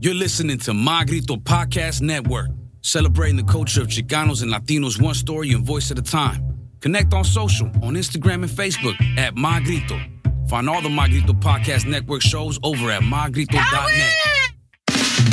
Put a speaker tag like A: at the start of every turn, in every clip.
A: You're listening to Magrito Podcast Network, celebrating the culture of Chicanos and Latinos one story and voice at a time. Connect on social, on Instagram and Facebook at Magrito. Find all the Magrito Podcast Network shows over at magrito.net.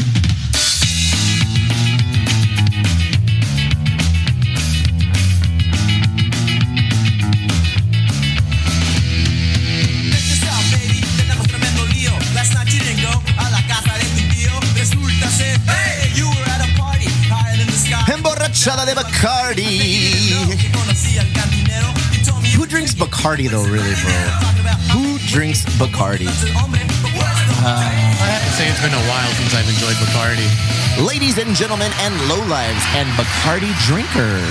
B: Check this out, baby, tenemos tremendo lío. Last night you didn't go a la casa de tu tío. Resulta ser, hey, you were at a party, higher than the sky.
C: Emborrachada de Bacardi.
B: Que conocí al cantinero. You told me you
C: Who drinks Bacardi though, really, bro?
B: talk about how
C: Who drinks Bacardi? Uh,
B: el hombre, but where's the
D: I have to say it's been a while since I've enjoyed Bacardi.
C: Ladies and gentlemen, and lowlives and Bacardi drinkers.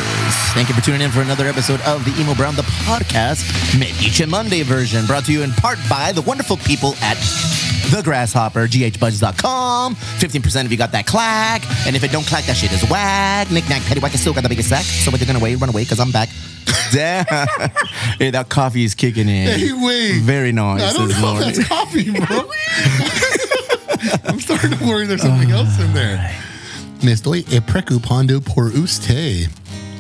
C: Thank you for tuning in for another episode of the Emo Brown the podcast, Mediche Monday version, brought to you in part by the wonderful people at the Grasshopper, ghbuds.com. 15% if you got that clack. And if it don't clack, that shit is whack. Knick knack, paddywhack, I still got the biggest sack. So what they're gonna wait, run away, cause I'm back. Damn. hey, that coffee is kicking in.
E: Hey, wait.
C: Very nice.
E: I don't
C: this
E: know
C: morning.
E: if that's coffee, bro. I'm starting to worry there's something else in there. Me estoy e preocupando por usted.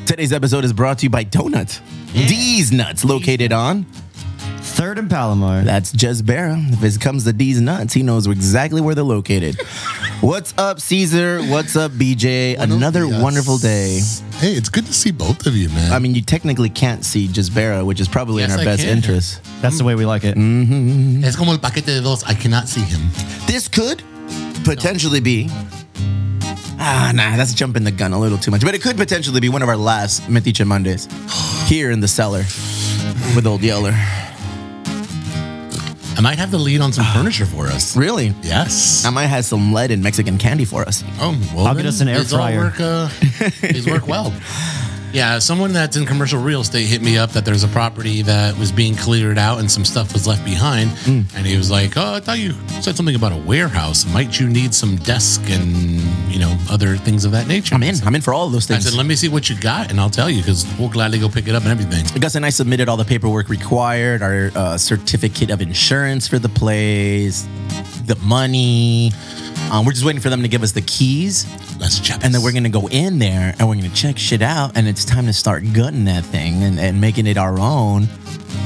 C: Today's episode is brought to you by Donut. D's Nuts, located on
F: Third and Palomar.
C: that's Jez Barra. If it comes to D's Nuts, he knows exactly where they're located. What's up, Caesar? What's up, BJ? Another
E: Buenos dias.
C: wonderful day.
E: Hey, it's good to see both of you, man.
C: I mean, you technically can't see Jez Barra, which is probably in
D: Yes,
C: our
D: I
C: best
D: can.
C: interest.
F: That's the way we like it.
C: Mm.
E: es como el paquete de dos. I cannot see him.
C: This could potentially be. Ah, nah, that's jumping the gun a little too much. But it could potentially be one of our last Metiche Mondays here in the cellar with Old Yeller.
E: I might have the lead on some
C: Ah.
E: furniture for us.
C: Really?
E: Yes.
C: I might have some lead and Mexican candy for us.
E: oh, well,
F: I'll get
E: then
F: us an air
E: these all
F: fryer.
E: Work, uh, these work well.
D: Yeah, someone that's in commercial real estate hit me up that there's a property that was being cleared out and some stuff was left behind. And he was like, Oh, I thought you said something about a warehouse. Might you need some desk and, you know, other things of that nature?
C: I'm in. I'm in for all of those
D: I
C: things.
D: said, Let me see what you got and I'll tell you because we'll gladly go pick it up and everything.
C: Gus and I submitted all the paperwork required, our uh, certificate of insurance for the place, the money. Um, we're just waiting for them to give us the keys,
E: Let's chat.
C: and then we're gonna go in there and we're gonna check shit out, and it's time to start gutting that thing and, and making it our own.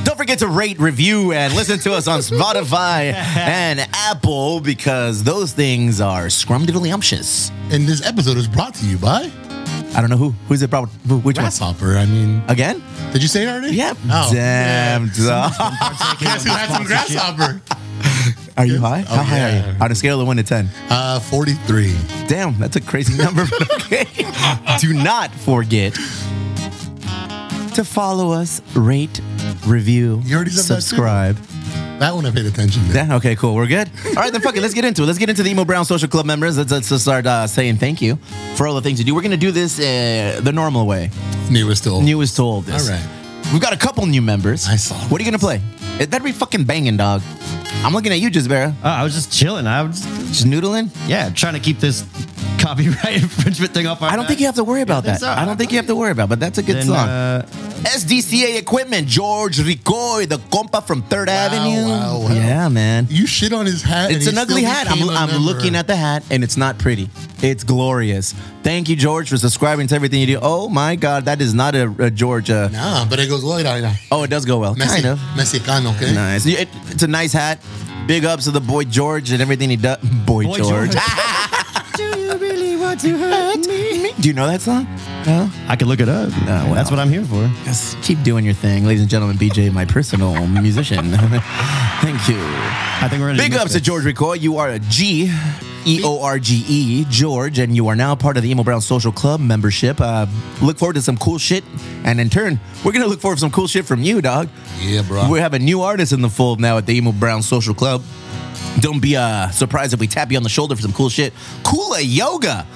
C: Don't forget to rate, review, and listen to us on Spotify and Apple because those things are scrumdiddlyumptious.
E: And this episode is brought to you by
C: I don't know who who's it brought. Who, which one?
E: Grasshopper. I mean,
C: Again?
E: did you say it already?
C: Yep.
E: Oh,
C: Damn. dog.
E: Yes, you had some grasshopper.
C: Are you high? How high
E: Oh, yeah.
C: are you? On a scale of one to ten.
E: Uh, 43.
C: Damn, that's a crazy number, but okay. Do not forget to follow us, rate, review,
E: You already said that too.
C: subscribe.
E: That one I paid attention to.
C: Yeah, okay, cool. We're good. All right, then fuck it. Let's get into it. Let's get into the Emo Brown Social Club members. Let's, let's just start uh, saying thank you for all the things you do. We're going to do this uh, the normal way.
E: New is still.
C: New is told this.
E: All right.
C: We've got a couple new members.
E: I saw
C: What are you going to play? It better be fucking banging, dog. I'm looking at you, Jizbera.
F: Uh, I was just chilling. I was,
C: Just noodling?
F: yeah, trying to keep this copyright infringement thing off. Our
C: I don't think you have to worry about
F: think
C: that.
F: so.
C: I don't think you have to worry about, but that's a good
F: Then,
C: song.
F: uh,
C: SDCA Equipment, George Ricoy, the compa from Third Avenue.
E: wow, wow.
C: Yeah, man.
E: You shit on his hat. and
C: It's
E: he
C: an
E: still
C: ugly hat. I'm,
E: became a
C: I'm
E: member.
C: looking at the hat and it's not pretty. It's glorious. Thank you, George, for subscribing to everything you do. Oh my God, that is not a, a George. Uh,
E: Nah, but it goes well. Nah, nah.
C: Oh, it does go well.
E: Mexi-
C: Kind of.
E: Mexicano, okay?
C: Nice. It- it's a nice hat. Big ups to the boy George and everything he does. Boy,
F: Boy
C: George. Ah!
F: George.
C: do you really want to hurt me? Do you know that song? No.
F: I could look it up.
C: Oh, well.
F: That's what I'm here for.
C: Yes, keep doing your thing, ladies and gentlemen. BJ, my personal musician. Thank you.
F: I think we're gonna
C: Big
F: do
C: ups to
F: this.
C: George Ricoy. You are a G, E O R G E, George, and you are now part of the Emo Brown Social Club membership. Uh, look forward to some cool shit, and in turn, we're gonna look forward to some cool shit from you, dog.
E: Yeah, bro.
C: We have a new artist in the fold now at the Emo Brown Social Club. Don't be uh, surprised if we tap you on the shoulder for some cool shit. Kula Yoga.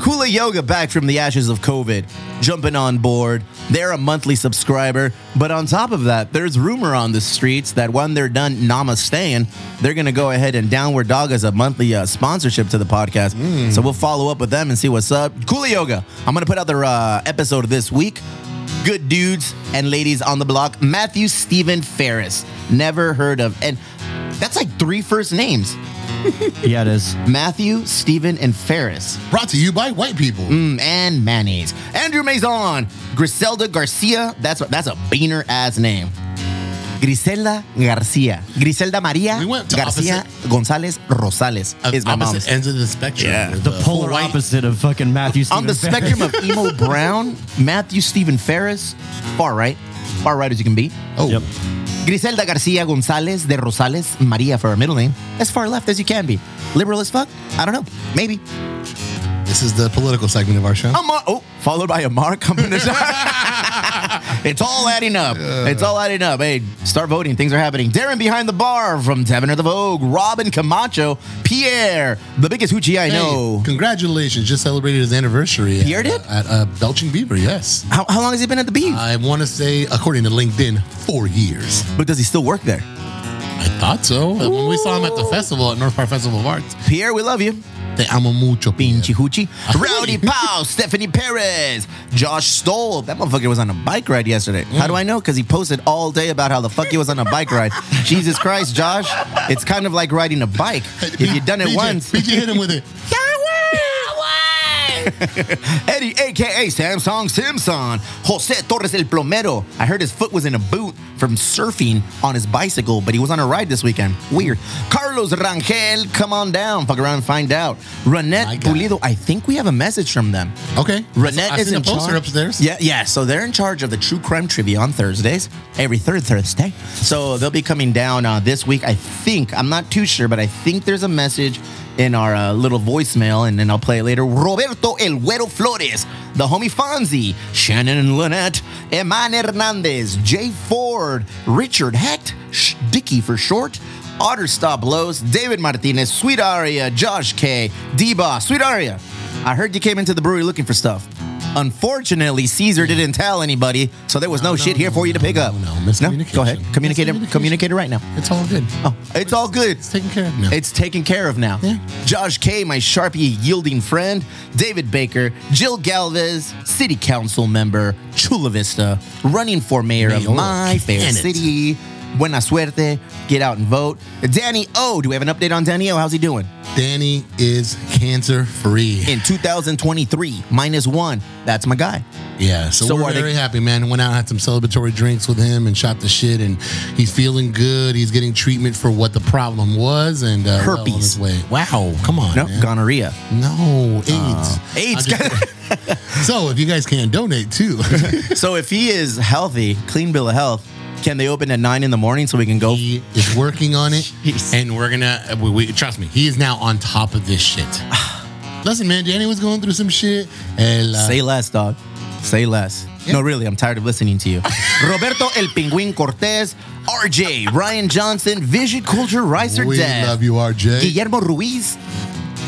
C: Kula Yoga back from the ashes of COVID, jumping on board. They're a monthly subscriber. But on top of that, there's rumor on the streets that when they're done namasteing, they're going to go ahead and downward dog as a monthly uh, sponsorship to the podcast. So we'll follow up with them and see what's up. Kula Yoga. I'm going to put out their uh, episode this week good dudes and ladies on the block. Matthew Stephen Ferris. Never heard of. And that's like three first names.
F: yeah, it is.
C: Matthew, Stephen, and Ferris.
E: Brought to you by white people.
C: Mm, and mayonnaise. Andrew Maison, Griselda Garcia. That's that's a beaner ass name. Griselda Garcia. Griselda Maria
E: We went to
C: Garcia Gonzalez Rosales
E: Of
C: is my
E: opposite
C: mom's.
E: ends of the spectrum.
C: Yeah.
E: With
F: The polar
E: white-
F: opposite of fucking Matthew.
C: On the
F: Stephen Ferris.
C: spectrum of Emo Brown, Matthew Stephen Ferris, far right, far right as you can be.
E: Oh,
F: Yep.
C: Griselda Garcia Gonzalez de Rosales Maria for her middle name, as far left as you can be. Liberal as fuck? I don't know. Maybe.
E: this is the political segment of our show.
C: Amar, oh, followed by Amar Kampanajar. it's all adding up. It's all adding up. Hey, start voting. Things are happening. Darren behind the bar from Taverner the Vogue. Robin Camacho. Pierre, the biggest hoochie I
E: Hey,
C: know.
E: Congratulations! Just celebrated his anniversary.
C: Pierre
E: at,
C: did?
E: uh, at uh, Belching Beaver. Yes,
C: How, how long has he been at the beef?
E: I want to say, according to LinkedIn, four years.
C: but does he still work there?
E: I thought so. When we saw him at the festival at North Park Festival of Arts,
C: Pierre, we love you.
E: they amo mucho. Pierre.
C: Pinchi hoochie. Rowdy Pow, Stephanie Perez, Josh Stoll. That motherfucker was on a bike ride yesterday. How do I know? Because he posted all day about how the fuck he was on a bike ride. Jesus Christ, Josh. It's kind of like riding a bike. If you've done it
E: BJ,
C: once.
E: BJ hit him with it.
C: Eddie, aka Samsung Simpson, Jose Torres el Plomero. I heard his foot was in a boot from surfing on his bicycle, but he was on a ride this weekend. Weird. Carlos Rangel, come on down, fuck around and find out.
E: My
C: Renette
E: guy.
C: Pulido, I think we have a message from them.
E: Okay,
C: Renette
E: I've
C: is
E: seen
C: in
E: a poster
C: charge.
E: upstairs.
C: Yeah, yeah. So they're in charge of the true crime trivia on Thursdays, every third Thursday. So they'll be coming down uh, this week. I think I'm not too sure, but I think there's a message in our uh, little voicemail, and then I'll play it later. Roberto El Güero Flores, the homie Fonzie, Shannon and Lynette, Eman Hernandez, Jay Ford, Richard Hecht, Sh- Dicky for short. Otter Stop Lows, David Martinez, Sweet Aria, Josh K, D Boss, Sweet Aria. I heard you came into the brewery looking for stuff. Unfortunately, Caesar didn't tell anybody, so there was no, shit here for you to pick
E: no,
C: up.
E: no,
C: Go ahead.
E: miscommunication.
C: Communicate it.
E: Miscommunication.
C: Communicate it right now.
E: It's all good.
C: Oh, it's all good.
E: It's taken care of now.
C: It's taken care of now.
E: Yeah.
C: Josh K, my Sharpie yielding friend, David Baker, Jill Galvez, city council member, Chula Vista, running for mayor of
E: Mayor.
C: my fair
E: Damn it.
C: city. Buena suerte. Get out and vote. Danny O, do we have an update on Danny O? How's he doing?
E: Danny is cancer free.
C: In 2023, minus one. That's my guy.
E: Yeah, so,
C: So
E: we're
C: are they-
E: very happy, man. Went out, had some celebratory drinks with him, and shot the shit. And he's feeling good. He's getting treatment for what the problem was, and uh, well on
C: Herpes.
E: his way. Wow, come on,
C: No,
E: man.
C: gonorrhea.
E: no AIDS.
C: AIDS.
E: I'm just- so if you guys can donate too,
C: So if he is healthy, clean bill of health, can they open at nine in the morning so we can go?
E: he is working on it,
C: Jeez.
E: and we're gonna. We, we, trust me, he is now on top of this shit. Listen, man, Danny was going through some shit. And, uh,
C: Say less, dog. Say less. No, really, I'm tired of listening to you. Roberto El Pinguin Cortez, RJ, Ryan Johnson, Vision Culture Riser
E: we
C: Dev,
E: love you, eh? RJ.
C: Guillermo Ruiz,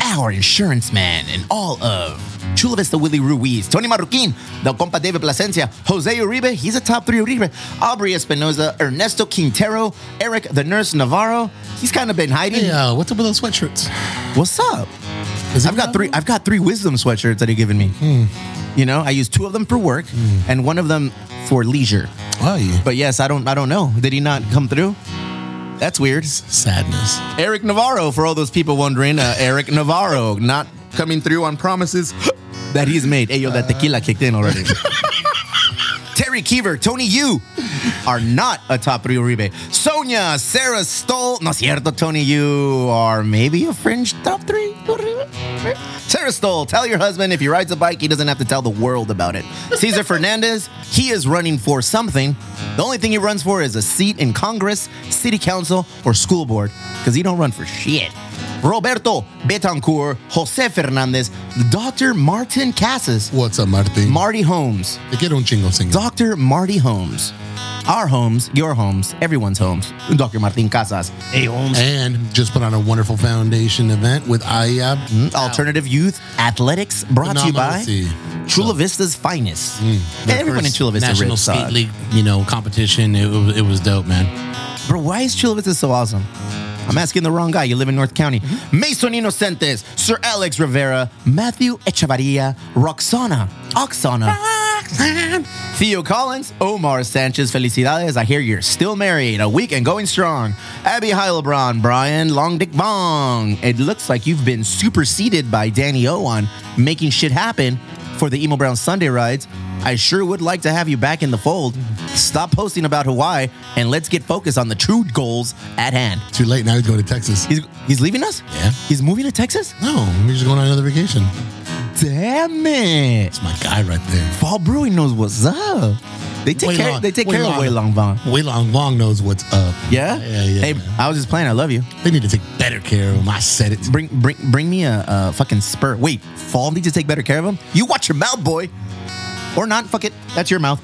C: our insurance man, and all of Chula Vista Willie Ruiz, Tony Marroquin, Del Compa David Placencia, Jose Uribe, he's a top three Uribe, Aubrey Espinoza, Ernesto Quintero, Eric the Nurse Navarro. He's kind of been hiding.
E: Hey, uh, what's up with those sweatshirts?
C: What's up?
E: Is it
C: I've got three.
E: available?
C: I've got three wisdom sweatshirts that he's given me. You know, I use two of them for work and one of them for leisure.
E: Oh, yeah.
C: But yes, I don't. I don't know. Did he not come through? That's weird.
E: Sadness.
C: Eric Navarro. For all those people wondering, uh, Eric Navarro not coming through on promises that he's made. Hey, yo, that tequila kicked in already. Terry Keever, Tony Yu are not a top three Uribe. Sonia, Sarah Stoll, no es cierto, Tony Yu are maybe a fringe top three Uribe. Sarah Stoll, tell your husband if he rides a bike, he doesn't have to tell the world about it. Cesar Fernandez, he is running for something. The only thing he runs for is a seat in Congress, city council, or school board, because he don't run for shit. Roberto Betancourt, Jose Fernandez, Dr. Martin Casas,
E: What's up, Martin?
C: Marty Holmes,
E: Te quiero un chingo, señor.
C: Dr. Marty Holmes. Our homes, your homes, everyone's homes. Dr. Martin Casas.
F: Hey, oh, Holmes.
E: and just put on a wonderful foundation event with Aya.
C: Hmm? Alternative Youth Athletics brought to you
E: Phenomenal
C: by Chula Vista's finest. Everyone
D: Mm,
C: in
D: First
C: Chula Vista
D: National
C: rips,
D: Speed
C: uh,
D: League, you know, competition. It, was- it was dope, man.
C: Bro, why is Chula Vista so awesome? I'm asking the wrong guy. You live in North County.
D: Mm-hmm.
C: Mason Inocentes, Sir Alex Rivera, Matthew Echevarria, Roxana, Oxana, Theo Collins, Omar Sanchez, felicidades. I hear you're still married, a week and going strong. Abby Heilbronn, Brian Long Dick Bong. It looks like you've been superseded by Danny O on making shit happen for the Emo Brown Sunday rides. I sure would like to have you back in the fold. Stop posting about Hawaii and let's get focused on the true goals at hand.
E: Too late now. He's going to Texas.
C: He's, he's leaving us?
E: Yeah.
C: He's moving to Texas?
E: No, we're just going on another vacation.
C: Damn it.
E: It's my guy right there.
C: Fall Brewing knows what's up. They take
E: Way
C: care.
E: long-
C: They take
E: way
C: care of Wei Long Vong.
E: Wei Long Long knows what's up.
C: Yeah?
E: Yeah, yeah.
C: Hey, I was just playing. I love you.
E: They need to take better care of him. I said it.
C: Bring, bring, bring me a, a fucking spur. Wait, fall needs to take better care of him. You watch your mouth, boy, or not. Fuck it, that's your mouth.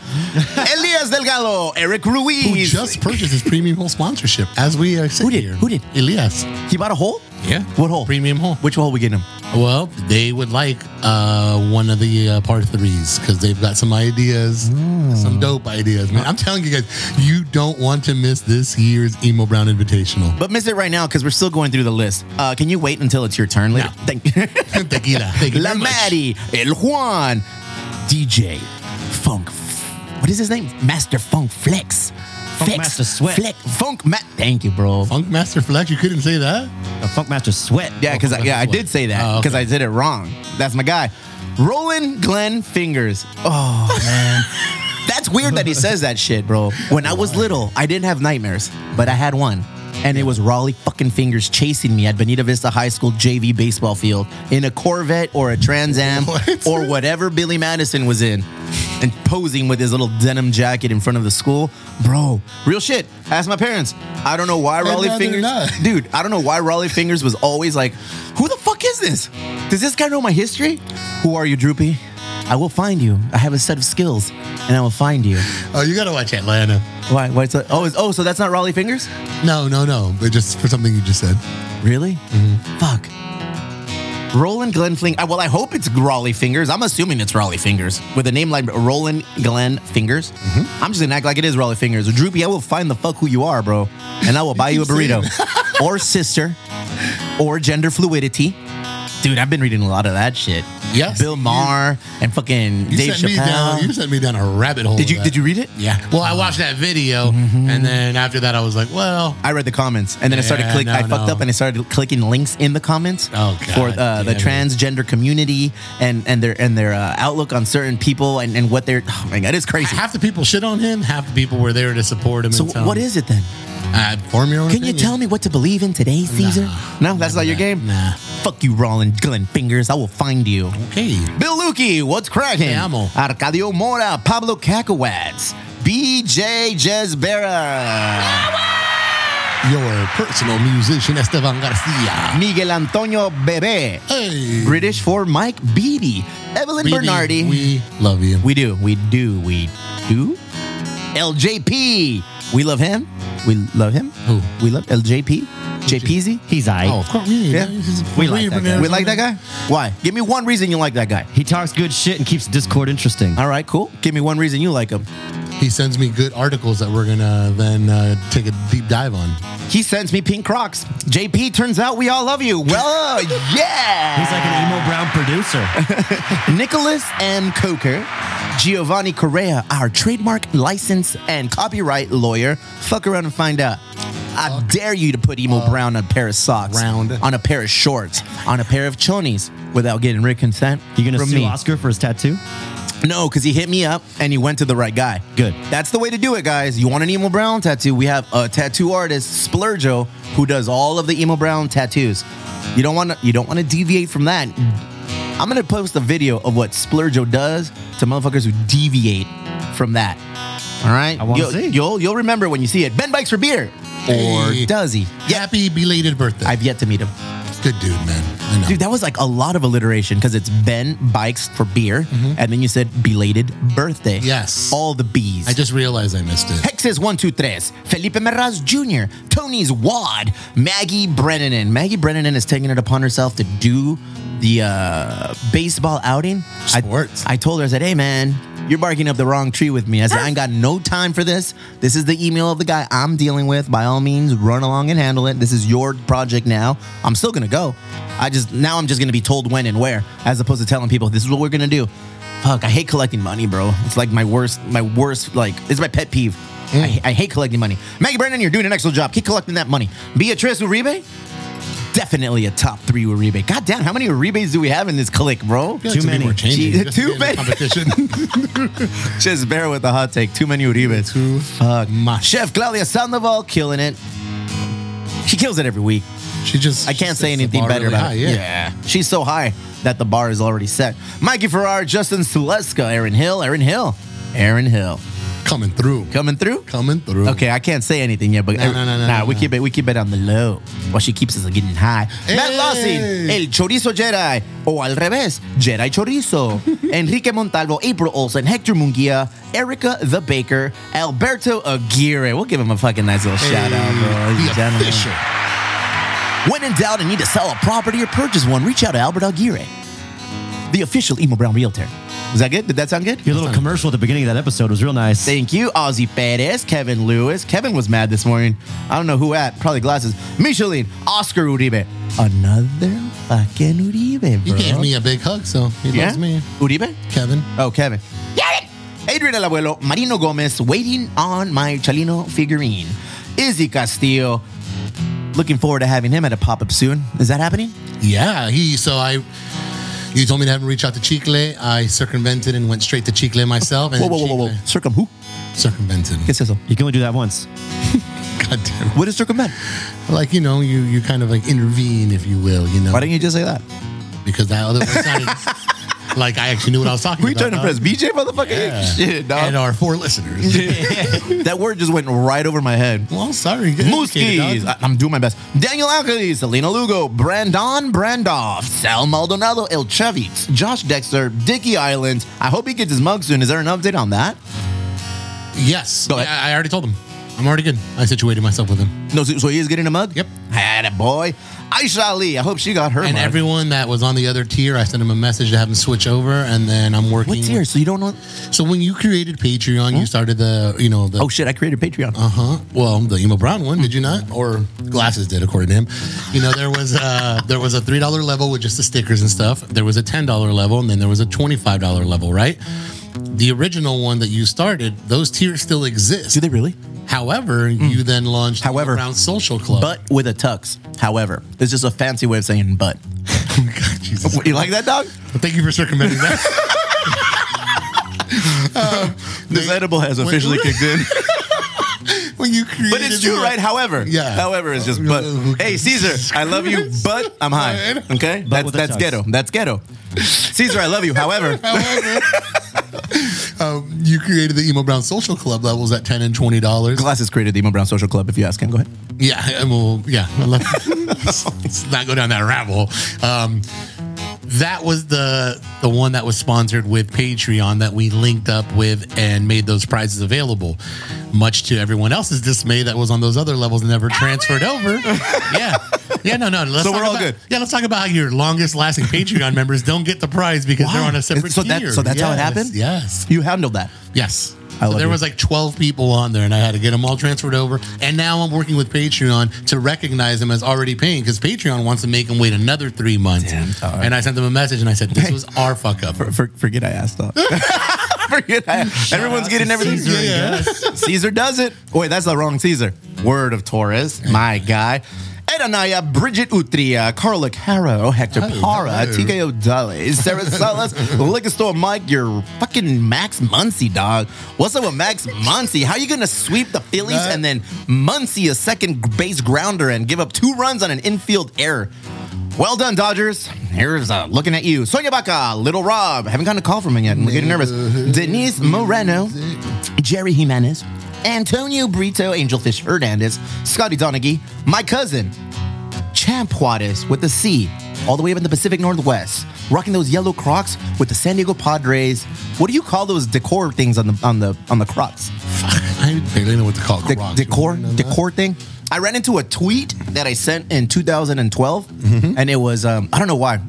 C: Elias Delgado, Eric
E: Who
C: Ruiz.
E: just purchased his premium hole sponsorship as we are sitting
C: did?
E: here.
C: Who did?
E: Elias.
C: he bought a hole.
D: Yeah.
C: What hole?
D: Premium hole.
C: Which hole we getting him?
D: Well, they would like uh, one of the uh, part threes because they've got some ideas,
C: Hmm.
D: some dope ideas, man. I'm telling you guys, you don't want to miss this year's Emo Brown Invitational.
C: But miss it right now because we're still going through the list. Uh, can you wait until it's your turn later? Thank
D: Tequila. Thank you
C: La
D: very much.
C: Maddie, El Juan, DJ Funk. What is his name? Master Funk Flex.
F: Funk Master Sweat.
C: Flex. Funk Matt. Thank you, bro.
E: Funk Master Flex, you couldn't say that?
F: A Funkmaster sweat.
C: Yeah, because I, yeah, I did say that
D: Oh,
C: because I did it wrong. That's my guy, Roland Glenn Fingers. Oh man, that's weird that he says that shit, bro. When I was little, I didn't have nightmares, but I had one, and it was Raleigh fucking Fingers chasing me at Bonita Vista High School JV baseball field in a Corvette or a Trans Am
E: What?
C: or whatever Billy Madison was in. And posing with his little denim jacket in front of the school, bro. Real shit. Ask my parents. I don't know why Raleigh
E: rather
C: Fingers
E: not.
C: dude, I don't know why Raleigh Fingers was always like, who the fuck is this? Does this guy know my history? Who are you, Droopy? I will find you. I have a set of skills, and I will find you.
E: Oh, you got to watch Atlanta.
C: Why? Why? It's like, oh, is, oh, so that's not Raleigh Fingers?
E: No, no, no. But just for something you just said.
C: Really? Fuck. Roland Glenfling. I- Well, I hope it's Raleigh Fingers. I'm assuming it's Raleigh Fingers with a name like Roland Glenn Fingers.
E: Mm-hmm.
C: I'm just gonna act like it is Raleigh Fingers. Droopy, I will find the fuck who you are, bro, and I will buy you a burrito or sister or gender fluidity. Dude, I've been reading a lot of that shit.
E: Yes,
C: Bill
E: you-
C: Maher and fucking
E: You
C: Dave
E: sent me down. You
C: Chappelle.
E: sent me down a rabbit hole.
C: Did
E: of
C: you
E: that.
C: did you Mm-hmm. read it?
D: Yeah. Well, I watched that video, and then after that, I was like, well,
C: I read the comments, and then I started
D: Yeah,
C: click.
D: no,
C: I fucked
D: no.
C: up, and I started clicking links in the comments
D: Oh, God
C: for uh, the
D: damn it.
C: transgender community and and their and their uh, outlook on certain people and, and what they're. Oh my god, it's crazy.
D: half the people shit on him, half the people were there to support him.
C: So
D: and tell
C: what
D: him,
C: is it then?
D: Uh, form your own
C: Can you tell me what to believe in today, Caesar? no, that's not your game.
D: Nah.
C: Fuck you, Roland Glenn Fingers. I will find you.
D: Okay.
C: Bill Lukey, what's cracking?
D: Te amo.
C: Arcadio Mora, Pablo Cacawats, BJ Jezbera,
E: Your personal musician, Esteban Garcia.
C: Miguel Antonio Bebe,
E: Hey.
C: British for Mike Beatty, Evelyn
E: Beanie,
C: Bernardi.
E: We love you.
C: We do. We do. We do. LJP. We love him. We love him.
E: Who?
C: We love LJP. JPZ.
F: He's I.
E: Oh, of course. We,
C: Yeah.
F: We like that guy.
C: We like that guy? Why? Give me one reason you like that guy.
F: He talks good shit and keeps Discord interesting.
C: All right, cool. Give me one reason you like him.
E: He sends me good articles that we're going to then uh, take a deep dive on.
C: He sends me pink crocs. JP, turns out we all love you. Well, yeah.
F: He's like an emo brown producer.
C: Nicholas M. Coker, Giovanni Correa, our trademark, license, and copyright lawyer. Fuck around and find out. I dare you to put Emo Brown on a pair of socks,
E: Round.
C: on a pair of shorts, on a pair of chonies without getting written consent.
F: You gonna
C: from
F: sue
C: me.
F: Oscar for his tattoo?
C: No, because he hit me up and he went to the right guy.
F: Good.
C: That's the way to do it, guys. You want an emo brown tattoo? We have a tattoo artist, Splurjo, who does all of the emo brown tattoos. You don't want to. You don't want to deviate from that. I'm gonna post a video of what Splurjo does to motherfuckers who deviate from that. All right.
F: I wanna
C: You'll-
F: see.
C: You'll you'll remember when you see it. Ben bikes for beer,
E: Hey.
C: or does he?
E: Happy belated birthday.
C: I've yet to meet him.
E: Good dude, man. I know.
C: Dude, that was like a lot of alliteration because it's Ben bikes for beer, and then you said belated birthday.
E: Mm-hmm. Yes.
C: All the B's.
E: I just realized I missed it.
C: Texas 123, Felipe Meraz Jr., Tony's Wad, Maggie Brennan. Maggie Brennan is taking it upon herself to do the uh, baseball outing. I-
E: Sports.
C: I, told her, I said, hey, man, you're barking up the wrong tree with me. I said, I ain't got no time for this. This is the email of the guy I'm dealing with. By all means, run along and handle it. This is your project now. I'm still going to go. I just, now I'm just going to be told when and where, as opposed to telling people, this is what we're going to do. Fuck, I hate collecting money, bro. It's like my worst, my worst, like, it's my pet peeve. I, I hate collecting money. Maggie Brennan, you're doing an excellent job. Keep collecting that money. Beatrice Uribe, definitely a top three Uribe. God damn, how many Uribes do we have in this clique, bro?
E: Too many. More
C: Gee,
E: changes. Just
C: too
E: in the
C: many.
E: Competition.
C: Just bear with the hot take. Too many Uribes.
E: too much.
C: Chef Claudia Sandoval, killing it. She kills it every week.
E: She just.
C: I
E: she
C: can't
E: sets
C: say
E: the
C: anything
E: bar
C: better
E: really
C: about
E: high,
C: it. She's so high that the bar is already set. Mikey Ferrar, Justin Suleska, Aaron Hill, Aaron Hill, Aaron Hill.
E: Coming through.
C: Coming through?
E: Coming through.
C: Okay, I can't say anything yet, but
E: No, no, no, no,
C: nah,
E: no,
C: we
E: no.
C: keep it we keep it on the low. While she keeps us getting high. Matt
E: Hey!
C: Lawson, El Chorizo Jedi, o al revés, Jedi Chorizo, Enrique Montalvo, April Olsen, Hector Munguia, Erica the Baker, Alberto Aguirre. We'll give him a fucking nice little shout out, bro. He's a gentleman.
E: Official.
C: When in doubt and need to sell a property or purchase one, reach out to Albert Aguirre, the official Emo Brown Realtor. Was that good? Did that sound good?
F: Your little commercial at the beginning of that episode was real nice.
C: Thank you, Ozzy Perez, Kevin Lewis. Kevin was mad this morning. I don't know who at, probably glasses. Michelin, Oscar Uribe. Another fucking Uribe,
E: He
C: bro.
E: gave me a big hug, so he
C: yeah?
E: loves me.
C: Uribe?
E: Kevin.
C: Oh, Kevin. Adrian El Abuelo, Marino Gomez, waiting on my Chalino figurine. Izzy Castillo. Looking forward to having him at a pop up soon. Is that happening?
E: Yeah, he. So I. You told me to have him reach out to Chicle. I circumvented and went straight to Chicle myself. And
C: Whoa, whoa, whoa, whoa, whoa.
E: Chicle
C: Circum who?
E: Circumvented.
C: ¿Qué es eso?
F: You can only do that once.
E: God damn.
C: What is circumvent?
E: it. Like you know, you you kind of like intervene, if you will. You know,
C: Why didn't you just say that?
E: because that other one sounded like I actually knew what I was talking
C: We
E: about.
C: trying to
E: dog.
C: press BJ, motherfucker?
E: Yeah.
C: Shit, dog.
E: And our four listeners.
C: that word just went right over my head.
E: well, sorry. get educated,
C: Mooskies.
E: dog.
C: I- I'm doing my best. Daniel Angeles, Selena Lugo, Brandon Brandoff, Sal Maldonado, El Chevitz, Josh Dexter, Dicky Islands. I hope he gets his mug soon. Is there an update on that?
E: Yes.
C: Go ahead.
E: I, I already told him. I'm already good. I situated myself with him.
C: No, so, so he is getting a mug?
E: Yep.
C: Had a boy. Aisha Ali. I hope she got her
E: And
C: mug.
E: everyone that was on the other tier, I sent him a message to have him switch over, and then I'm working.
C: What's here? So you don't know?
E: So when you created Patreon, you started the, you know, the
C: Oh, shit. I created Patreon.
E: Uh huh. Well, the emo brown one, did you
C: Mm-hmm.
E: not? Or glasses did, according to him. You know, there was uh there was a three dollar level with just the stickers and stuff. There was a ten dollar level, and then there was a twenty five dollar level, right? The original one that you started, those tiers still exist.
C: Do they really?
E: However, you then launched the
C: Hmm. However,
E: Emo Brown Social Club.
C: But with a tux. However, it's just a fancy way of saying but.
E: Oh, God, Jesus.
C: You like that, dog?
E: Thank you for circumventing that. Um,
C: This edible has officially kicked in.
E: when you created,
C: But it's true,
E: the-
C: right? However,
E: Yeah.
C: However, it's just but. Hey, Caesar, I love you, but I'm high. Okay, that's
F: with a
C: that's
F: tux.
C: ghetto. That's ghetto. Caesar, I love you. However,
E: However, um, you created the emo brown social club levels at ten and twenty dollars.
C: Glasses created the Emo Brown Social Club. If you ask him, go ahead.
E: Yeah, and well, yeah. Let's, let's not go down that rabbit hole. Um, that was the the one that was sponsored with Patreon that we linked up with and made those prizes available. Much to everyone else's dismay, that was on those other levels and never transferred over. Yeah, yeah, no, no. Let's
C: So we're
E: talk
C: all
E: about-
C: good.
E: Yeah, let's talk about how your longest lasting Patreon members don't get the prize because they're
C: Why?
E: on a separate
C: So that-
E: tier.
C: so that's how it
E: Yes,
C: happened?
E: Yes.
C: You handled that.
E: Yes.
C: I
E: so
C: love
E: there
C: you.
E: was like 12 people on there, and I had to get them all transferred over. And now I'm working with Patreon to recognize them as already paying because Patreon wants to make them wait another three months.
C: alright.
E: And I sent them a message, and I said, "This was our fuck up."
C: For, for, forget I asked. Dog. forget I. Everyone's getting everything.
E: Caesar, I
C: Yeah. Caesar does it. Wait, that's the wrong Caesar. Word of Torres, my guy. Edanaya, Bridget Utria, Carla Caro, Hector
E: Hello,
C: Parra,
E: hello.
C: TKO Dale, Sarah Salas, Liquor Store Mike, you're fucking Max Muncie, dog. What's up with Max Muncie? How you gonna sweep the Phillies
E: That-
C: and then Muncie a second base grounder and give up two runs on an infield error? Well done, Dodgers. Here's uh, looking at you. Sonia Baca, Little Rob. Haven't gotten a call from him yet. I'm getting nervous. Denise Moreno, Jerry Jimenez, Antonio Brito, Angelfish Hernandez, Scotty Donaghy, my cousin, Champuatis with the C, all the way up in the Pacific Northwest, rocking those yellow Crocs with the San Diego Padres. What do you call those decor things on the on the on the Crocs?
E: I barely know what to call it.
C: the
E: Crocs.
C: decor
E: You know that?
C: decor thing. I ran into a tweet that I sent in 2012,
E: Mm-hmm.
C: and it was um, I don't know why.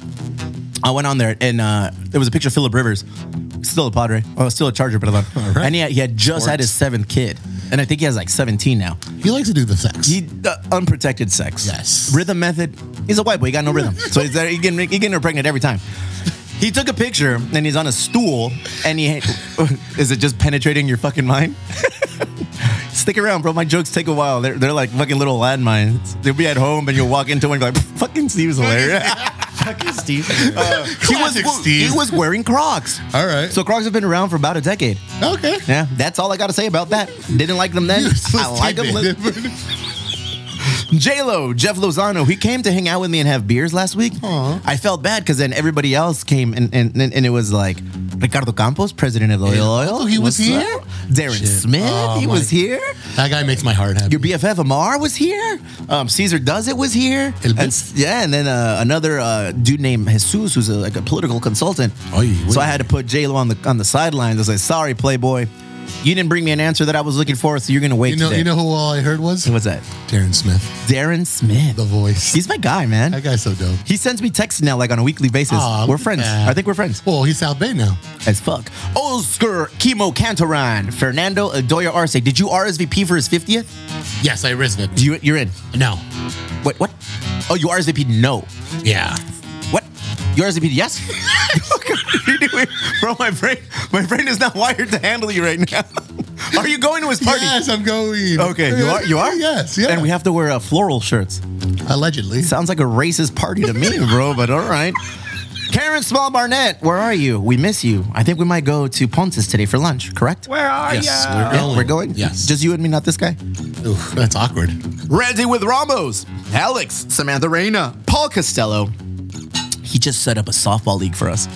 C: I went on there and uh, there was a picture of Philip Rivers, still a Padre, oh, still a Charger, but
E: right.
C: and he had, he had just had his seventh kid, and I think he has like 17 now.
E: He likes to do the sex.
C: He uh, unprotected sex.
E: Yes.
C: Rhythm method. He's a white boy. He got no rhythm, so he's there, he getting he getting her pregnant every time. He took a picture and he's on a stool and he is it just penetrating your fucking mind? Stick around, bro. My jokes take a while. They're, they're like fucking little landmines. You'll be at home and you'll walk into one and be like, fucking Steve's hilarious. Uh,
F: Fucking Steve.
C: he, was,
E: Classic Steve.
C: he was wearing Crocs.
E: All right.
C: So Crocs have been around for about a decade.
E: okay.
C: Yeah, that's all I gotta say about that. Didn't like them then. I like them. li- J Lo, Jeff Lozano, he came to hang out with me and have beers last week. I felt bad because then everybody else came and, and, and, and it was like Ricardo Campos, president of Oil Oil.
E: Oh, he
C: what's
E: was here?
C: up? Darren
E: Shit.
C: Smith,
E: Oh,
C: he
E: my-
C: was here.
E: That guy makes my heart happy.
C: Your BFF Amar was here. Um, Caesar Does It was here.
E: El
C: And-
E: Bits.
C: yeah, and then uh, another uh, dude named Jesus, who's a, like a political consultant.
E: Oy,
C: so I
E: wait.
C: had to put J Lo on the on the sidelines. I was like, "Sorry, Playboy, you didn't bring me an answer that I was looking for, so you're gonna wait."
E: You know,
C: today.
E: you know who all I heard was
C: what's that?
E: Darren Smith,
C: Darren Smith.
E: the voice.
C: He's my guy, man.
E: that guy's so dope.
C: He sends me texts now, like on a weekly basis.
E: Aw,
C: we're
E: look at
C: friends.
E: that.
C: I think we're friends
E: Well, he's South Bay now.
C: as fuck. Oscar Kimo Cantoran, Fernando Adoya Arce. Did you RSVP for his 50th?
E: Yes, I risked it.
C: You, you're in.
E: No.
C: What? What? Oh, you RSVP? No.
E: Yeah.
C: What? You RSVP? Yes. You're doing- Bro, my brain, my brain is not wired to handle you right now. Are you going to his party?
E: Yes, I'm going.
C: Okay, you are. You are.
E: Yes, yeah.
C: And we have to wear uh, floral shirts.
E: Allegedly.
C: Sounds like a racist party to me, bro, but all right. Karen Small Barnett, where are you? We miss you. I think we might go to Ponce's today for lunch, correct?
A: Where are
E: Yes,
A: ya?
E: we're going.
C: We're going?
E: Yes.
C: Just you and me, not this guy?
E: Oof, that's awkward.
C: Randy with Ramos, Alex, Samantha Reyna, Paul Costello. He just set up a softball league for us.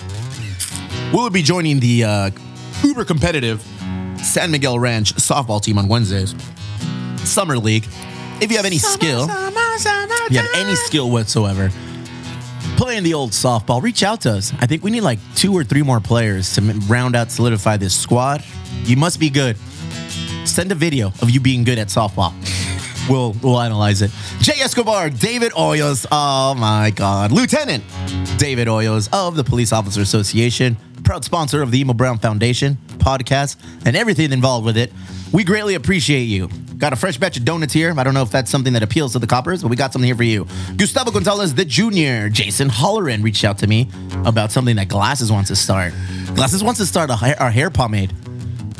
C: We will be joining the uh, uber competitive San Miguel Ranch softball team on Wednesdays. Summer league. If you have any skill, if you have any skill whatsoever, playing the old softball, reach out to us. I think we need like two or three more players to m- round out, solidify this squad. You must be good. Send a video of you being good at softball. We'll we'll analyze it. Jay Escobar, David Hoyos. Oh my God, Lieutenant David Hoyos of the Police Officer Association, proud sponsor of the Emo Brown Foundation podcast and everything involved with it. We greatly appreciate you. Got a fresh batch of donuts here. I don't know if that's something that appeals to the coppers, but we got something here for you. Gustavo Gonzalez the Jr., Jason Holleran reached out to me about something that Glasses wants to start. Glasses wants to start a hair, a hair pomade.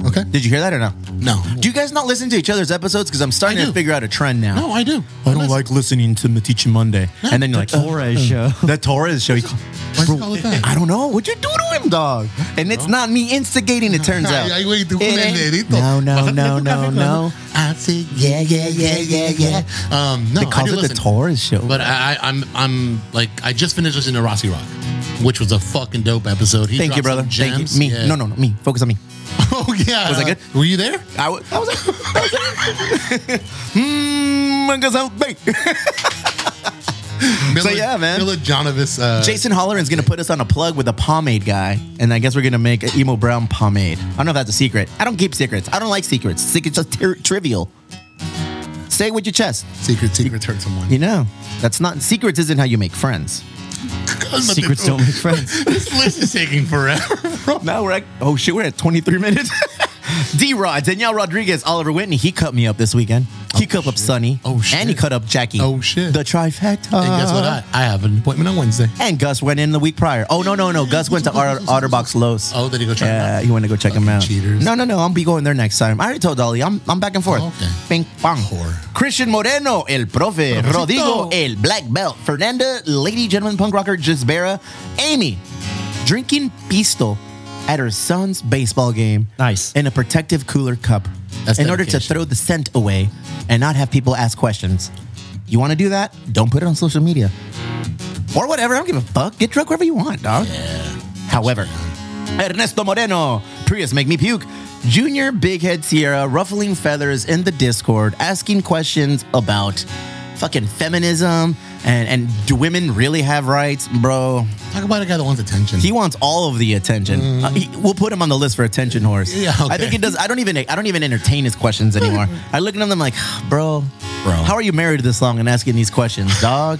E: Okay.
C: Did you hear that or no?
E: No.
C: Do you guys not listen to each other's episodes? Because I'm starting
E: I
C: to
E: do.
C: figure out a trend now.
E: No, I do.
C: I don't like listening to Matichi Monday. And then you're like, uh,
F: Torres show.
C: that Torres show.
E: Why do you call it that?
C: I don't know. What'd you do to him, dog? And it's not me instigating, it turns out.
E: Ay, güey, tú con
C: It
E: el
C: ain't-
E: dedito.
C: No, no,
E: Bájate
C: no,
E: tu
C: no,
E: café,
C: no.
E: I see. Yeah, yeah, yeah, yeah, yeah. Um, no,
C: They call
E: I
C: it
E: do
C: the
E: listen.
C: Torres show.
E: But I, I, I'm, I'm like, I just finished listening to Rossi Rock, which was a fucking dope episode. He
C: Thank you,
E: dropped some
C: brother. Thank
E: gems.
C: you. Me.
E: Yeah.
C: No, no, no. Me. Focus on me.
E: oh yeah.
C: Was that good?
E: Were you there?
C: I was. I was. Mmm, because I'm big.
E: Miller,
C: yeah, man.
E: Miller Jonovis. Uh,
C: Jason Holleran's gonna put us on a plug with a pomade guy, and I guess we're gonna make an emo brown pomade. I don't know if that's a secret. I don't keep secrets. I don't like secrets. Secrets are ter- trivial. Say it with your chest.
E: Secret, secrets hurt someone.
C: You know, that's not secrets. Isn't how you make friends.
F: Secrets don't make friends.
E: This list is taking forever.
C: Now we're at oh shit, we're at 23 minutes. D Rod, Danielle Rodriguez, Oliver Whitney, he cut me up this weekend. He cut up Sonny.
E: Oh, shit.
C: And he cut up Jackie.
E: Oh, shit.
C: The trifecta.
E: and guess what? I, I have an appointment on Wednesday.
C: and Gus went in the week prior. Oh no no no! Gus went to Otter- Otterbox Lowe's.
E: Oh, did he go check him
C: Yeah,
E: out?
C: he went to go check him
E: Fucking
C: out.
E: cheaters.
C: No no no! I'll be going there next time. I already told Dolly. I'm I'm back and forth.
E: Oh, okay.
C: Ping pong.
E: Whore.
C: Christian Moreno, El Profe, Rodrigo, El Black Belt, Fernanda, Lady Gentleman Punk Rocker, Gisbera, Amy, drinking pistol at her son's baseball game.
F: Nice.
C: In a protective cooler cup.
E: That's
C: in order to
E: dedication.
C: throw the scent away and not have people ask questions. You want to do that? Don't put it on social media or whatever. I don't give a fuck. Get drunk wherever you want, dog. However, Ernesto Moreno, Prius Make Me Puke, Junior Big Head Sierra, ruffling feathers in the Discord, asking questions about fucking feminism and, and do women really have rights, bro?
E: Talk about a guy that wants attention.
C: He wants all of the attention. Uh, he- we'll put him on the list for attention horse.
E: Mm-hmm. Yeah,
C: I
E: okay.
C: think he does. I don't even. I don't even entertain his questions anymore. I look at him. I'm like, bro,
E: Bro.
C: how are you married this long and asking these questions, dog?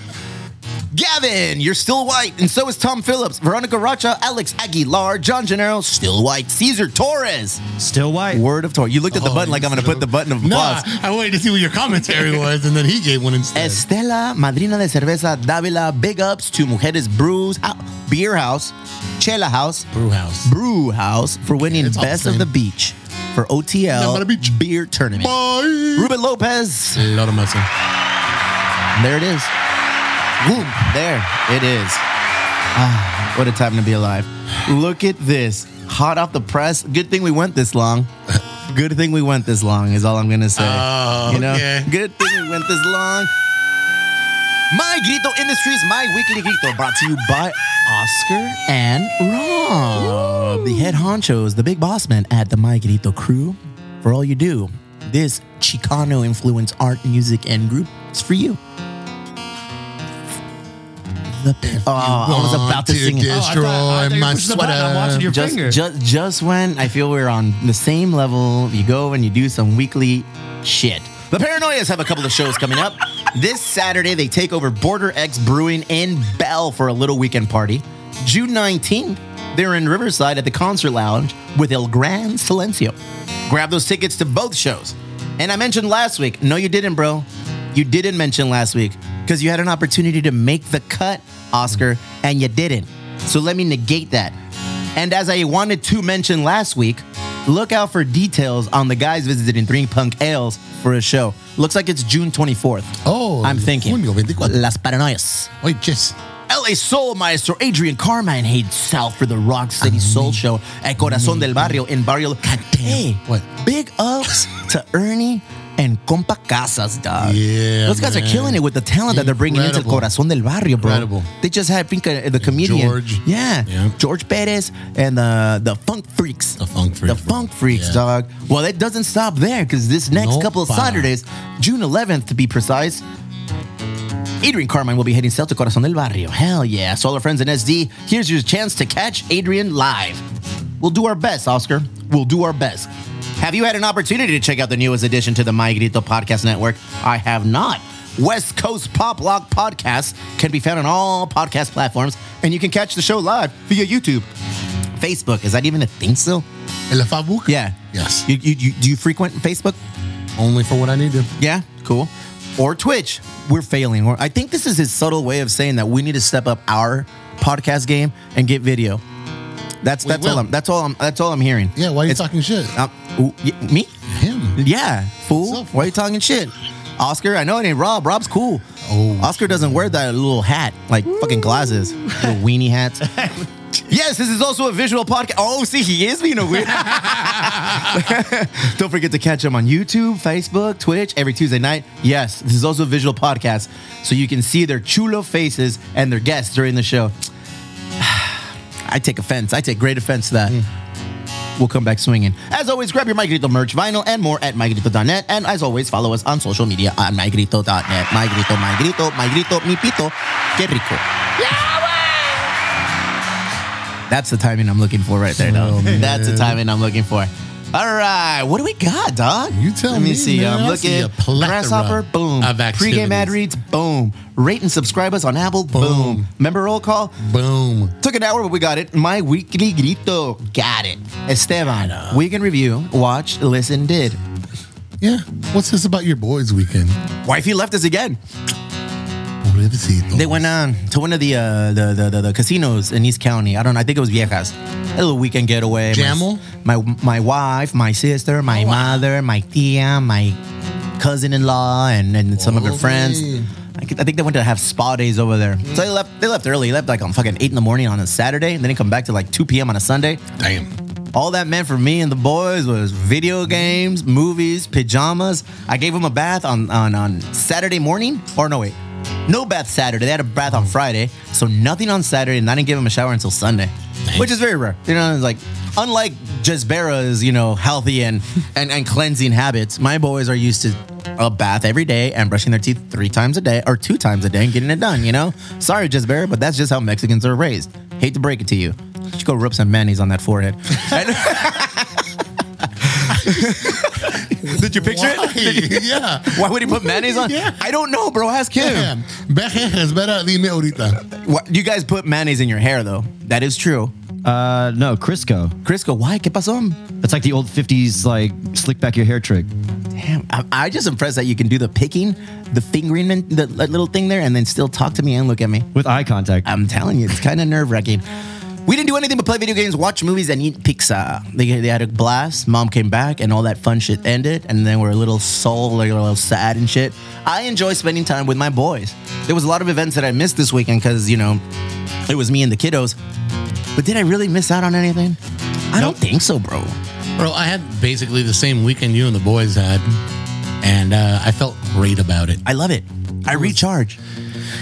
C: Gavin, you're still white, and so is Tom Phillips, Veronica Rocha, Alex Aguilar, John Gennaro, still white, Caesar Torres.
F: Still white.
C: Word of Torres. You looked at the
E: Oh,
C: button like
E: you
C: I'm going to
E: son
C: put the
E: of-
C: button of
E: Nah,
C: applause.
E: I waited to see what your commentary was, and then he gave one instead.
C: Estela, madrina de cerveza, Davila, big ups to Mujeres Brews. How, Beer House, Chela House,
E: Brew house.
C: Brew House for winning
E: it's all the
C: Best of
E: same.
C: the Beach for OTL
E: Down by the beach.
C: Beer Tournament.
E: Bye.
C: Ruben Lopez.
E: Lot of muscle.
C: There it is. Boom. There it is. Ah, what a time to be alive. Look at this. Hot off the press. Good thing we went this long. Good thing we went this long is all I'm gonna say.
E: Oh, okay.
C: Good thing we went this long. My Grito Industries, my weekly Grito, brought to you by Oscar and Rob, the head honchos, the big boss man at the My Grito crew. For all you do, this Chicano influence art, music, and group is for you. The, oh, I was about to
E: Want
C: sing it.
F: Oh,
E: to Destroy my
F: I'm watching
E: sweater.
F: your
C: Just,
F: finger.
C: just, just when I feel we're on the same level, you go and you do some weekly shit. The Paranoias have a couple of shows coming up. this Saturday, they take over Border X Brewing in Bell for a little weekend party. June 19th, they're in Riverside at the Concert Lounge with El Gran Silencio. Grab those tickets to both shows. And I mentioned last week, no, you didn't, bro. You didn't mention last week because you had an opportunity to make the cut, Oscar, and you didn't. So let me negate that. And as I wanted to mention last week, look out for details on the guys visiting Three Punk Ales for a show. Looks like it's June 24th.
E: Oh,
C: I'm thinking.
E: Junio 24th.
C: Las Paranoias.
E: Wait, just
C: LA Soul Maestro Adrian Carmine heads south for the Rock City Soul Show at Corazon del Barrio in Barrio. Hey,
E: What?
C: Big ups to Ernie and Compa Casas, dog.
E: Yeah,
C: Those guys are
E: man.
C: killing it with the talent that they're bringing into
E: Incredible.
C: Corazon del Barrio, bro.
E: Incredible.
C: They just had Finca, the comedian.
E: George.
C: Yeah.
E: Yeah.
C: George Perez and the, the Funk Freaks.
E: The Funk Freaks,
C: The
E: bro.
C: Funk Freaks,
E: Yeah.
C: dog. Well, it doesn't stop there because this next
E: Nope.
C: couple of Saturdays, June 11th to be precise, Adrian Carmine will be heading south to Corazon del Barrio. Hell yeah. So, all our friends in SD, here's your chance to catch Adrian live. We'll do our best, Oscar. We'll do our best. Have you had an opportunity to check out the newest addition to the My Grito Podcast Network? I have not. West Coast Pop Lock Podcast can be found on all podcast platforms, and you can catch the show live via YouTube. Facebook, is that even a thing still?
E: El Fabuc?
C: Yeah.
E: Yes.
C: You, you, you, do you frequent Facebook?
E: Only for what I need to.
C: Yeah, cool. Or Twitch. We're failing. Or I think this is his subtle way of saying that we need to step up our podcast game and get video. That's
E: We
C: that's all
E: will.
C: I'm that's all I'm that's all I'm hearing.
E: Yeah, why are you
C: It's-
E: talking shit?
C: Um, ooh, y- me?
E: Him.
C: Yeah, fool.
E: Self-
C: Why are you talking shit? Oscar, I know it ain't Rob. Rob's cool.
E: Oh,
C: Oscar doesn't wear that little hat, like fucking glasses, little weenie hats. yes, this is also a visual podcast. Oh, see, he is being a weird. Don't forget to catch him on YouTube, Facebook, Twitch every Tuesday night. Yes, this is also a visual podcast, so you can see their chulo faces and their guests during the show. I take offense. I take great offense to that.
E: Mm.
C: We'll come back swinging. As always, grab your MyGrito merch, vinyl, and more at MyGrito.net. And as always, follow us on social media at MyGrito.net. MyGrito, MyGrito, MyGrito, mi pito, que rico. That's the timing I'm looking for right there, though. That's the timing I'm looking for. All right, what do we got, dog?
E: You tell
C: Let me.
E: me,
C: see.
E: man.
C: I'm
E: I see
C: looking.
E: a plethora
C: Grasshopper, boom.
E: of
C: Pre-game ad
E: activities.
C: reads, boom. Rate and subscribe us on Apple, boom.
E: Boom.
C: Member roll call,
E: boom.
C: Took an hour, but we got it. My weekly grito. Got it. Esteban, weekend review, watch, listen, did.
E: Yeah. What's this about your boys' weekend?
C: Wifey left us again.
E: Pobrecito.
C: They went on to one of the, uh, the, the, the the casinos in East County. I don't know. I think it was Viejas. A little weekend getaway. My-
E: Jamel?
C: My, my wife, my sister, my mother, my tia, my cousin-in-law, and, and some of her friends.
E: Holy.
C: I could- I think they went to have spa days over there. So they left. They left early. They left like on fucking eight in the morning on a Saturday, and then they come back to like two p.m. on a Sunday.
E: Damn.
C: All that meant for me and the boys was video games, movies, pajamas. I gave them a bath on, on, on Saturday morning. Or no, wait. No bath Saturday. They had a bath on Friday. So nothing on Saturday. And I didn't give them a shower until Sunday, which is very rare. You know, it's like, unlike Jezbera's, you know, healthy and, and, and cleansing habits, my boys are used to a bath every day and brushing their teeth three times a day or two times a day and getting it done, you know? Sorry, Jezbera, but that's just how Mexicans are raised. Hate to break it to you. You should go rub some mayonnaise on that forehead. Did you picture it?
E: yeah.
C: Why would he put mayonnaise on?
E: Yeah.
C: I don't know, bro. Ask him.
E: Damn. Vejejas, better dime ahorita.
C: Why- you guys put mayonnaise in your hair, though. That is true.
F: Uh, no, Crisco.
C: Crisco, why? ¿Qué pasó?
F: That's like the old 50s, like, slick back your hair trick.
C: Damn, I, I just impressed that you can do the picking, the fingering, and the that little thing there, and then still talk to me and look at me.
F: with eye contact.
C: I'm telling you, it's kind of nerve wracking. We didn't do anything but play video games, watch movies, and eat pizza. They, they had a blast. Mom came back, and all that fun shit ended. And then we're a little soul, like a little sad and shit. I enjoy spending time with my boys. There was a lot of events that I missed this weekend because you know it was me and the kiddos. But did I really miss out on anything? I don't think so, bro.
E: Well, I had basically the same weekend you and the boys had, and uh, I felt great about it.
C: I love it. I recharge.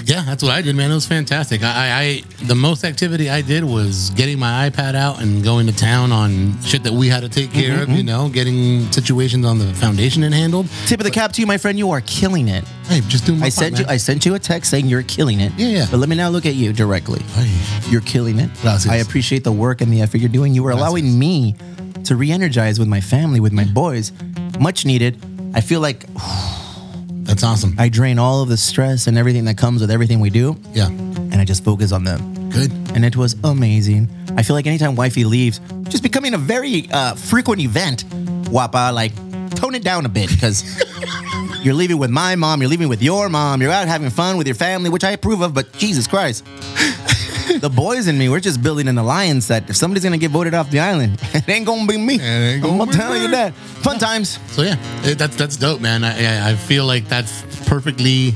E: Yeah, that's what I did, man. It was fantastic. I, I the most activity I did was getting my iPad out and going to town on shit that we had to
C: Mm-hmm,
E: take care of. You know, getting situations on the foundation and handled.
C: Tip of the cap to you, my friend. You are killing it.
E: Hey, just doing. My
C: I
E: part,
C: sent you. I
E: man.
C: sent you a text saying you're killing it.
E: Yeah, yeah.
C: But let me now look at you directly.
E: Hey.
C: You're killing it.
E: Gracias.
C: I appreciate the work and the effort you're doing. You are allowing me to re-energize with my family, with my boys. Much needed. I feel like
E: That's awesome.
C: I drain all of the stress and everything that comes with everything we do,
E: yeah,
C: and I just focus on them.
E: good.
C: And it was amazing. I feel like anytime wifey leaves, just becoming a very uh, frequent event. Wapa, like tone it down a bit because. You're leaving with my mom, you're leaving with your mom, you're out having fun with your family, which I approve of, but Jesus Christ. the boys and me, we're just building an alliance that if somebody's gonna get voted off the island, it ain't gonna be me.
E: ain't
C: I'm
E: gonna
C: gonna
E: be
C: tell
E: me.
C: you that. Fun times.
E: So yeah, eh, that's that's dope, man. I I- I feel like that's perfectly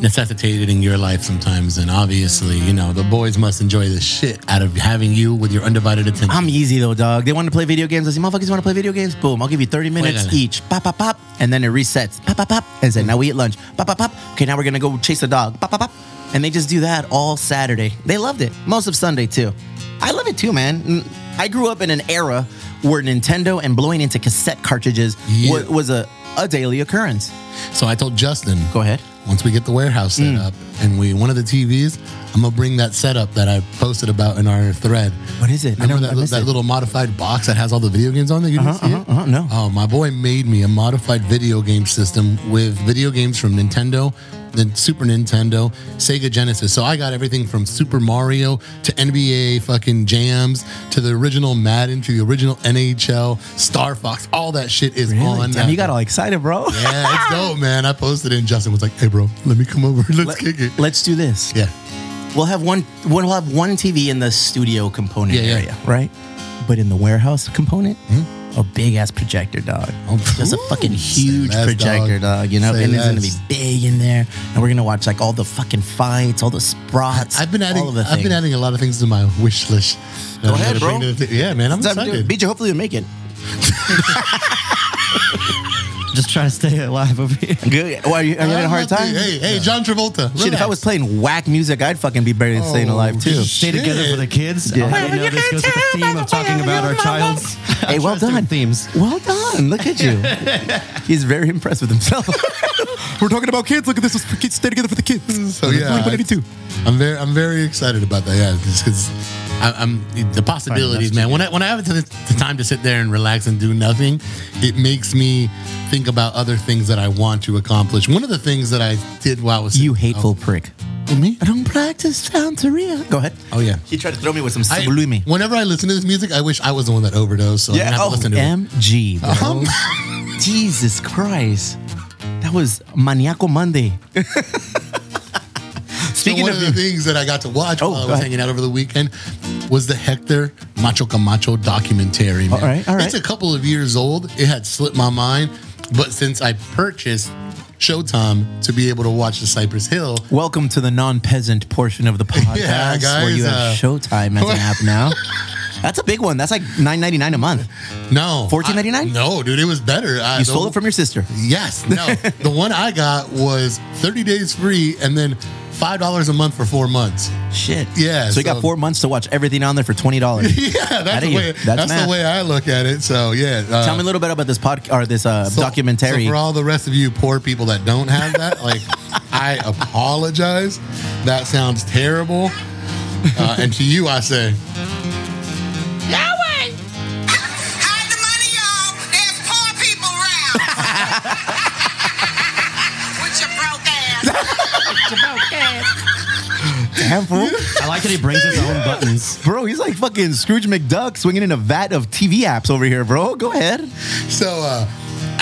E: necessitated in your life sometimes, and obviously, you know, the boys must enjoy the shit out of having you with your undivided attention.
C: I'm easy though, dog. They want to play video games. I say, motherfuckers want to play video games. Boom, I'll give you 30 minutes
E: minute. Hmm.
C: each. Pop, pop, pop, and then it resets. Pop, pop, pop, and then now we eat lunch. Pop, pop, pop. Okay, now we're gonna go chase the dog. Pop, pop, pop, and they just do that all Saturday. They loved it. Most of Sunday too. I love it too, man. Mm, I grew up in an era where Nintendo and blowing into cassette cartridges wa-
E: Yeah.
C: was a, a daily occurrence.
E: so I told Justin,
C: Go ahead. Mm.
E: once we get the warehouse set up and we one of the TVs, I'm gonna bring that setup that I posted about in our thread.
C: What is it? I
E: Remember
C: don't- I
E: that, li-
C: missed
E: that
C: it.
E: little modified box that has all the video games on there? You didn't see it?
C: uh-huh, no.
E: Oh, my boy made me a modified video game system with video games from Nintendo, then Super Nintendo, Sega Genesis. So I got everything from Super Mario to NBA fucking jams to the original Madden to the original NHL, Star Fox. All that shit is
C: Damn,
E: on. that
C: you got all excited, bro.
E: Oh, yeah, it's dope, man. I posted it, and Justin was like, "Hey, bro, let me come over. Let's kick it."
C: Let's do this.
E: Yeah,
C: We'll have one. We'll have one TV in the studio component
E: Yeah, yeah.
C: area, right? But in the warehouse component, a big ass projector, dog.
E: Hmm? Oh,
C: Just a
E: ooh,
C: fucking
E: say
C: huge
E: less,
C: projector, dog.
E: dog.
C: You know,
E: Say
C: and it's
E: less.
C: gonna be big in there, and we're gonna watch like all the fucking fights, all the sprots.
E: I've been adding.
C: all of the
E: I've been
C: things.
E: adding a lot of things to my wish list. that I'm
C: ahead,
E: gonna bring
C: bro.
E: to the thi- yeah, man, I'm
C: That's what I'm doing.
E: excited.
C: BJ, hopefully you make it.
F: Just trying to stay alive over here.
C: Good. Why are you, are you having a
E: I'm
C: hard
E: not the-
C: time?
E: Hey, hey, John Travolta.
C: Shit, if I was
E: relax.
C: playing whack music, I'd fucking be buried and staying
E: Oh,
C: alive too.
E: shit.
F: Stay together for the kids. Yeah. I know this goes with the theme of talking about our child.
C: Hey, well done.
F: Themes.
C: Well done. Look at you. He's very impressed with himself. We're talking about kids. Look at this. Kids stay together for the kids.
E: So yeah, I'm very, I'm very excited about that. Yeah, just because I'm the possibilities, man. When I when I have the, the time to sit there and relax and do nothing, it makes me think about other things that I want to accomplish. One of the things that I did while I was
C: You hateful prick.
E: oh, me.
C: I don't practice Santeria. Go ahead.
E: Oh yeah.
C: He tried to throw me with some
E: I-
C: sublime.
E: whenever I listen to this music, I wish I was the one that overdosed. So I'm gonna
C: Yeah.
E: have
C: Oh,
E: to listen to it.
C: MG. bro. Uh-huh. Jesus Christ. That was Maniaco Monday. Speaking
E: so one
C: of
E: of, the things that I got to watch
C: Oh,
E: while I
C: go
E: was
C: ahead.
E: hanging out over the weekend was the Hector Macho Camacho documentary. Man.
C: All right, all right.
E: It's a couple of years old. It had slipped my mind, but since I purchased Showtime to be able to watch the Cypress Hill,
C: Welcome to the non-peasant portion of the podcast
E: Yeah,
C: where you
E: guys,
C: have
E: uh,
C: Showtime as an app now. That's a big one. That's like nine ninety nine a month.
E: no,
C: $14.99?
E: I- No, dude, it was better. I,
C: You
E: the-
C: stole it from your sister.
E: Yes, no. the one I got was 30 days free and then five dollars a month for four months.
C: Shit.
E: Yeah,
C: So you got
E: so-
C: four months to watch everything on there for twenty dollars.
E: Yeah,
C: That
E: that's the
C: ain't-
E: way.
C: that's
E: That's,
C: math.
E: the way I look at it. So yeah, uh,
C: Tell me a little bit about this pod or this uh,
E: So-
C: documentary.
E: So for all the rest of you poor people that don't have that, like, I apologize. That sounds terrible. Uh, and to you, I say,
B: Hide the money, y'all. There's poor people around. With your broke ass.
C: Damn, fool.
F: I like that he brings his own buttons.
C: bro, he's like fucking Scrooge McDuck swinging in a vat of TV apps over here, bro. Go ahead.
E: so uh,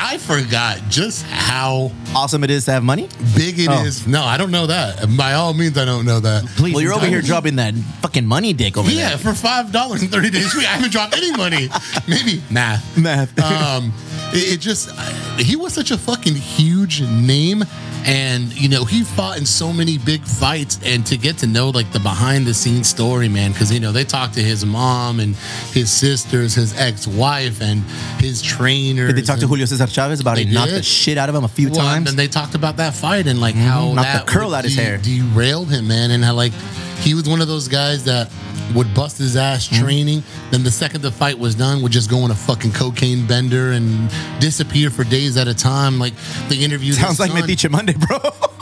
E: I forgot just how
C: Awesome it is to have money.
E: big it is.
C: Oh.
E: No, I don't know that. By all means, I don't know that.
F: Please.
C: Well, you're over
F: don't.
C: here dropping that fucking money dick over
E: Yeah, for five dollars and thirty days, we I haven't dropped any money. Maybe math.
C: there. Math.
E: um, it, it just I- he was such a fucking huge name, and you know he fought in so many big fights, and to get to know like the behind the scenes story, man, because you know they talked to his mom and his sisters, his ex wife, and his trainer.
C: Did they talk to Julio Cesar Chavez about
E: They
C: it? Knocked the
E: did.
C: shit out of him a few
E: Well, And
C: times. Mm-hmm.
E: then they talked about that fight and like how
C: Knocked
E: that
C: the curl out his hair.
E: derailed him, man, and how like he was one of those guys that would bust his ass
C: Mm-hmm.
E: training. Then the second the fight was done, would just go on a fucking cocaine bender and disappear for days at a time. Like they interviewed. his
C: Sounds like
E: son.
C: my teacher Monday, bro.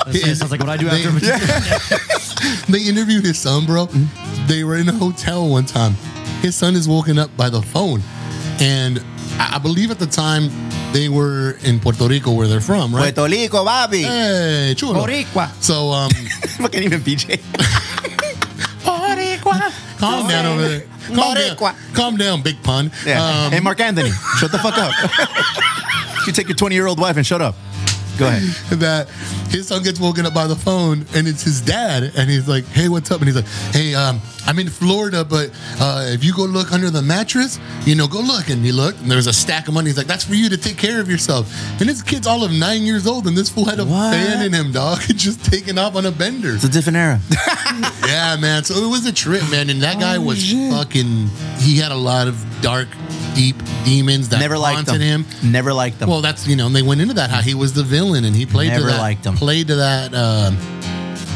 F: It sounds like what I do after.
E: They- they interviewed his son, bro.
C: Mm-hmm.
E: They were in a hotel one time. His son is woken up by the phone. And I I believe at the time they were in Puerto Rico, where they're from, right?
C: Puerto Rico, Bobby.
E: Hey, chulo.
C: Boricua.
E: So, um,
C: Fucking even PJ.
E: calm down over there. Calm down.
C: Boricua.
E: Calm down, big pun.
C: Yeah.
E: Um,
C: hey, Mark Anthony, shut the fuck up. you take your 20 year old wife and shut up. Go ahead.
E: that his son gets woken up by the phone and it's his dad and he's like hey what's up and he's like hey um, i'm in florida but uh, if you go look under the mattress you know go look and he looked and there's a stack of money he's like that's for you to take care of yourself and this kid's all of nine years old and this fool had a
C: What?
E: fan in him dog just taking off on a bender
C: It's a different era.
E: yeah, man. So it was a trip, man. And that guy was fucking. He had a lot of dark, deep demons that
C: Never liked
E: haunted
C: them.
E: him.
C: Never liked them.
E: Well, that's you know, and they went into that how he was the villain, and he played
C: Never
E: to that,
C: liked him.
E: played to that um,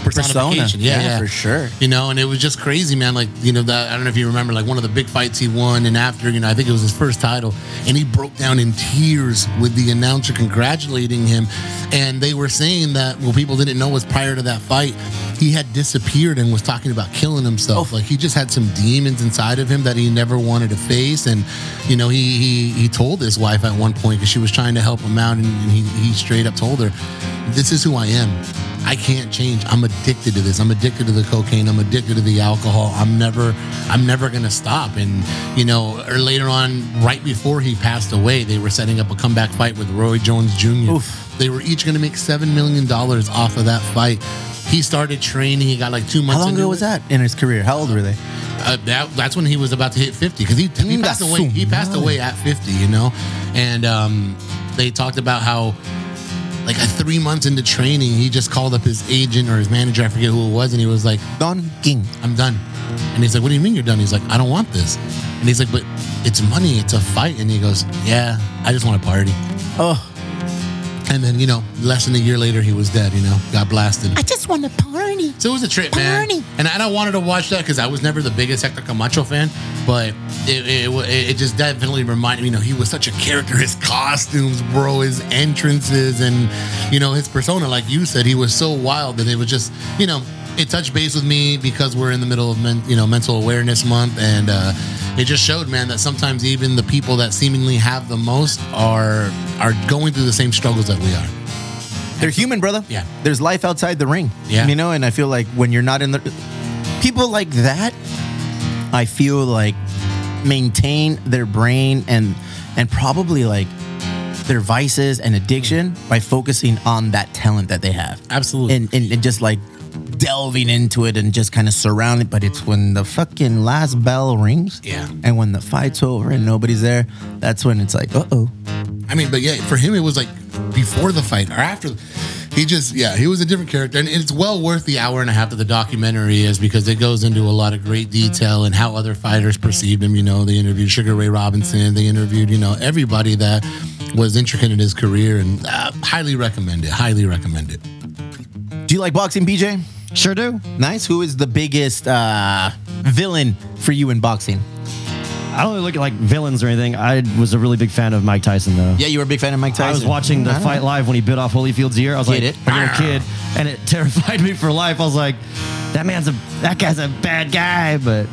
C: Persona.
E: personification. Yeah,
C: Yeah, for sure.
E: You know, and it was just crazy, man. Like you know, that I don't know if you remember, like one of the big fights he won, and after you know, I think it was his first title, and he broke down in tears with the announcer congratulating him, and they were saying that well, people didn't know was prior to that fight. He had disappeared and was talking about killing
C: Oh.
E: himself. Like he just had some demons inside of him that he never wanted to face. And you know, he he, he told his wife at one point because she was trying to help him out, and, and he he straight up told her, "This is who I am. I can't change. I'm addicted to this. I'm addicted to the cocaine. I'm addicted to the alcohol. I'm never, I'm never gonna stop. And you know, or later on, right before he passed away, they were setting up a comeback fight with Roy Jones Jr. They were each gonna make seven million dollars off of that fight. He started training. He got like two months.
C: How long
E: into
C: ago was
E: it.
C: that in his career? How old were they?
E: Uh, that that's when he was about to hit 50 because he, he passed
C: That's
E: away. He
C: so
E: passed away at 50, you know, and um, they talked about how. Like uh, three months into training, he just called up his agent or his manager, I forget who it was, and he was like,
C: Don King.
E: I'm done. And he's like, What do you mean you're done? He's like, I don't want this. And he's like, But it's money, it's a fight. And he goes, Yeah, I just want to party.
C: Oh,
E: And then, you know, less than a year later, he was dead, you know, got blasted.
G: I just want to party.
E: So it was a trip, man.
G: Party.
E: And I, and I wanted to watch that because I was never the biggest Hector Camacho fan, but it, it, wa- it, it just definitely reminded me, you know, he was such a character. His costumes, bro, his entrances, and, you know, his persona, like you said, he was so wild that it was just, you know, it touched base with me because we're in the middle of, men, you know, mental awareness month. And uh, it just showed, man, that sometimes even the people that seemingly have the most are are going through the same struggles that we are.
C: they're human, brother.
E: Yeah.
C: There's life outside the ring.
E: Yeah.
C: You know, and I feel like when you're not in the. People like that, I feel like maintain their brain and and probably like their vices and addiction by focusing on that talent that they have.
E: Mm. Absolutely.
C: And and, and just like delving into it and just kind of surround it. But it's when the fucking last bell rings.
E: Yeah.
C: And when the fight's over and nobody's there, that's when it's like, uh oh.
E: I mean, but yeah, for him it was like before the fight or after. He just, yeah, he was a different character, and it's well worth the hour and a half that the documentary is because it goes into a lot of great detail and how other fighters perceived him. You know, they interviewed Sugar Ray Robinson, they interviewed, you know, everybody that was intricate in his career, and uh, highly recommend it. Highly recommend it.
C: Do you like boxing, BJ?
F: Sure do.
C: Nice. Who is the biggest uh, villain for you in boxing?
F: I don't really look at like villains or anything. I was a really big fan of Mike Tyson though.
C: Yeah, you were a big fan of Mike Tyson.
F: I was watching the
C: I don't
F: fight live when he bit off Holyfield's ear. I was
C: Get
F: like
C: it? Ah.
F: a little kid, and it terrified me for life. I was like, that man's a that guy's a bad guy, but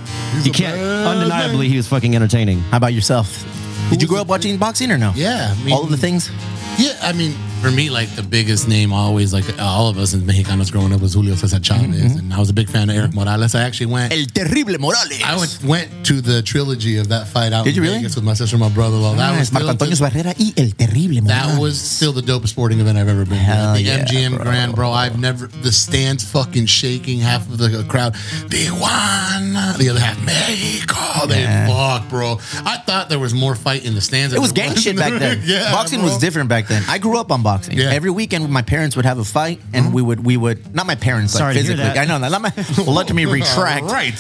F: you
E: a
F: can't
E: bad
F: undeniably he was fucking entertaining.
C: How about yourself? Did you grow up watching boxing or no?
E: Yeah, I mean-
C: all of the things.
E: Yeah, I mean, for me, like the biggest name always, like uh, all of us in Mexicanos growing up was Julio Cesar Chavez, and I was a big fan of Eric Morales. I actually went.
C: El terrible Morales.
E: I went, went to the trilogy of that fight out
C: Did
E: in
C: you really?
E: Vegas with my sister and my brother in law. That, was
C: Nice. Ah, Marco
E: still
C: Antonio
E: the-
C: Barrera y El terrible Morales.
E: that was still the dopest sporting event I've ever been
C: Hell
E: to. The
C: yeah,
E: MGM
C: bro.
E: Grand, bro. I've never, the stands fucking shaking, half of the crowd, they won, the other half, Mexico. They fuck, bro. I thought there was more fight in the stands.
C: It was gang shit back then.
E: yeah,
C: boxing was
E: bro.
C: different back then. I grew up on boxing.
E: Yeah. Mm-hmm.
C: Every weekend, my parents would have a fight, and we would we would not my parents like
F: Sorry to hear
C: physically.
F: that.
C: I know that. Not my, well, let me retract.
E: Right.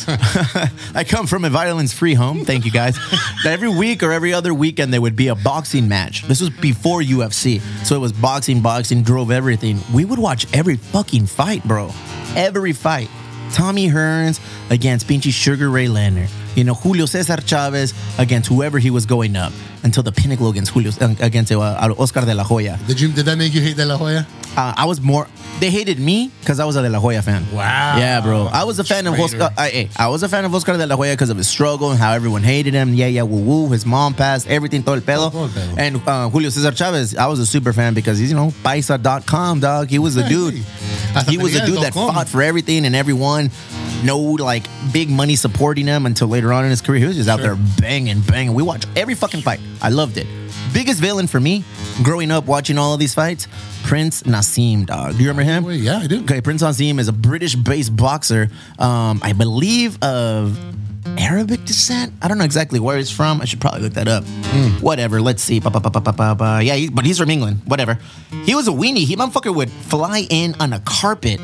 C: I come from a violence-free home. Thank you guys. that every week or every other weekend there would be a boxing match. This was before UFC, so it was boxing, boxing drove everything. We would watch every fucking fight, bro. Every fight. Tommy Hearns against Pinchy Sugar Ray Leonard. You know Julio Cesar Chavez against whoever he was going up until the pinnacle against Julio against uh, Oscar de la Hoya.
E: Did you? Did that make you hate De La Hoya?
C: Uh, I was more. They hated me because I was a De La Hoya fan.
E: Wow.
C: Yeah, bro. I was a fan of
E: Traitor.
C: Oscar. I, hey, I was a fan of Oscar De La Hoya because of his struggle and how everyone hated him. Yeah, yeah, woo woo. His mom passed. Everything todo el pelo.
E: Todo el pelo.
C: And uh, Julio Cesar Chavez, I was a super fan because he's you know paisa.com dog. He was the
E: Hey.
C: dude.
E: I thought
C: He was
E: the
C: a dude
E: guys
C: that
E: don't come.
C: fought for everything and everyone. No like big money supporting him until later on in his career. He was just out there banging, banging. We watched every fucking fight. I loved it. Biggest villain for me, growing up watching all of these fights, Prince Nassim, dog. Do you remember him?
E: Wait, yeah, I do.
C: Okay, Prince Azim is a British-based boxer, um, I believe of Arabic descent. I don't know exactly where he's from. I should probably look that up.
E: Hmm.
C: Whatever. Let's see. Ba, ba, ba, ba, ba, ba, ba. Yeah, he, but he's from England. Whatever. He was a weenie. He motherfucker would fly in on a carpet.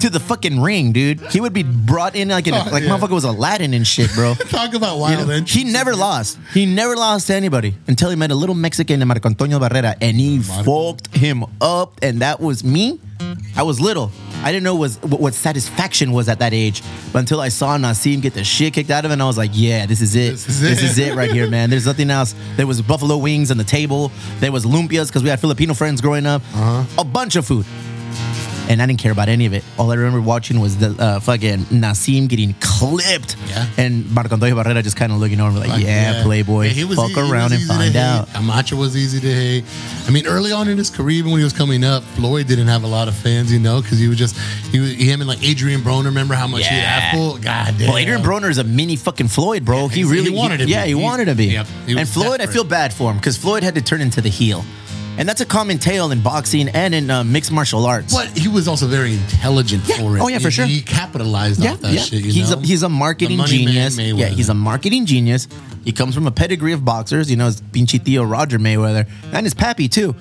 C: to the fucking ring, dude. He would be brought in like in a,
E: Oh,
C: like
E: yeah.
C: motherfucker was Aladdin and shit, bro.
E: Talk about wild
C: You know,
E: entries.
C: he never lost. He never lost to anybody until he met a little Mexican named Marco Antonio Barrera, and he fucked him up. And that was me. I was little. I didn't know was what, what satisfaction was at that age. But until I saw Nassim get the shit kicked out of him, and I was like, yeah, this is it. This
E: is
C: is
E: it.
C: it, right here, man. There's nothing else. There was buffalo wings on the table. There was lumpias because we had Filipino friends growing up. A bunch of food. And I didn't care about any of it. All I remember watching was the uh, fucking Nassim getting clipped.
E: Yeah.
C: And Marco Antonio Barrera just kind of looking over like,
E: Like,
C: yeah, Playboy.
E: Yeah, he was
C: fuck
E: e- he was
C: around and
E: easy to
C: find
E: hate.
C: out.
E: Camacho was easy to hate. I mean, early on in his career, even when he was coming up, Floyd didn't have a lot of fans, you know, because he was just he was him and like Adrian Broner. Remember how much he
C: Yeah.
E: affled? God damn.
C: Well, Adrian Broner is a mini fucking Floyd, bro. he
E: he's-
C: really
E: he wanted to be.
C: Yeah, he
E: He-
C: wanted to be.
E: yep, he was
C: and Floyd, I
E: desperate.
C: feel bad for him because Floyd had to turn into the heel, and that's a common tale in boxing and in uh, mixed martial arts.
E: But he was also very intelligent
C: Yeah.
E: for it.
C: Oh, yeah, for
E: He-
C: sure.
E: He capitalized off that shit. You
C: he's
E: know?
C: a he's a marketing
E: The money man
C: genius. Yeah,
E: Mayweather.
C: he's a marketing genius. He comes from a pedigree of boxers. You know, his pinchy tío Roger Mayweather and his pappy too.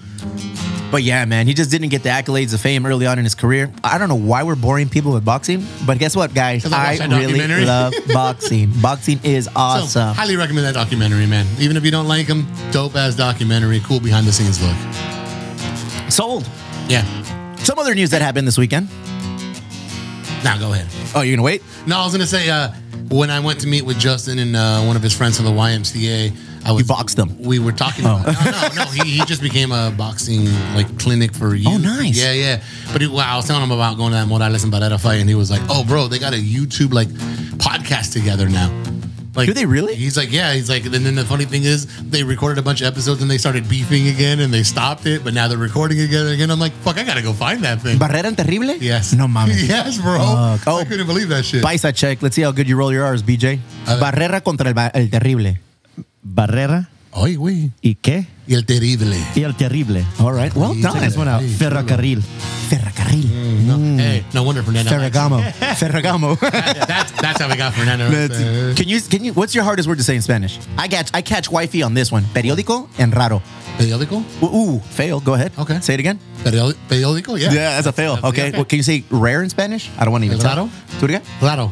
C: But yeah, man, he just didn't get the accolades of fame early on in his career. I don't know why we're boring people with boxing, but guess what, guys?
E: 'Cause I watched
C: I
E: that
C: really
E: documentary.
C: love boxing. boxing is
E: So,
C: awesome.
E: highly recommend that documentary, man. Even if you don't like him, dope ass documentary, cool behind the scenes look.
C: Sold.
E: Yeah.
C: Some other news that happened this weekend.
E: Now go ahead.
C: Oh, you're gonna wait?
E: No, I was gonna say uh, when I went to meet with Justin and uh, one of his friends from the YMCA, I was
C: boxed Oh. them?
E: We were talking. About, no, no, no. He, he just became a boxing like clinic for youth.
C: Oh, nice.
E: Yeah, yeah. But he, well, I was telling him about going to that Morales and Barrera fight, and he was like, "Oh, bro, they got a YouTube like podcast together now." Like,
C: Do they really?
E: He's like, yeah. He's like, and then the funny thing is, they recorded a bunch of episodes and they started beefing again, and they stopped it, but now they're recording together again. I'm like, fuck, I gotta go find that thing.
C: Barrera and Terrible?
E: Yes.
C: No mames.
E: Yes, bro.
C: Fuck.
E: I
C: Oh.
E: couldn't believe that shit.
C: Paisa check. Let's see how good you roll your R's, BJ.
E: A ver.
C: Barrera contra el, Ba- el Terrible.
F: Barrera
E: Ay, güey.
F: y qué?
E: Y el terrible.
F: Y el terrible.
C: All right. Well
E: Check
C: done.
E: this one out. Hey,
F: Ferrocarril.
C: Ferrocarril.
E: No,
C: Mm.
E: Hey, no wonder Fernando.
C: Ferragamo. Ferragamo.
E: That's, that's how we got Fernando.
C: That's- can you can you what's your hardest word to say in Spanish? I catch I catch wifey on this one. Periódico and raro.
E: Periódico?
C: Ooh, Ooh, fail. Go ahead.
E: Okay.
C: Say it again.
E: Perió- Periódico? Yeah.
C: Yeah, that's a fail. Okay. Well, can you say rare in Spanish? I don't want to even tell.
E: Raro?
C: Do it again.
E: Claro.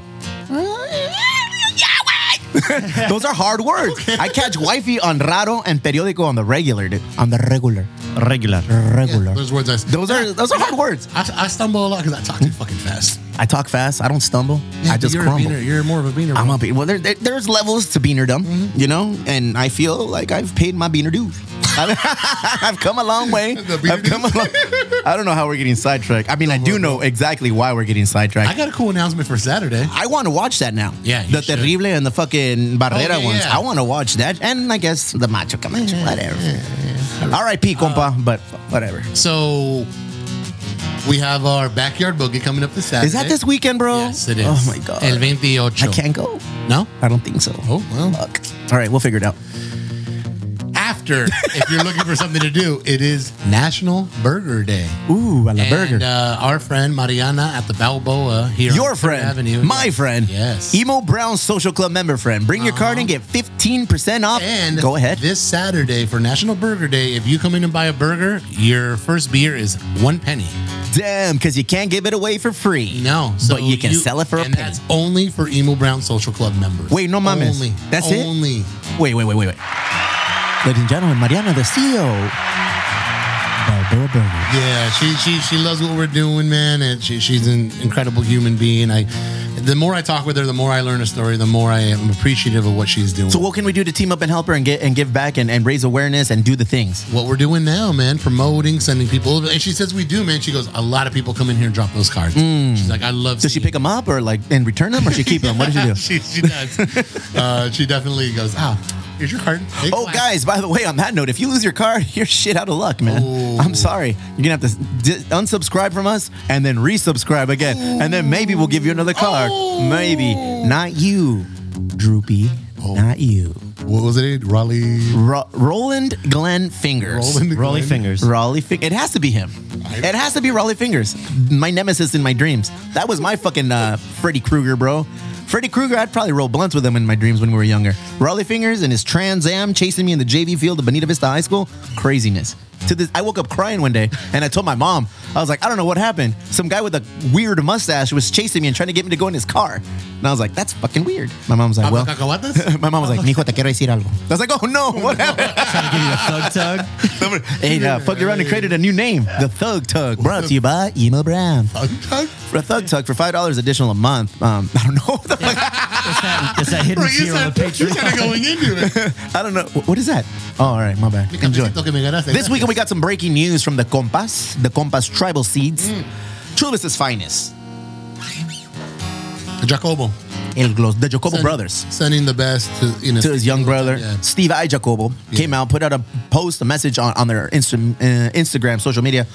C: Those are hard words. I catch wifey on raro and periódico on the regular, dude. On the regular.
F: Regular.
C: Regular.
E: Those words I,
C: those are those are hard words.
E: I, I stumble a lot because I talk too fucking fast.
C: I talk fast. I don't stumble.
E: Yeah,
C: I just
E: you're
C: crumble.
E: A beaner, you're more of a beaner.
C: I'm
E: bro.
C: a
E: Mm-hmm.
C: be- well. There, there- there's levels to beanerdom, you know, and I feel like I've paid my beaner dues. I've come a long way.
E: The
C: I've come a long, I don't know how we're getting sidetracked. I mean, I do know exactly why we're getting
E: I
C: sidetracked.
E: got a cool announcement for Saturday.
C: I want to watch that now.
E: Yeah, you
C: the
E: should.
C: Terrible and the fucking Barrera
E: Oh, yeah,
C: ones.
E: yeah.
C: I want to watch that, and I guess the Macho Camacho, whatever.
E: Uh,
C: R.I.P. Compa, but whatever.
E: So we have our backyard boogie coming up this Saturday.
C: Is that this weekend, bro?
E: eh? Yes, it is.
C: Oh my god,
E: El 28.
C: I can't go.
E: No?
C: I don't think so.
E: Oh, well.
C: Fuck. All right, we'll figure it out.
E: After, if you're looking for something to do, it is National Burger Day.
C: Ooh, I love burger.
E: And uh, our friend Mariana at the Balboa here
C: Your
E: on Third
C: friend,
E: Avenue.
C: my friend,
E: Yes. Uh-huh.
C: Emo Brown Social Club member friend. Bring your card and get fifteen percent off.
E: And
C: go ahead.
E: This Saturday for National Burger Day, if you come in and buy a burger, your first beer is one penny.
C: Damn, because you can't give it away for free.
E: No, so
C: But you can sell it for a
E: and
C: penny.
E: That's only for Emo Brown Social Club members.
C: Wait, no mames.
E: Only.
C: That's it?
E: only. it.
C: Wait, wait, wait, wait, wait. Ladies and gentlemen, Mariana, the E CEO. Balboa Burger.
E: Yeah, she she she loves what we're doing, man, and she, she's an incredible human being. I, the more I talk with her, the more I learn her story, the more I am appreciative of what she's doing.
C: So, what can we do to team up and help her and get and give back and, and raise awareness and do the things?
E: what we're doing now, man, promoting, sending people over. And she says we do, man. She goes, a lot of people come in here and drop those cards. She's like, I love.
C: Mm. Does she
E: seeing
C: pick them up or like and return them or she keep them? What does she do?
E: she, she does. uh, she definitely goes, ah, here's your card. Take
C: Oh,
E: class."
C: guys, by the way, on that note, if you lose your card, you're shit out of luck, man. I'm sorry. You're going to have to d- unsubscribe from us and then resubscribe again. And then maybe we'll give you another card. Maybe. Not you, Droopy. Not you.
E: What was it? Raleigh.
C: Ro- Roland Glenn Fingers.
E: Roland
F: Rolly
E: Glenn.
F: fingers.
C: Raleigh Fingers. It has to be him. It has to be Raleigh Fingers. My nemesis in my dreams. That was my fucking uh, Freddy Krueger, bro. Freddy Krueger, I'd probably roll blunts with him in my dreams when we were younger. Raleigh Fingers and his Trans Am chasing me in the JV field of Bonita Vista High School. Craziness. To this, I woke up crying one day and I told my mom, I was like, I don't know what happened. Some guy with a weird mustache was chasing me and trying to get me to go in his car. And I was like, that's fucking weird. My mom's like, well,
E: Papa Cacahuates?
C: my mom was like, mijo, te quiero decir algo. I was like, oh no, what happened?
F: Thug tug.
C: Hey, uh, fucked around and created a new name, the Thug Tug, brought to you by Emo Brown. For a Thug Tug for five dollars additional a month. Um, I don't know. What the fuck,
F: It's that hidden
E: Bro, you
F: tier on
E: said
F: the
E: you're kind of
F: Patreon.
E: going into it.
C: I don't know. Wh- What is that? Oh, all right, my bad. Enjoy. This weekend we got some breaking news from the Compas, the Compas Tribal Seeds, Chulvis' finest,
E: Jacobo.
C: El Glos, the Jacobo brothers.
E: Sending the best to, you know,
C: to his young brother,
E: Yeah.
C: Steve I. Jacobo, came out, put out a post, a message on, on their Insta- uh, Instagram, social media.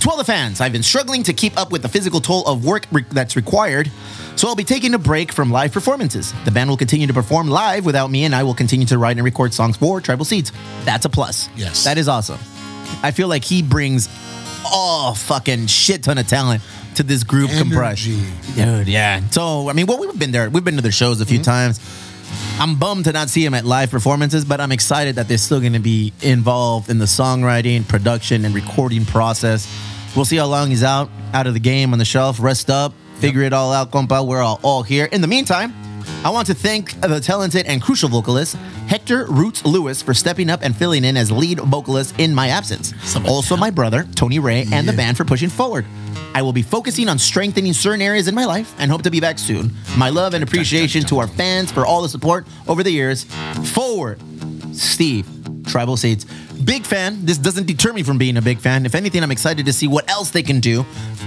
C: To all the fans, I've been struggling to keep up with the physical toll of work re- that's required, so I'll be taking a break from live performances. The band will continue to perform live without me, and I will continue to write and record songs for Tribal Seeds. That's a plus.
E: Yes.
C: That is awesome. I feel like he brings all fucking shit ton of talent to this group compressed.
E: Energy.
C: Dude, yeah. So, I mean, well, we've been there. We've been to their shows a few times. I'm bummed to not see him at live performances, but I'm excited that they're still going to be involved in the songwriting, production, and recording process. We'll see how long he's out, out of the game, on the shelf, rest up, figure it all out, compa. We're all, all here. In the meantime, I want to thank the talented and crucial vocalist Hector Roots Lewis for stepping up and filling in as lead vocalist in my absence. also, my brother Tony Ray and the band for pushing forward. I will be focusing on strengthening certain areas in my life and hope to be back soon. My love and appreciation to our fans for all the support over the years. Forward, Steve, Tribal Seeds. Big fan. This doesn't deter me from being a big fan. If anything, I'm excited to see what else they can do.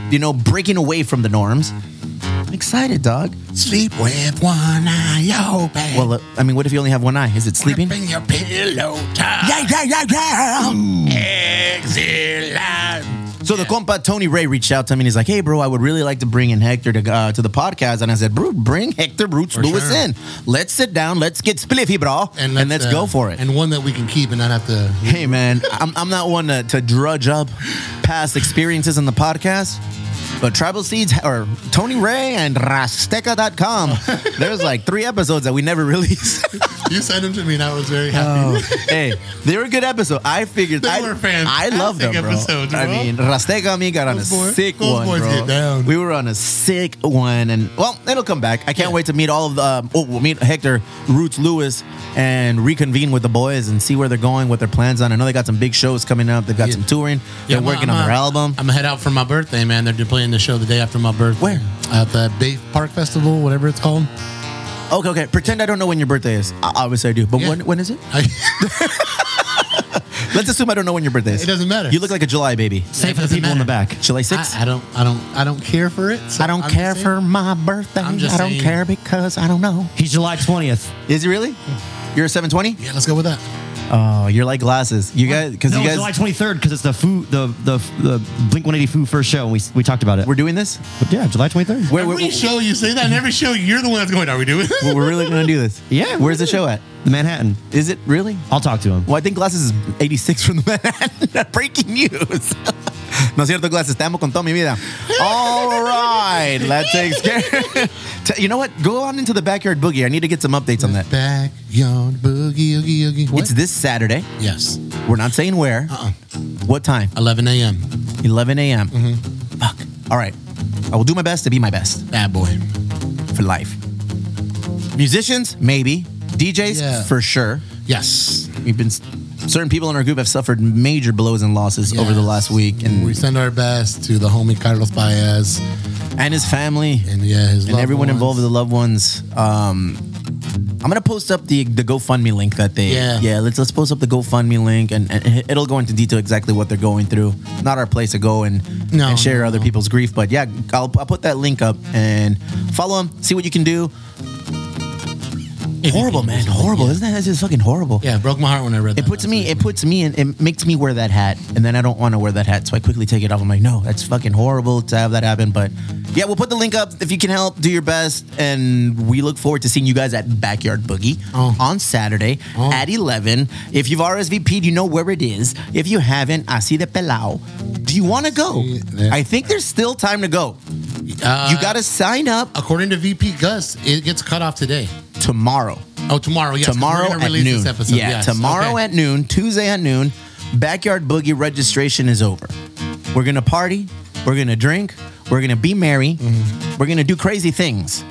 C: You know, breaking away from the norms. I'm excited, dog.
E: sleep with one eye open.
C: Well, uh, I mean, what if you only have one eye? Is it sleeping?
E: Bring your pillow top. Yeah, yeah, yeah, yeah. Exit line.
C: So the compa Tony Ray reached out to me and he's like, "Hey, bro, I would really like to bring in Hector to uh, to the podcast." And I said, "Bro, bring Hector Roots Lewis
E: sure.
C: in. Let's sit down. Let's get spliffy, bro, and let's,
E: uh,
C: go for it."
E: And one that we can keep and not have to.
C: hey, man, I'm, I'm not one to, to drudge up past experiences in the podcast, but Tribal Seeds or Tony Ray and Rasteca.com. There's like three episodes that we never released.
E: You sent them to me and I was very
C: Uh,
E: happy.
C: hey, they were a good episode. I figured
E: Oh. They
C: I,
E: were fantastic
C: I love them, bro.
E: episodes,
C: I
E: bro.
C: mean, Rastega me got on
E: Those
C: a
E: boy-
C: sick
E: those
C: one,
E: boys
C: bro.
E: get down.
C: We were on a sick one, and well, it'll come back. I can't wait to meet all of the. Um, oh, we'll meet Hector, Roots, Lewis, and reconvene with the boys and see where they're going, what their plans on. I know they got some big shows coming up. They've got some touring. They're
E: I'm-
C: working
E: I'm,
C: on their
E: uh,
C: album.
E: I'm gonna head out for my birthday, man. They're playing the show the day after my birthday.
C: Where?
E: At the Bay Park Festival, whatever it's called.
C: okay, okay. Pretend I don't know when your birthday is. I- Obviously, I do. But
E: Yeah.
C: when when is it?
E: I,
C: Let's assume I don't know when your birthday is.
E: It doesn't matter.
C: You look like a July baby.
F: Say for the
E: doesn't
F: people in the
E: matter.
F: back.
C: July 6th?
E: I, I don't, I don't, I don't care for it. so
C: I don't
E: I'm just
C: care
E: saying-
C: for my birthday.
E: I'm just
C: I don't
E: saying-
C: care because I don't know.
F: He's July 20th.
C: Is he really? You're a 720?
E: Yeah, let's go with that.
C: Oh, you're like glasses. You guys, because
F: no,
C: you
F: it's
C: guys,
F: July 23rd because it's the foo the the the Blink 180 foo first show and we we talked about it.
C: we're doing this.
F: But yeah, July 23rd.
C: Where,
E: Every show you say that, and every show you're the one that's going. Are we doing? this?"
C: we're, we're really gonna do this.
F: Yeah,
C: Where's
F: we
C: the show at?
F: The Manhattan.
C: Is it really?
F: I'll talk to him.
C: Well, I think glasses is 86 from the Manhattan. Breaking news. No es cierto, glasses. Estamos con toda mi vida. All right, that takes care. T- you know what? Go on into the backyard boogie. I need to get some updates on that.
E: Backyard boogie, oogie, oogie. What?
C: It's this Saturday.
E: yes.
C: We're not saying where.
E: Uh-uh.
C: What time?
E: 11 a.m.
C: 11 a.m.
E: Mm-hmm.
C: Fuck. All right. I will do my best to be my best
E: Bad boy.
C: for life. Musicians, maybe. DJs,
E: Yeah.
C: for sure.
E: Yes.
C: We've been certain people in our group have suffered major blows and losses over the
E: Yes.
C: last week,
E: We
C: and
E: send our best to the homie Carlos Baez
C: and his family
E: and yeah, his
C: and everyone involved with the loved ones. Um, I'm gonna post up the the GoFundMe link that they
E: Yeah.
C: yeah let's let's post up the GoFundMe link and, and it'll go into detail exactly what they're going through. Not our place to go and,
E: No,
C: and share
E: no,
C: other
E: no.
C: people's grief, but yeah, I'll, I'll put that link up and follow them, see what you can do. Horrible, man, horrible, isn't that that's just fucking horrible?
E: Yeah, it broke my heart when I read that.
C: It puts
E: last
C: me.
E: week.
C: It puts me. in It makes me wear that hat, and then I don't want to wear that hat, so I quickly take it off. I'm like, no, that's fucking horrible to have that happen. But yeah, we'll put the link up if you can help. Do your best, and we look forward to seeing you guys at Backyard Boogie
E: Oh.
C: on Saturday
E: Oh.
C: at 11. If you've RSVP'd, you know where it is. If you haven't, así de pelao. Do you want to go?
E: Sí, yeah.
C: I think there's still time to go.
E: Uh,
C: you got to sign up
E: According to VP Gus, it gets cut off today.
C: tomorrow.
E: Oh, tomorrow. Yes, 'cause
C: tomorrow
E: we're gonna
C: at
E: release
C: noon.
E: This episode.
C: Yeah,
E: yes.
C: tomorrow
E: okay.
C: at noon, Tuesday at noon, Backyard Boogie registration is over. We're gonna party, we're gonna drink, we're gonna be merry,
E: Mm-hmm.
C: we're gonna do crazy things.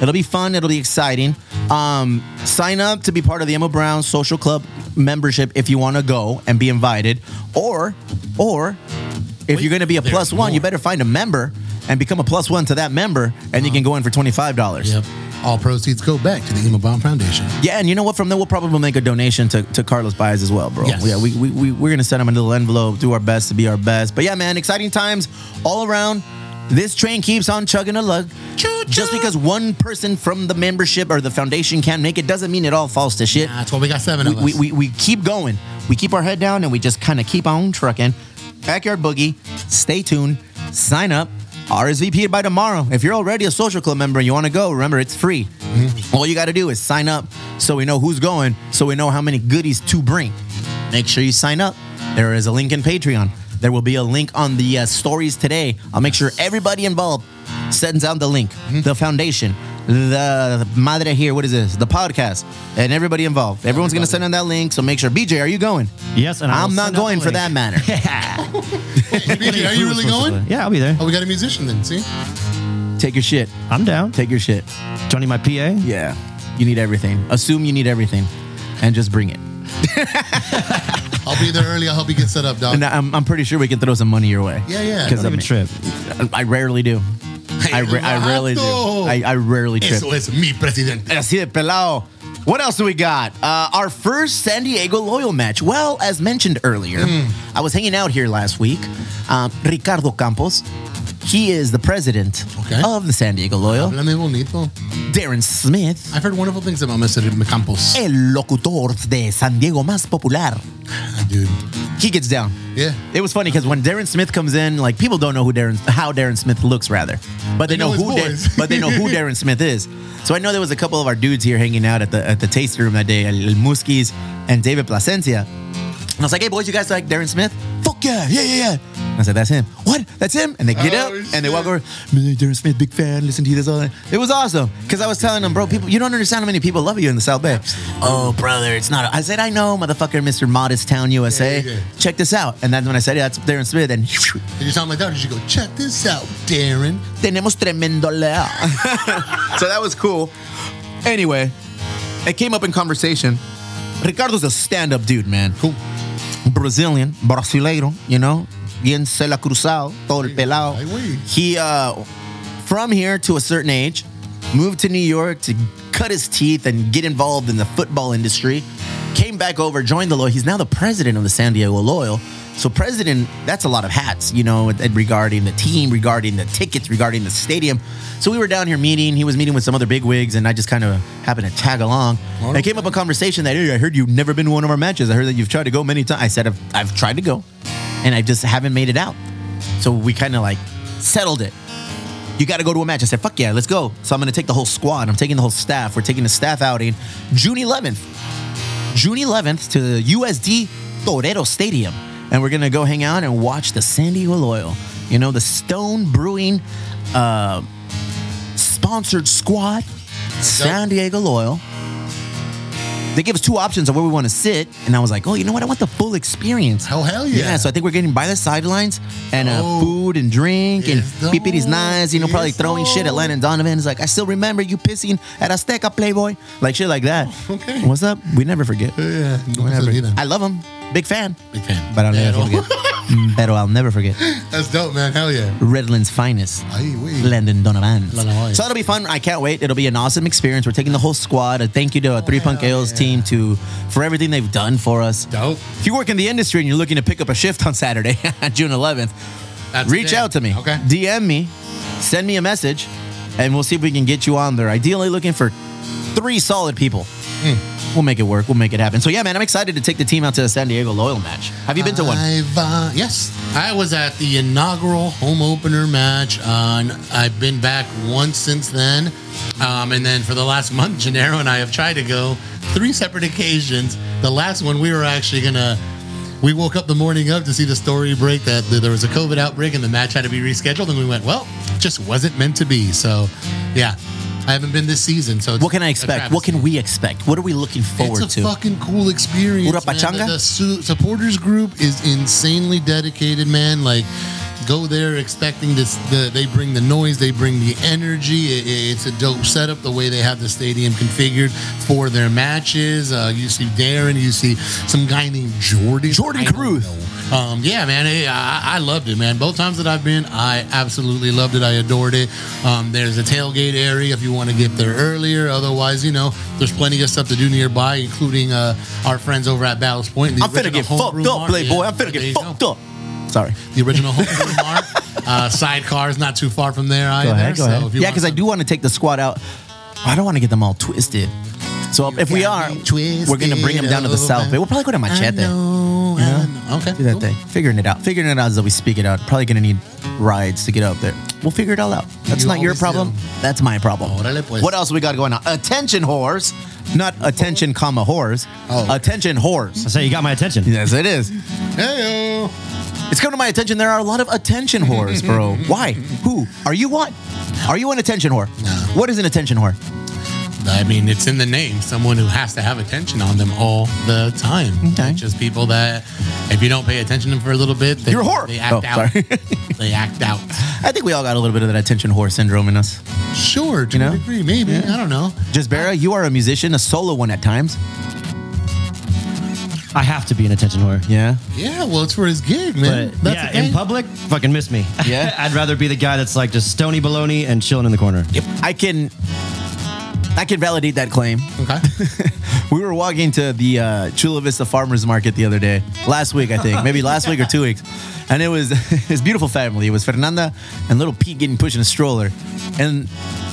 C: It'll be fun, it'll be exciting. Um, sign up to be part of the Emma Brown Social Club membership if you wanna go and be invited, or, or, if you're going to be a
E: there's
C: plus one, you
E: more.
C: better find a member and become a plus one to that member, and
E: Uh-huh.
C: you can go in for twenty five dollars.
E: Yep. All proceeds go back to the Emo Bomb Foundation.
C: Yeah, and you know what? From there, we'll probably make a donation to, to Carlos Baez as well, bro.
E: Yes.
C: Yeah, we, we, we, we're going to send him a little envelope, do our best to be our best. But yeah, man, exciting times all around. This train keeps on chugging a lug. Just because one person from the membership or the foundation can't make it doesn't mean it all falls to shit.
E: Nah, That's why we got seven of us.
C: we, we, we keep going. We keep our head down and we just kind of keep on trucking. Backyard Boogie, stay tuned, sign up, RSVP by tomorrow. If you're already a social club member and you want to go, remember it's free.
E: Mm-hmm.
C: All you got to do is sign up so we know who's going, so we know how many goodies to bring. Make sure you sign up. There is a link in Patreon. There will be a link on the uh, stories today. I'll make sure everybody involved sends out the link,
F: Mm-hmm.
C: the foundation, the madre here. What is this? The podcast, and everybody involved. Everyone's gonna send in that link. So make sure. BJ, are you going?
F: Yes, and I will
C: I'm not
F: send out
C: going
F: the
C: for that
F: link.
C: matter.
E: Are you really going?
F: Yeah, I'll be there.
E: Oh, we got a musician then. See,
C: Take your shit.
F: I'm down.
C: Take your shit.
F: Johnny, my PA.
C: Yeah, you need everything. Assume you need everything, and just bring it.
E: I'll be there early. I'll help you get set up, dog.
C: And I'm, I'm pretty sure we can throw some money your way.
E: Yeah, yeah.
C: Because
F: Have a good trip.
C: I rarely do. I, ra- I rarely do. I, I rarely trip.
E: Eso es mi presidente.
C: Así de pelado. What else do we got? Uh, our first San Diego Loyal match. Well, as mentioned earlier, I was hanging out here last week. Um, Ricardo Campos, he is the president
E: Okay.
C: of the San Diego Loyal.
E: Háblame bonito.
C: Darren Smith,
E: I've heard wonderful things about Mr. Campos.
C: el locutor de San Diego más popular.
E: Ah, Dude.
C: He gets down.
E: Yeah.
C: It was funny because when Darren Smith comes in, like people don't know who Darren, how Darren Smith looks rather, but they,
E: They
C: know,
E: know his
C: who, Dar-
E: voice.
C: but they know who Darren Smith is. So I know there was a couple of our dudes here hanging out at the at the tasting room that day, El El Muskis and David Placencia. And I was like, hey boys, you guys like Darren Smith? Fuck yeah, yeah, yeah, yeah. And I said, that's him. What? That's him? And they get
E: Oh,
C: up and they walk
E: shit.
C: over. "Man, Darren Smith, big fan. Listen to this. All that. It was awesome because I was telling them, bro, people, you don't understand how many people love you in the South Bay. Oh, brother, it's not. A-. I said, I know, motherfucker, Mr. Modest Town, USA.
E: Yeah, yeah, yeah.
C: Check this out. And that's when I said, yeah, that's Darren Smith. And
E: Did you tell my daughter? Did you go check this out, Darren?
C: tenemos tremendo leo. so that was cool. Anyway, it came up in conversation. Ricardo's a stand-up dude, man.
E: Cool.
C: Brazilian, brasileiro, you know, bien se la cruzado, todo el pelado.
E: Ay, güey.
C: He, uh, from here to a certain age, moved to New York to cut his teeth and get involved in the football industry. came back over, joined the Loyal. He's now the president of the San Diego Loyal. So president, that's a lot of hats, you know, and- and regarding the team, regarding the tickets, regarding the stadium. So we were down here meeting. He was meeting with some other big wigs, and I just kind of happened to tag along. And it came up a conversation that, hey, I heard you've never been to one of our matches. I heard that you've tried to go many times. I said, I've, I've tried to go, and I just haven't made it out. So we kind of like settled it you got to go to a match. I said, fuck yeah, let's go. So I'm going to take the whole squad. I'm taking the whole staff. We're taking the staff outing June 11th. June 11th to the USD Torero Stadium. And we're going to go hang out and watch the San Diego Loyal. You know, the Stone Brewing uh, sponsored squad, San Diego Loyal. They gave us two options of where we want to sit. And I was like, oh, you know what? I want the full experience.
E: Oh, hell yeah.
C: Yeah, so I think we're getting by the sidelines and uh,
E: Oh.
C: food and drink and
E: Yes,
C: Pipiri's
E: no.
C: knives, you know, probably
E: Yes, oh.
C: throwing shit at
E: no.
C: Landon Donovan. It's like, I still remember you pissing at Azteca Playboy. Like shit like that.
E: okay.
C: What's up? We never forget.
E: Yeah,
C: Never.
E: either.
C: I love him. Big fan.
E: Big fan.
C: But I'll never
E: Pero.
C: forget. Mm, Pero I'll never forget.
E: That's dope, man. Hell yeah.
C: Redlands finest.
E: Ay, wey.
C: Landon Donovan.
E: Donovan.
C: So it'll be fun. I can't wait. It'll be an awesome experience. We're taking the whole squad. A thank you to uh, Three Punk Ales team to for everything they've done for us.
E: Dope.
C: If you work in the industry and you're looking to pick up a shift on Saturday, June 11th,
E: That's
C: reach
E: it.
C: out to me.
E: Okay.
C: DM me, send me a message, and we'll see if we can get you on there. Ideally, looking for three solid people. We'll make it work. We'll make it happen. So yeah, man, I'm excited to take the team out to the San Diego Loyal match. Have you been to one?
E: I've, uh, yes, I was at the inaugural home opener match. On I've been back once since then, um, and then for the last month, Gennaro and I have tried to go three separate occasions. The last one we were actually gonna. We woke up the morning of to see the story break that th- there was a COVID outbreak and the match had to be rescheduled, and we went, well, it just wasn't meant to be. So, yeah, I haven't been this season. So, it's
C: What can I
E: a
C: expect? What
E: travesty.
C: can we expect? What are we looking forward
E: It's a
C: to?
E: fucking cool experience.
C: Pura
E: man.
C: pachanga?
E: The, the su- supporters group is insanely dedicated, man. Like, go there expecting this. The, they bring the noise, they bring the energy. I- i- it's a dope setup. The way they have the stadium configured for their matches. Uh, you see Darren. You see some guy named Jordan.
C: Jordan
E: I don't
C: Cruz.
E: know. Um, yeah, man, eh, I, I loved it, man. Both times that I've been, I absolutely loved it. I adored it. Um, there's a tailgate area if you want to get there earlier. Otherwise, you know, there's plenty of stuff to do nearby, including uh, our friends over at Battles Point. and the
C: I'm finna
E: original
C: get
E: homebrew
C: fucked up,
E: market.
C: Playboy. I'm
E: There
C: finna
E: you
C: get
E: go.
C: fucked up. Sorry.
E: The original homebrew mart. Uh, sidecars not too far from there either.
C: Go ahead. Go
E: so
C: ahead.
E: if you
C: Yeah,
E: want
C: because I
E: some-
C: do want to take the squad out. I don't want to get them all twisted. So if we
E: got
C: are,
E: me twisted
C: we're gonna bring them down to the south. Bay. We'll probably go to
E: I
C: Machete.
E: know,
C: Yeah.
E: I know. Okay.
C: Do that
E: cool.
C: thing. Figuring it out. Figuring it out as we speak it out. Probably gonna need rides to get up there. We'll figure it all out. That's
E: You
C: not your
E: always
C: problem.
E: do.
C: That's my problem.
E: Órale, pues.
C: What else we got going on? Attention whores. Not attention, comma whores.
E: Oh.
C: Attention whores.
F: So you got my attention.
C: Yes, it is.
E: Heyo.
C: It's come to my attention there are a lot of attention whores, bro. Why? Who? Are you what? Are you an attention whore? What is an attention whore?
E: I mean, it's in the name. Someone who has to have attention on them all the time.
C: Okay.
E: Just people that, if you don't pay attention to them for a little bit, they,
C: You're a whore.
E: They act
C: Oh,
E: out.
C: sorry.
E: they act out.
C: I think we all got a little bit of that attention whore syndrome in us.
E: Sure, to
C: You know?
E: a degree, maybe. I don't know.
C: Jazbera, you are a musician, a solo one at times.
F: I have to be an attention whore.
C: Yeah.
E: Yeah, well, it's for his gig, man.
F: But
E: That's
F: yeah,
E: the thing.
F: in public, fucking miss me.
C: Yeah.
F: I'd rather be the guy that's like just stony baloney and chilling in the corner.
C: I can I can validate that claim.
E: okay.
C: We were walking to the uh, Chula Vista Farmers Market the other day, last week I think, maybe last week or two weeks, and it was his beautiful family. It was Fernanda and little Pete getting pushed in a stroller, and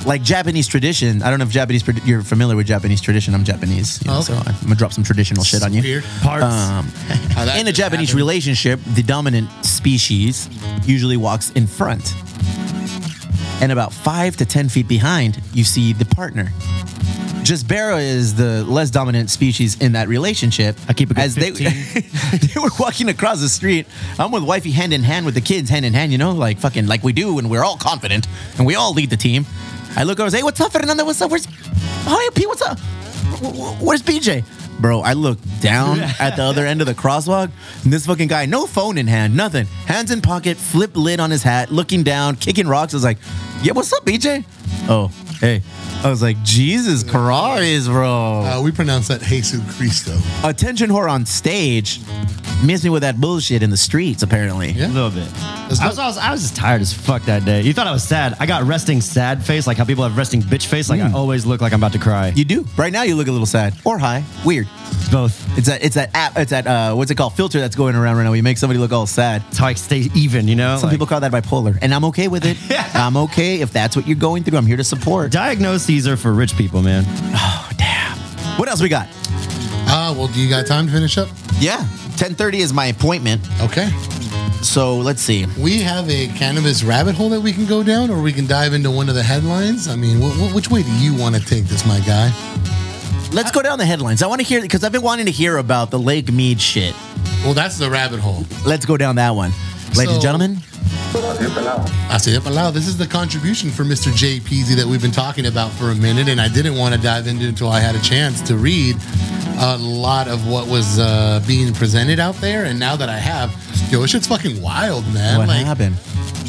C: like Japanese tradition. I don't know if Japanese trad- you're familiar with Japanese tradition. I'm Japanese, you know,
E: Oh,
C: so
E: okay.
C: I'm gonna drop some traditional shit on you.
E: Weird.
F: Parts.
C: Um,
E: How that
C: in a
E: just
C: Japanese
E: happened.
C: relationship, the dominant species usually walks in front. And about five to 10 feet behind, you see the partner. Jasbera is the less dominant species in that relationship.
F: I keep a good
C: As they,
F: 15.
C: they were walking across the street, I'm with wifey hand in hand with the kids, hand in hand, you know, like fucking like we do, and we're all confident, and we all lead the team. I look over and say, "Hey, what's up, Fernanda? What's up? Where's, hi, P, what's up? Wh- wh- Where's BJ? Bro, I look down at the other end of the crosswalk, and this fucking guy, no phone in hand, nothing, hands in pocket, flip lid on his hat, looking down, kicking rocks. I was like, yeah, what's up, BJ? Oh, hey. I was like, Jesus Christ, bro.
E: Uh, we pronounce that Jesus Cristo.
C: Attention whore on stage missed me with that bullshit in the streets, apparently.
E: Yeah.
F: a little bit.
E: not-
F: I was, I, was, I was just tired as fuck that day. You thought I was sad. I got resting sad face, like how
C: Mm.
F: people have resting bitch face. Like I always look like I'm about to cry.
C: You do. Right now, you look a little sad or high. Weird.
F: both.
C: It's that it's that app. It's that uh, what's it called? Filter that's going around right now. where You make somebody look all sad.
F: It's how I stay even, you know?
C: Some
F: Like,
C: people call that bipolar, and I'm okay with it. I'm okay if that's what you're going through. I'm here to support.
F: diagnoses are for rich people, man.
C: What else we got?
E: Uh, well, do you got time to finish up?
C: Yeah, 10:30 is my appointment.
E: Okay.
C: So let's see.
E: We have a cannabis rabbit hole that we can go down, or we can dive into one of the headlines. I mean, wh- wh- which way do you want to take this, my guy?
C: Let's go down the headlines. I want to hear because I've been wanting to hear about the Lake Mead shit.
E: Well, that's the rabbit hole.
C: Let's go down that one, ladies and
E: So-
C: gentlemen.
E: I say up aloud. This is the contribution for Mr. J. Peasy that we've been talking about for a minute, and I didn't want to dive into it until I had a chance to read a lot of what was uh, being presented out there. And now that I have, yo, this shit's fucking wild, man.
C: What
E: Like,
C: happened?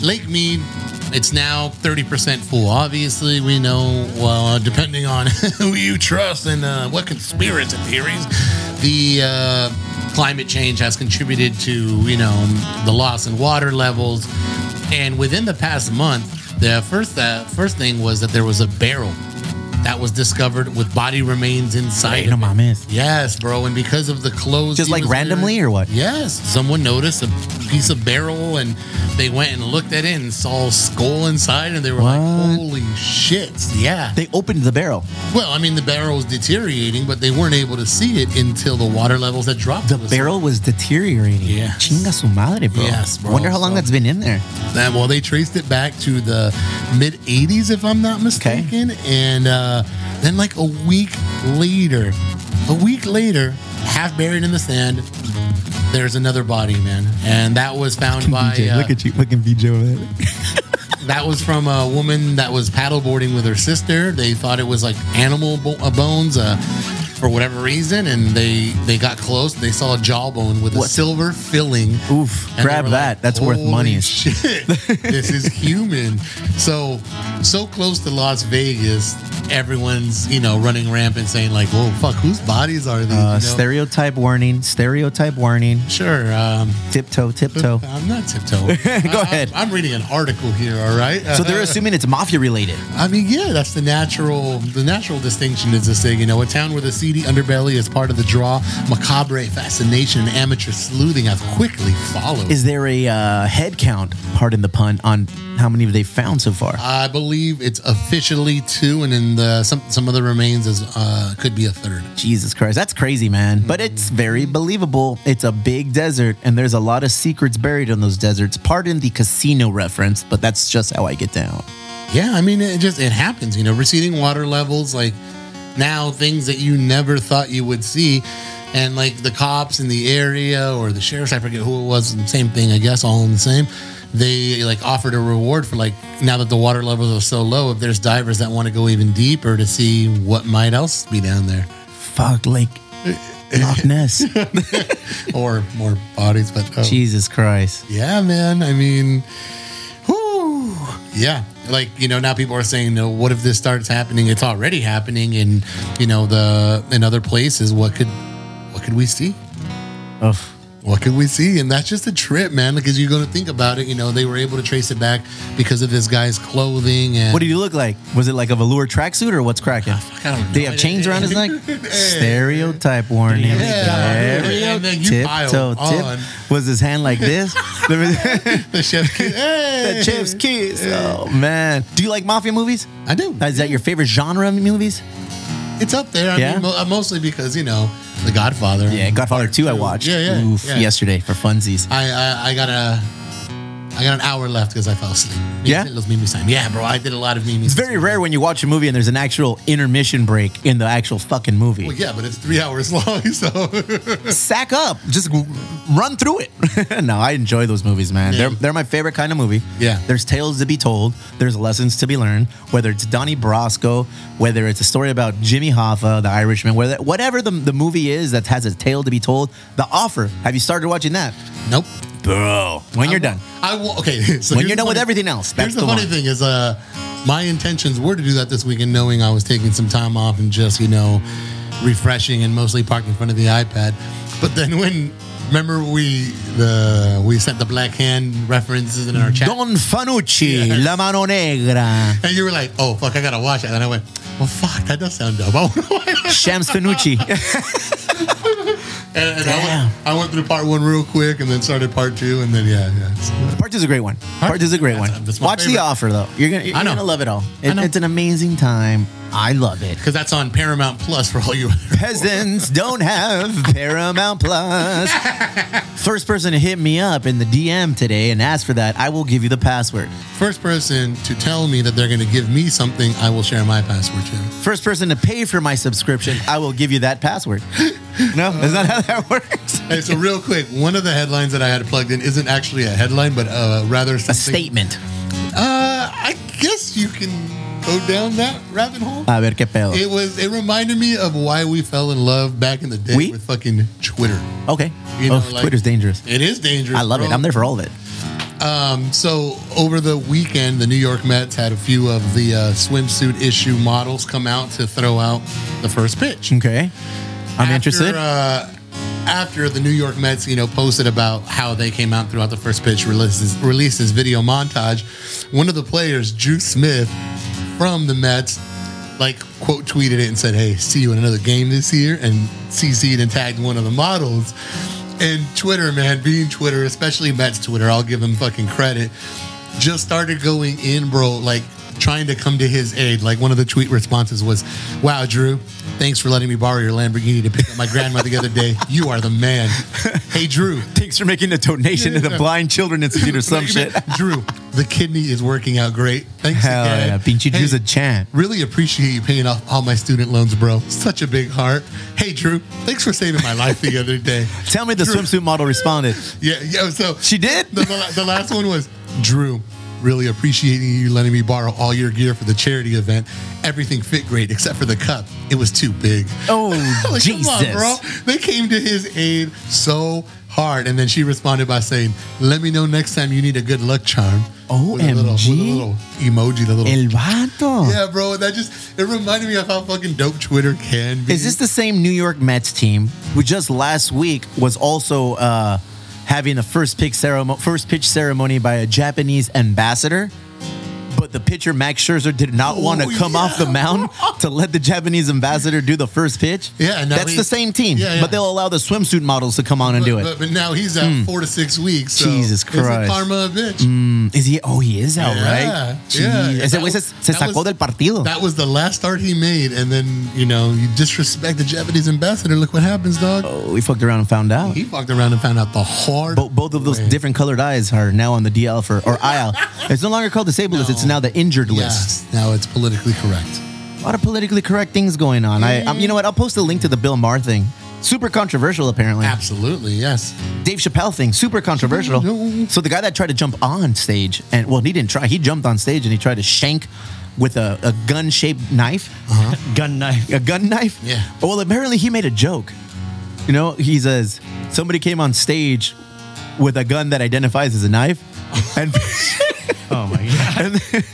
E: Lake Mead, it's now 30% full. Obviously, we know, well, uh, depending on who you trust and uh, what conspiracy theories, the uh, climate change has contributed to, you know, the loss in water levels. And within the past month, the first, uh, first thing was that there was a barrel that was discovered with body remains inside. of it. Yes, bro. And because of the clothes,
C: Just
E: he
C: like
E: was
C: randomly
E: wearing-
C: or what?
E: Yes, someone noticed a piece of barrel, and they went and looked at it and saw a skull inside, and they were
C: What?
E: like, "Holy shit!" Yeah.
C: They opened the barrel.
E: well, I mean, the barrel was deteriorating, but they weren't able to see it until the water levels had dropped.
C: The
E: It was-
C: barrel was deteriorating.
E: Yes.
C: Chinga su madre, bro.
E: Yes, bro,
C: Wonder how long
E: so-
C: that's been in there.
E: Uh, well, they traced it back to the mid 80s, if I'm not mistaken. And uh, then, like a week later, a week later, half buried in the sand, there's another body, man. And that was found by. uh,
C: at you, fucking BJ over there.
E: that was from a woman that was paddleboarding with her sister. They thought it was like animal bo- uh, bones uh, for whatever reason, and they they got close. They saw a jawbone with a
C: What?
E: silver filling.
C: Oof,
E: And they
C: grab
E: were
C: that. That's worth
E: "Holy
C: money as
E: Shit, this is human. So so close to Las Vegas, everyone's you know running rampant, saying like, "Whoa, fuck, whose bodies are these?"
C: Uh,
E: you know?
C: Stereotype warning. Stereotype warning.
E: sure. Um,
C: Tiptoe, tiptoe.
E: I'm not tiptoeing.
C: Go ahead.
E: I, am reading an article here. All right.
C: So they're assuming it's mafia related.
E: I mean, yeah, that's the natural the natural distinction is this thing, you know, a town where the seedy underbelly is part of the draw, macabre fascination and amateur sleuthing have quickly followed.
C: Is there a uh, head count, pardon the pun, on how many they found so far?
E: I believe it's officially two, and in the some some of the remains is uh, could be a third.
C: Jesus Christ, that's crazy, man. But it's very believable. It's a big desert, and there's a lot of secrets buried in those deserts. Pardon the casino reference, but that's just how I get down.
E: Yeah, I mean, it just it happens, you know, receding water levels, like now things that you never thought you would see. And like the cops in the area or the sheriffs, I forget who it was, same thing, I guess, all in the same. They like offered a reward for like now that the water levels are so low, if there's divers that want to go even deeper to see what might else be down there
C: Fuck, like Loch Ness.
E: or more bodies. But oh.
C: Jesus Christ.
E: Yeah, man. I mean, whoo. Yeah. Like, you know, now people are saying, no, what if this starts happening? It's already happening in, you know, the in other places. What could what could we see?
C: Ugh.
E: What could we see? And that's just a trip, man. Because you're gonna think about it, you know, they were able to trace it back because of this guy's clothing and
C: What did he look like? Was it like a velour tracksuit or what's cracking?
E: Uh, I don't know.
C: Did he have chains around his neck? Stereotype warning.
E: Yeah,
C: Very
E: and then you piled
C: tiptoe,
E: on.
C: tip. Was his hand like this? There was-
E: the chef hey!
C: the chef's kiss. Oh man. Do you like mafia movies?
E: I do.
C: Is that your favorite genre of movies?
E: It's up there. I
C: Yeah?
E: mean, mo- uh, mostly because, you know, The Godfather.
C: Yeah, Mm-hmm. Godfather Two. I watched.
E: Yeah, yeah,
C: Oof,
E: yeah.
C: Yesterday for funsies.
E: I, I I got a I got an hour left because I fell asleep.
C: Yeah?
E: it was meme time. Yeah, bro, I did a lot of memes.
C: It's very rare when you watch a movie and there's an actual intermission break in the actual fucking movie.
E: Well, yeah, but it's three hours long, so
C: Sack up. Just w- run through it. no, I enjoy those movies, man.
E: Yeah.
C: They're they're my favorite kind of movie.
E: Yeah.
C: There's tales to be told. There's lessons to be learned. Whether it's Donnie Brasco, whether it's a story about Jimmy Hoffa, the Irishman, whether whatever the, the movie is that has a tale to be told, The Offer. Have you started watching that?
E: nope.
C: Bro. When you're done.
E: I will. Okay, so
C: When
E: here's
C: you're
E: the
C: done with
E: funny-
C: everything else, that's
E: Here's the,
C: the
E: funny
C: one.
E: thing is, uh, my intentions were to do that this weekend, knowing I was taking some time off and just you know refreshing and mostly parked in front of the iPad. But then when remember we the we sent the black hand references in our chat.
C: Don Fanucci,
E: Yes.
C: La Mano Negra,
E: and you were like, "Oh fuck, I gotta watch it." And I went, "Well, fuck, that does sound dope." I wanna watch it."
C: Shams Fanucci.
E: And, and I, went, I went through part one real quick and then started part two. And then, yeah, yeah. it's- uh,
C: Part two's a great one. Part two's a great
E: That's-
C: one.
E: that's my
C: Watch The
E: favorite.
C: Offer though. You're gonna you're
E: I know.
C: gonna love it all. It-
E: know.
C: it's an amazing time. I love it.
E: Because that's on Paramount Plus for all you.
C: Peasants don't have Paramount Plus. First person to hit me up in the DM today and ask for that, I will give you the password.
E: First person to tell me that they're going to give me something, I will share my password to.
C: First person to pay for my subscription, I will give you that password. No, that's not how that works.
E: Hey, so real quick, one of the headlines that I had plugged in isn't actually a headline, but uh, rather
C: A
E: something.
C: statement.
E: Uh, I guess you can go down that rabbit hole.
C: A ver qué pedo.
E: It was. It reminded me of why we fell in love back in the day
C: We?
E: with fucking Twitter.
C: Okay.
E: You know,
C: oh,
E: like-
C: Twitter's dangerous.
E: It is dangerous.
C: I love it.
E: bro.
C: I'm there for all of it.
E: So over the weekend, the New York Mets had a few of the uh, swimsuit issue models come out to throw out the first pitch.
C: Okay. I'm
E: After,
C: interested.
E: Uh, after the New York Mets, you know, posted about how they came out throughout the first pitch, releases released this video montage. One of the players, Drew Smith, from the Mets, like quote tweeted it and said, "Hey, see you in another game this year," and CC'd and tagged one of the models. And Twitter, man, being Twitter, especially Mets Twitter, I'll give him fucking credit. Just started going in, bro, like trying to come to his aid. Like one of the tweet responses was, "Wow, Drew, thanks for letting me borrow your Lamborghini to pick up my grandmother the other day. You are the man." Hey, Drew,
C: Thanks for making a donation to the Blind Children Institute or some shit.
E: Drew, the kidney is working out great. Thanks
C: Hell
E: again.
C: yeah. Pinchy
E: Hey,
C: Drew's a champ.
E: Really appreciate you paying off all my student loans, bro. Such a big heart. Hey, Drew, thanks for saving my life the other day.
C: Tell me the swimsuit model responded.
E: Yeah, yeah. So
C: She did?
E: the, the, the last one was Drew. Really appreciating you letting me borrow all your gear for the charity event. Everything fit great except for the cup. It was too big.
C: Oh,
E: Like,
C: Jesus.
E: Come on, bro. They came to his aid so hard. And then she responded by saying, Let me know next time you need a good luck charm. With a little, with a
C: OMG.
E: little emoji, the little.
C: El vato.
E: yeah, bro. That just, it reminded me of how fucking dope Twitter can be.
C: Is this the same New York Mets team who just last week was also uh, having a first pick ceremony, first pitch ceremony by a Japanese ambassador? But the pitcher Max Scherzer did not want to
E: Oh,
C: come off the
E: yeah.
C: mound to let the Japanese ambassador do the first pitch.
E: Yeah, and now
C: that's
E: he-
C: the same team,
E: Yeah, yeah.
C: but they'll allow the swimsuit models to come on and do
E: But,
C: it. Hmm.
E: but now he's out four to six weeks. So
C: Jesus
E: it's a
C: Christ. Mm.
E: karma, a bitch.
C: Is he? Oh, he is out,
E: Yeah,
C: right?
E: yeah.
C: Jeez. Ese
E: That
C: güey se,
E: was-
C: se
E: that
C: sacó
E: was-
C: del partido.
E: That was the last start he made, and then you know you disrespect the Japanese ambassador. Look what happens, dog.
C: oh, we fucked around and found out.
E: He fucked around and found out the hard.
C: Bo- both of those
E: way.
C: different colored eyes are now on the DL for or IL. It's no longer called disabled list; it's now the injured list.
E: Yes, now it's politically correct.
C: A lot of politically correct things going on. I, um, you know what? I'll post a link to the Bill Maher thing. Super controversial, apparently.
E: Absolutely, yes.
C: Dave Chappelle thing, super controversial. So the guy that tried to jump on stage, and well, he didn't try. He jumped on stage and he tried to shank with a, a gun-shaped knife,
F: Gun knife.
C: a gun knife.
E: Yeah.
C: Well, apparently he made a joke. You know, he says somebody came on stage with a gun that identifies as a knife, and.
F: Oh my god.
C: and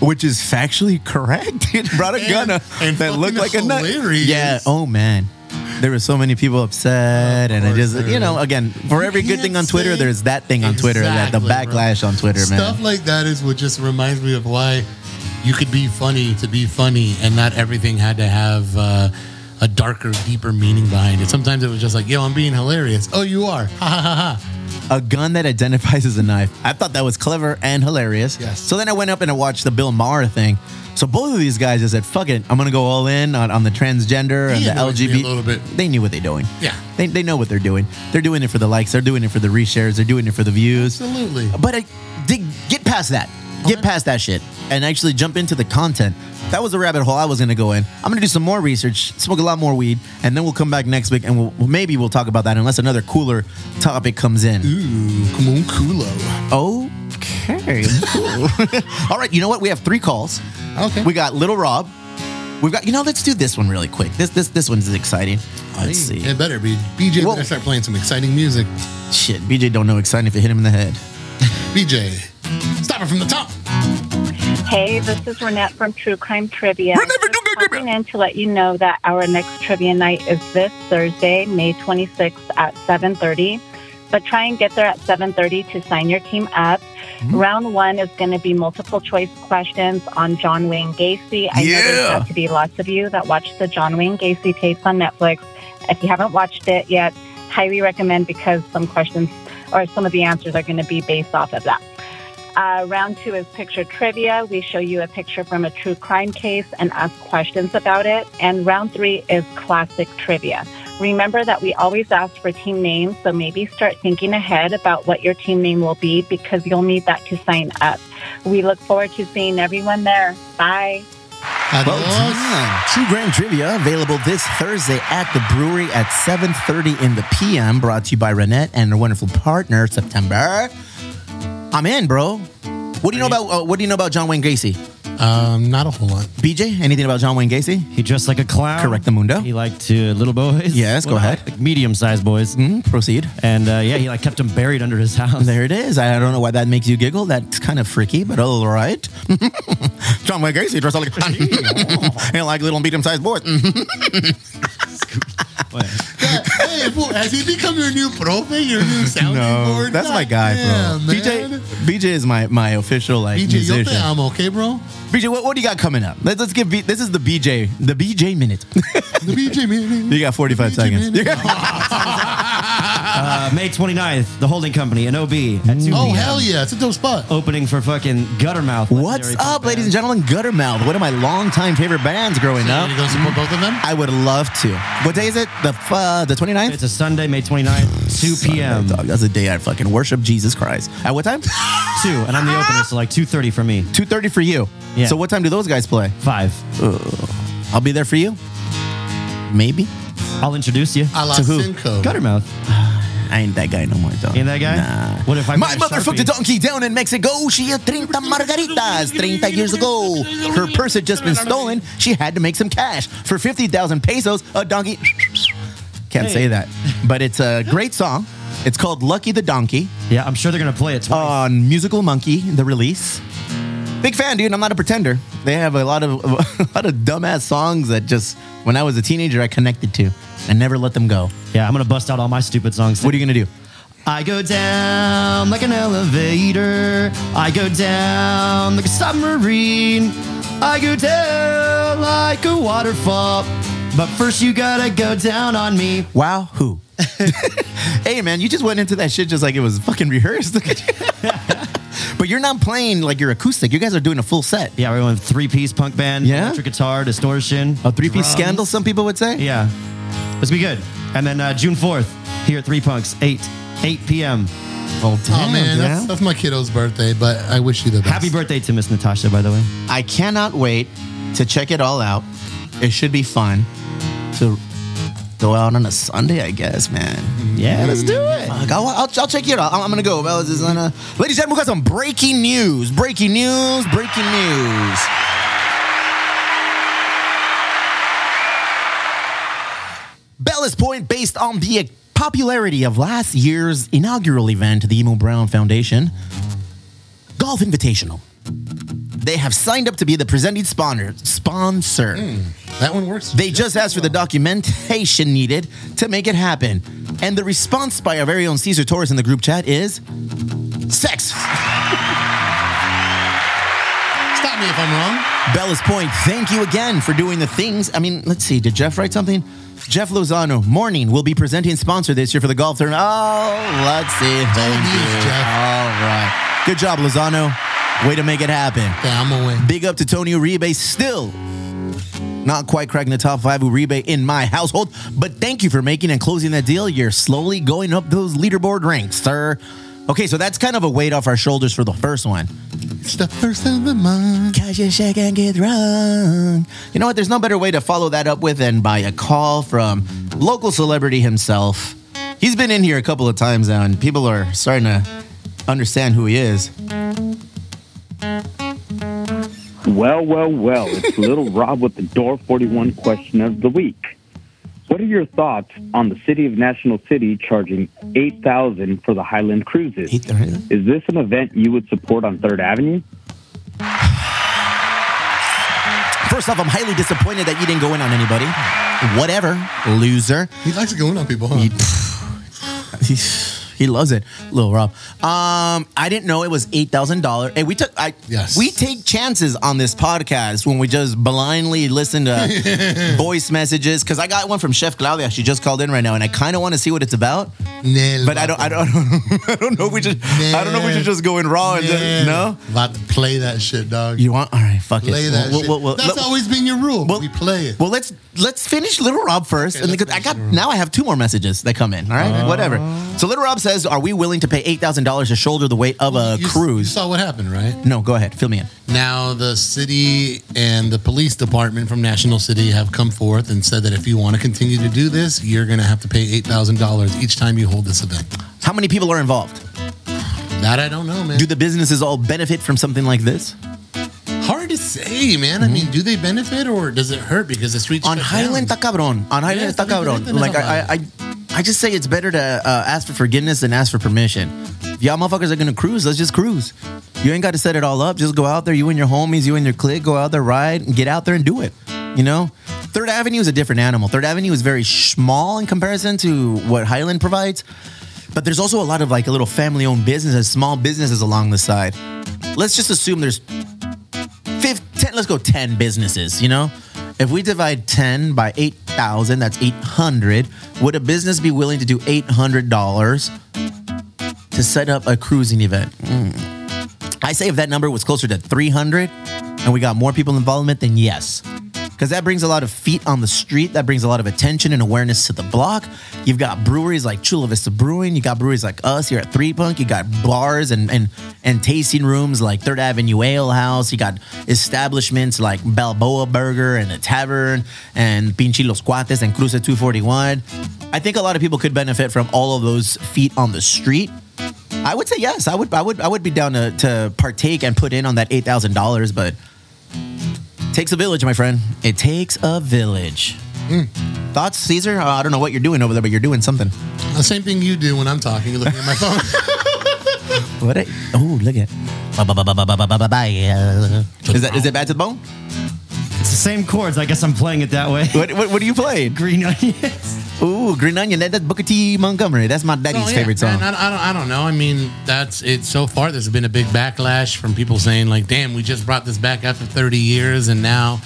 C: which is factually correct. It brought a
E: And-
C: gun up
E: and
C: that looked like a
E: fucking
C: knife.
E: hilarious.
C: Yeah. Oh man, there were so many people upset, and I
E: course
C: just
E: there
C: you know
E: is.
C: again for every good
E: can't
C: thing on Twitter,
E: say-
C: there's that thing on Twitter that the
E: Exactly, bro.
C: backlash on Twitter,
E: Stuff
C: man.
E: like that is what just reminds me of why you could be funny to be funny, and not everything had to have uh, a darker, deeper meaning behind it. Sometimes it was just like, "Yo, I'm being hilarious." Oh, you are. Ha ha ha ha.
C: A gun that identifies as a knife. I thought that was clever and hilarious.
E: Yes.
C: So then I went up and I watched the Bill Maher thing. So both of these guys just said, "Fuck it, I'm gonna go all in on, on the transgender
E: He
C: and the
E: annoys me a
C: LGBT."
E: little bit.
C: They knew what they're doing.
E: Yeah.
C: They, they know what they're doing. They're doing it for the likes. They're doing it for the reshares. They're doing it for the views.
E: Absolutely.
C: But I dig, get past that. Get past that shit and actually jump into the content. That was a rabbit hole I was going to go in. I'm going to do some more research, smoke a lot more weed, and then we'll come back next week and we'll, well, maybe we'll talk about that unless another cooler topic comes in.
E: Ooh, come on, culo.
C: Okay. cool. All right. You know what? We have three calls.
E: Okay.
C: We got Little Rob. We've got, you know, let's do this one really quick. This this this one's exciting. Let's see.
E: It better be. BJ
C: Whoa.
E: better start playing some exciting music.
C: Shit, BJ don't know exciting if it hit him in the head.
E: BJ, stop it from the top.
G: Hey, this is Renette from True Crime Trivia.
A: Renette from True Crime
G: Just calling in to let you know that our next trivia night is this Thursday, May 26th at 7:30. But try and get there at 7:30 to sign your team up.
A: Mm-hmm.
G: Round one is going to be multiple choice questions on John Wayne Gacy. I know
A: Yeah.
G: there's got to be lots of you that watch the John Wayne Gacy tapes on Netflix If you haven't watched it yet, highly recommend because some questions or some of the answers are going to be based off of that. Uh, round two is picture trivia. We show you a picture from a true crime case and ask questions about it. And round three is classic trivia. Remember that we always ask for team names, so maybe start thinking ahead about what your team name will be because you'll need that to sign up. We look forward to seeing everyone there. Bye.
C: Well done. True Grand Trivia available this Thursday at the brewery at 7.30 in the p.m. Brought to you by Renette and her wonderful partner, September. I'm in, bro. What do you know about uh, what do you know about John Wayne Gacy?
E: Um, not a whole lot.
C: BJ, anything about John Wayne Gacy?
F: He dressed like a clown.
C: Correct the mundo.
F: He liked uh, little boys.
C: Yes, go
F: Well,
C: ahead.
F: Like medium-sized boys.
C: Hmm, proceed.
F: And uh, yeah, he like kept them buried under his house.
C: There it is. I don't know why that makes you giggle. That's kind of freaky, but all right. John Wayne Gacy dressed all like and like little medium-sized boys. Mm-hmm.
F: What?
E: hey, well, has he become your new profe? Your new sounding
C: No,
E: board?
C: that's my
E: God
C: guy, bro.
E: damn,
C: BJ,
E: man.
C: BJ is my my official like
E: BJ, yo
C: musician.
E: te amo, okay, bro?
C: BJ, what, what do you got coming up? Let, let's give B, this is the BJ the BJ minute.
E: The BJ, man.
C: you got 45
E: BJ
C: seconds.
E: minute.
C: You got-
F: Uh, May 29th, the holding company, an OB at 2
E: Oh,
F: p.m.
E: hell yeah. It's a dope spot.
F: Opening for fucking Guttermouth.
C: What's up, ladies and gentlemen? Guttermouth, one of my longtime favorite bands growing
E: Are
C: up.
E: you going to support both of them?
C: I would love to. What day is it? The f- uh, the 29th?
F: It's a Sunday, May 29th, 2
C: Sunday,
F: p.m. 2.
C: dog. That's the day I fucking worship Jesus Christ. At what time?
F: And I'm the opener, so like 2.30 for me.
C: 2.30 for you.
F: Yeah.
C: So what time do those guys play?
F: 5.
C: I'll be there for you. Maybe.
F: I'll introduce you.
E: A la
C: To who?
E: Cinco.
F: Guttermouth.
C: I ain't that guy no more, dog.
F: Ain't that guy?
C: Nah.
F: What if I
C: My
F: put a
C: mother fucked a
F: Sharpie?
C: donkey down in Mexico. She had 30 margaritas 30 years ago. Her purse had just been stolen. She had to make some cash. For 50,000 pesos, a donkey. Can't say that. But it's a great song. It's called Lucky the Donkey
F: Yeah, I'm sure they're going to play it twice.
C: on Musical Monkey, the release. Big fan, dude. I'm not a pretender. They have a lot of a lot of dumbass songs that just when I was a teenager I connected to and never let them go.
F: yeah, I'm going to bust out all my stupid songs.
C: What are you gonna do?
F: I go down like an elevator. I go down like a submarine. I go down like a waterfall. But first, you gotta go down on me.
C: Wow, who? hey, man, you just went into that shit just like it was fucking rehearsed. but you're not playing like your acoustic. You guys are doing a full set.
F: Yeah, we're going three piece punk band.
C: Yeah?
F: Electric guitar, distortion.
C: A three piece
F: drums.
C: scandal, some people would say.
F: Yeah. Let's be good. And then uh, June 4th, here at Three Punks, 8, 8 p.m.
C: Oh,
E: Oh, man. That's,
C: yeah.
E: that's my kiddo's birthday, but I wish you the best.
F: Happy birthday to Miss Natasha, by the way.
C: I cannot wait to check it all out. It should be fun to go out on a Sunday, I guess, man.
F: Yeah, let's do it.
C: Fuck, I'll, I'll, I'll check you out. I'm, I'm gonna go. Well, this is on a- Ladies and gentlemen, we got some breaking news. Breaking news. Breaking news. Bella's Point, based on the popularity of last year's inaugural event, the Emo Brown Foundation Golf Invitational. They have signed up to be the presenting sponsor. Sponsor.
E: That one works.
C: They just asked for the documentation needed to make it happen. And the response by our very own Caesar Torres in the group chat is sex.
E: Stop me if I'm wrong.
C: Bella's Point, thank you again for doing the things. I mean, let's see, did Jeff write something? Jeff Lozano, morning, will be presenting sponsor this year for the golf tournament. Oh, let's see. Thank
E: Thank you,
C: you.
E: Jeff.
C: All right. Good job, Lozano. Way to make it happen.
E: Yeah, I'm gonna win.
C: Big up to Tony Uribe, still not quite cracking the top five Uribe in my household, but thank you for making and closing that deal. You're slowly going up those leaderboard ranks, sir. Okay, so that's kind of a weight off our shoulders for the first one.
E: It's the first of the month.
C: Cause you shake and get wrong. You know what? There's no better way to follow that up with than by a call from local celebrity himself. He's been in here a couple of times now, and people are starting to understand who he is.
H: Well, well, well, it's Little Rob with the Door 41 question of the week. What are your thoughts on the city of National City charging 8000 for the Highland Cruises?
C: Eight thirty.
H: Is this an event you would support on 3rd Avenue?
C: First off, I'm highly disappointed that you didn't go in on anybody. Whatever, loser.
E: He likes to go in on people, huh?
C: You- He loves it, Lil Rob. Um, I didn't know it was eight thousand dollars. Hey, we took I
E: Yes.
C: we take chances on this podcast when we just blindly listen to voice messages. Because I got one from Chef Claudia. She just called in right now, and I kind of want to see what it's about.
E: Nel
C: But I don't, I don't, I don't know. If we should, I don't know. If we should just go in raw and just, no.
E: About to play that shit, dog.
C: You want? All right, fuck
E: play
C: it.
E: that
C: Well,
E: shit.
C: well, well,
E: That's
C: let-
E: always been your rule.
C: well-
E: we play it.
C: well, let's let's finish Little Rob first,
E: Okay,
C: and
E: let's
C: because I
E: finish
C: got
E: Little Rob. Uh-huh.
C: now I have two more messages that come in. All right, whatever. So Little Rob says, "Are we willing to pay eight thousand dollars to shoulder the weight of a
E: You s- You
C: cruise?"
E: saw what happened, right?
C: no, go ahead, fill me in.
E: Now, the city and the police department from National City have come forth and said that if you want to continue to do this, you're going to have to pay $8,000 each time you hold this event.
C: How many people are involved?
E: That I don't know, man.
C: Do the businesses all benefit from something like this?
E: Hard to say, man. I mean, do they benefit or does it hurt because the streets
C: Mm-hmm. On
E: shut
C: Highland
E: down?
C: Tacabron. On Highland
E: Yeah,
C: Tacabron.
E: something
C: Like I, I, I, I just say it's better to uh, ask for forgiveness than ask for permission. If y'all motherfuckers are gonna cruise, let's just cruise. You ain't got to set it all up. Just go out there. You and your homies, you and your clique, go out there, ride, and get out there and do it. You know, Third Avenue is a different animal. Third Avenue is very small in comparison to what Highland provides. But there's also a lot of like little family-owned businesses, small businesses along the side. Let's just assume there's five, 10, let's go 10 businesses, you know? If we divide 10 by 8,000, that's 800. Would a business be willing to do $800 to set up a cruising event? Mm. I say if that number was closer to 300 and we got more people involvement, then yes. Because that brings a lot of feet on the street. That brings a lot of attention and awareness to the block. You've got breweries like Chula Vista Brewing. You got breweries like us here at Three Punk. You got bars and and and tasting rooms like Third Avenue Ale House. You got establishments like Balboa Burger and the Tavern and Pinchi Los Cuates and Cruce 241. I think a lot of people could benefit from all of those feet on the street. I would say yes. I would I would I would be down to, to partake and put in on that eight thousand dollars, but takes a village, my friend. It takes a village. Thoughts, Caesar? Uh, I don't know what you're doing over there, but you're doing something.
E: The same thing you do when I'm talking. You're looking at my phone.
C: What? it- Oh, look at. Is that is it bad to the bone?
F: It's the same chords. I guess I'm playing it that way.
C: What what, what are you playing?
F: Green onions.
C: Ooh, Green Onion. That, that's Booker T. Montgomery. That's my daddy's
E: Oh, yeah,
C: favorite song.
E: man, I, I don't, I don't know. I mean, that's it. So far, there's been a big backlash from people saying, like, damn, we just brought this back after 30 years, and now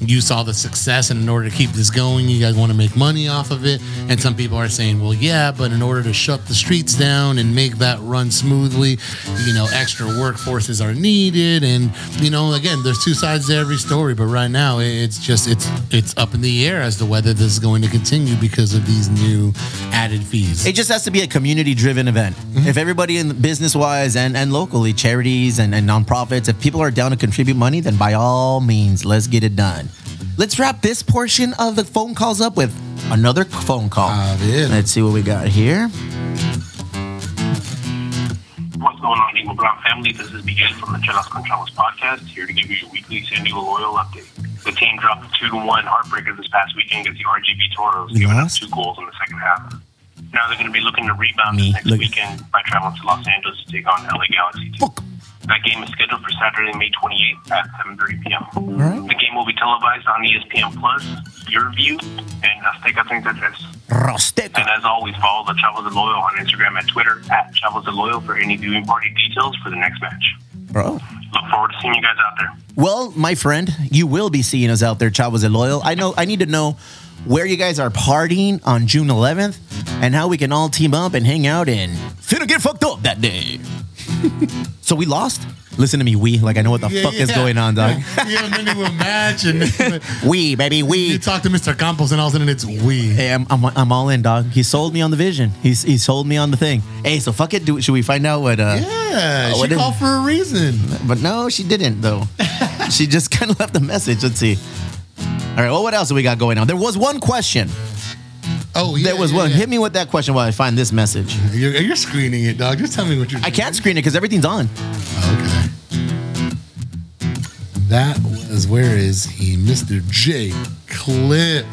E: you saw the success. And in order to keep this going, you guys want to make money off of it. And some people are saying, well, yeah, but in order to shut the streets down and make that run smoothly, you know, extra workforces are needed. And, you know, again, there's two sides to every story. But right now, it- it's just, it's, it's up in the air as to whether this is going to continue because of these new added fees.
C: It just has to be a community driven event. If everybody in business wise and, and locally, charities and, and nonprofits, if people are down to contribute money, then by all means, let's get it done. Let's wrap this portion of the phone calls up with another phone call.
E: A ver.
C: Let's see what we got here.
I: What's going on, Eagle Brown family? This is Miguel from the Chelas Contralas podcast, here to give you your weekly San Diego Loyal update. The team dropped a 2 to 1 heartbreaker this past weekend against the RGB Toros, giving up
C: Yes.
I: two goals in the second half. Now they're going to be looking to rebound
C: Me.
I: this next
C: Look-
I: weekend by traveling to Los Angeles to take on LA Galaxy. team.
C: Fuck.
I: That game is scheduled for Saturday, May 28th at 7:30 p.m.
C: right.
I: The game will be televised on E ESPN Plus, Your View, and Azteca 33. And
C: Rosteta.
I: as always, follow the Chavos and Loyal on Instagram and Twitter at Chavos and Loyal for any viewing party details for the next match.
C: Bro.
I: Look forward to seeing you guys out there.
C: Well, my friend, you will be seeing us out there, Chavos and Loyal. I know I need to know where you guys are partying on June 11th and how we can all team up and hang out and finna get fucked up that day. so we lost? Listen to me, we. Like I know what the fuck is going on, dog.
E: yeah, and then you imagine.
C: We, baby,
E: you
C: we.
E: talk to Mr. Campos, and all of a sudden it's we.
C: Hey, I'm, I'm, I'm all in, dog. He sold me on the vision. He's, he sold me on the thing. Hey, so fuck it. Do, should we find out what? Uh,
E: Yeah,
C: Oh, what
E: she
C: did-
E: called for a reason.
C: But no, she didn't though. she just kind of left a message. Let's see. All right. Well, what else do we got going on? There was one question.
E: Oh, yeah.
C: There was
E: yeah,
C: one.
E: yeah.
C: Hit me with that question while I find this message.
E: You're, you're screening it, dog. Just tell me what you're
C: I
E: doing.
C: can't screen it because everything's on.
E: Okay. That was where is he, Mr. J. Clip.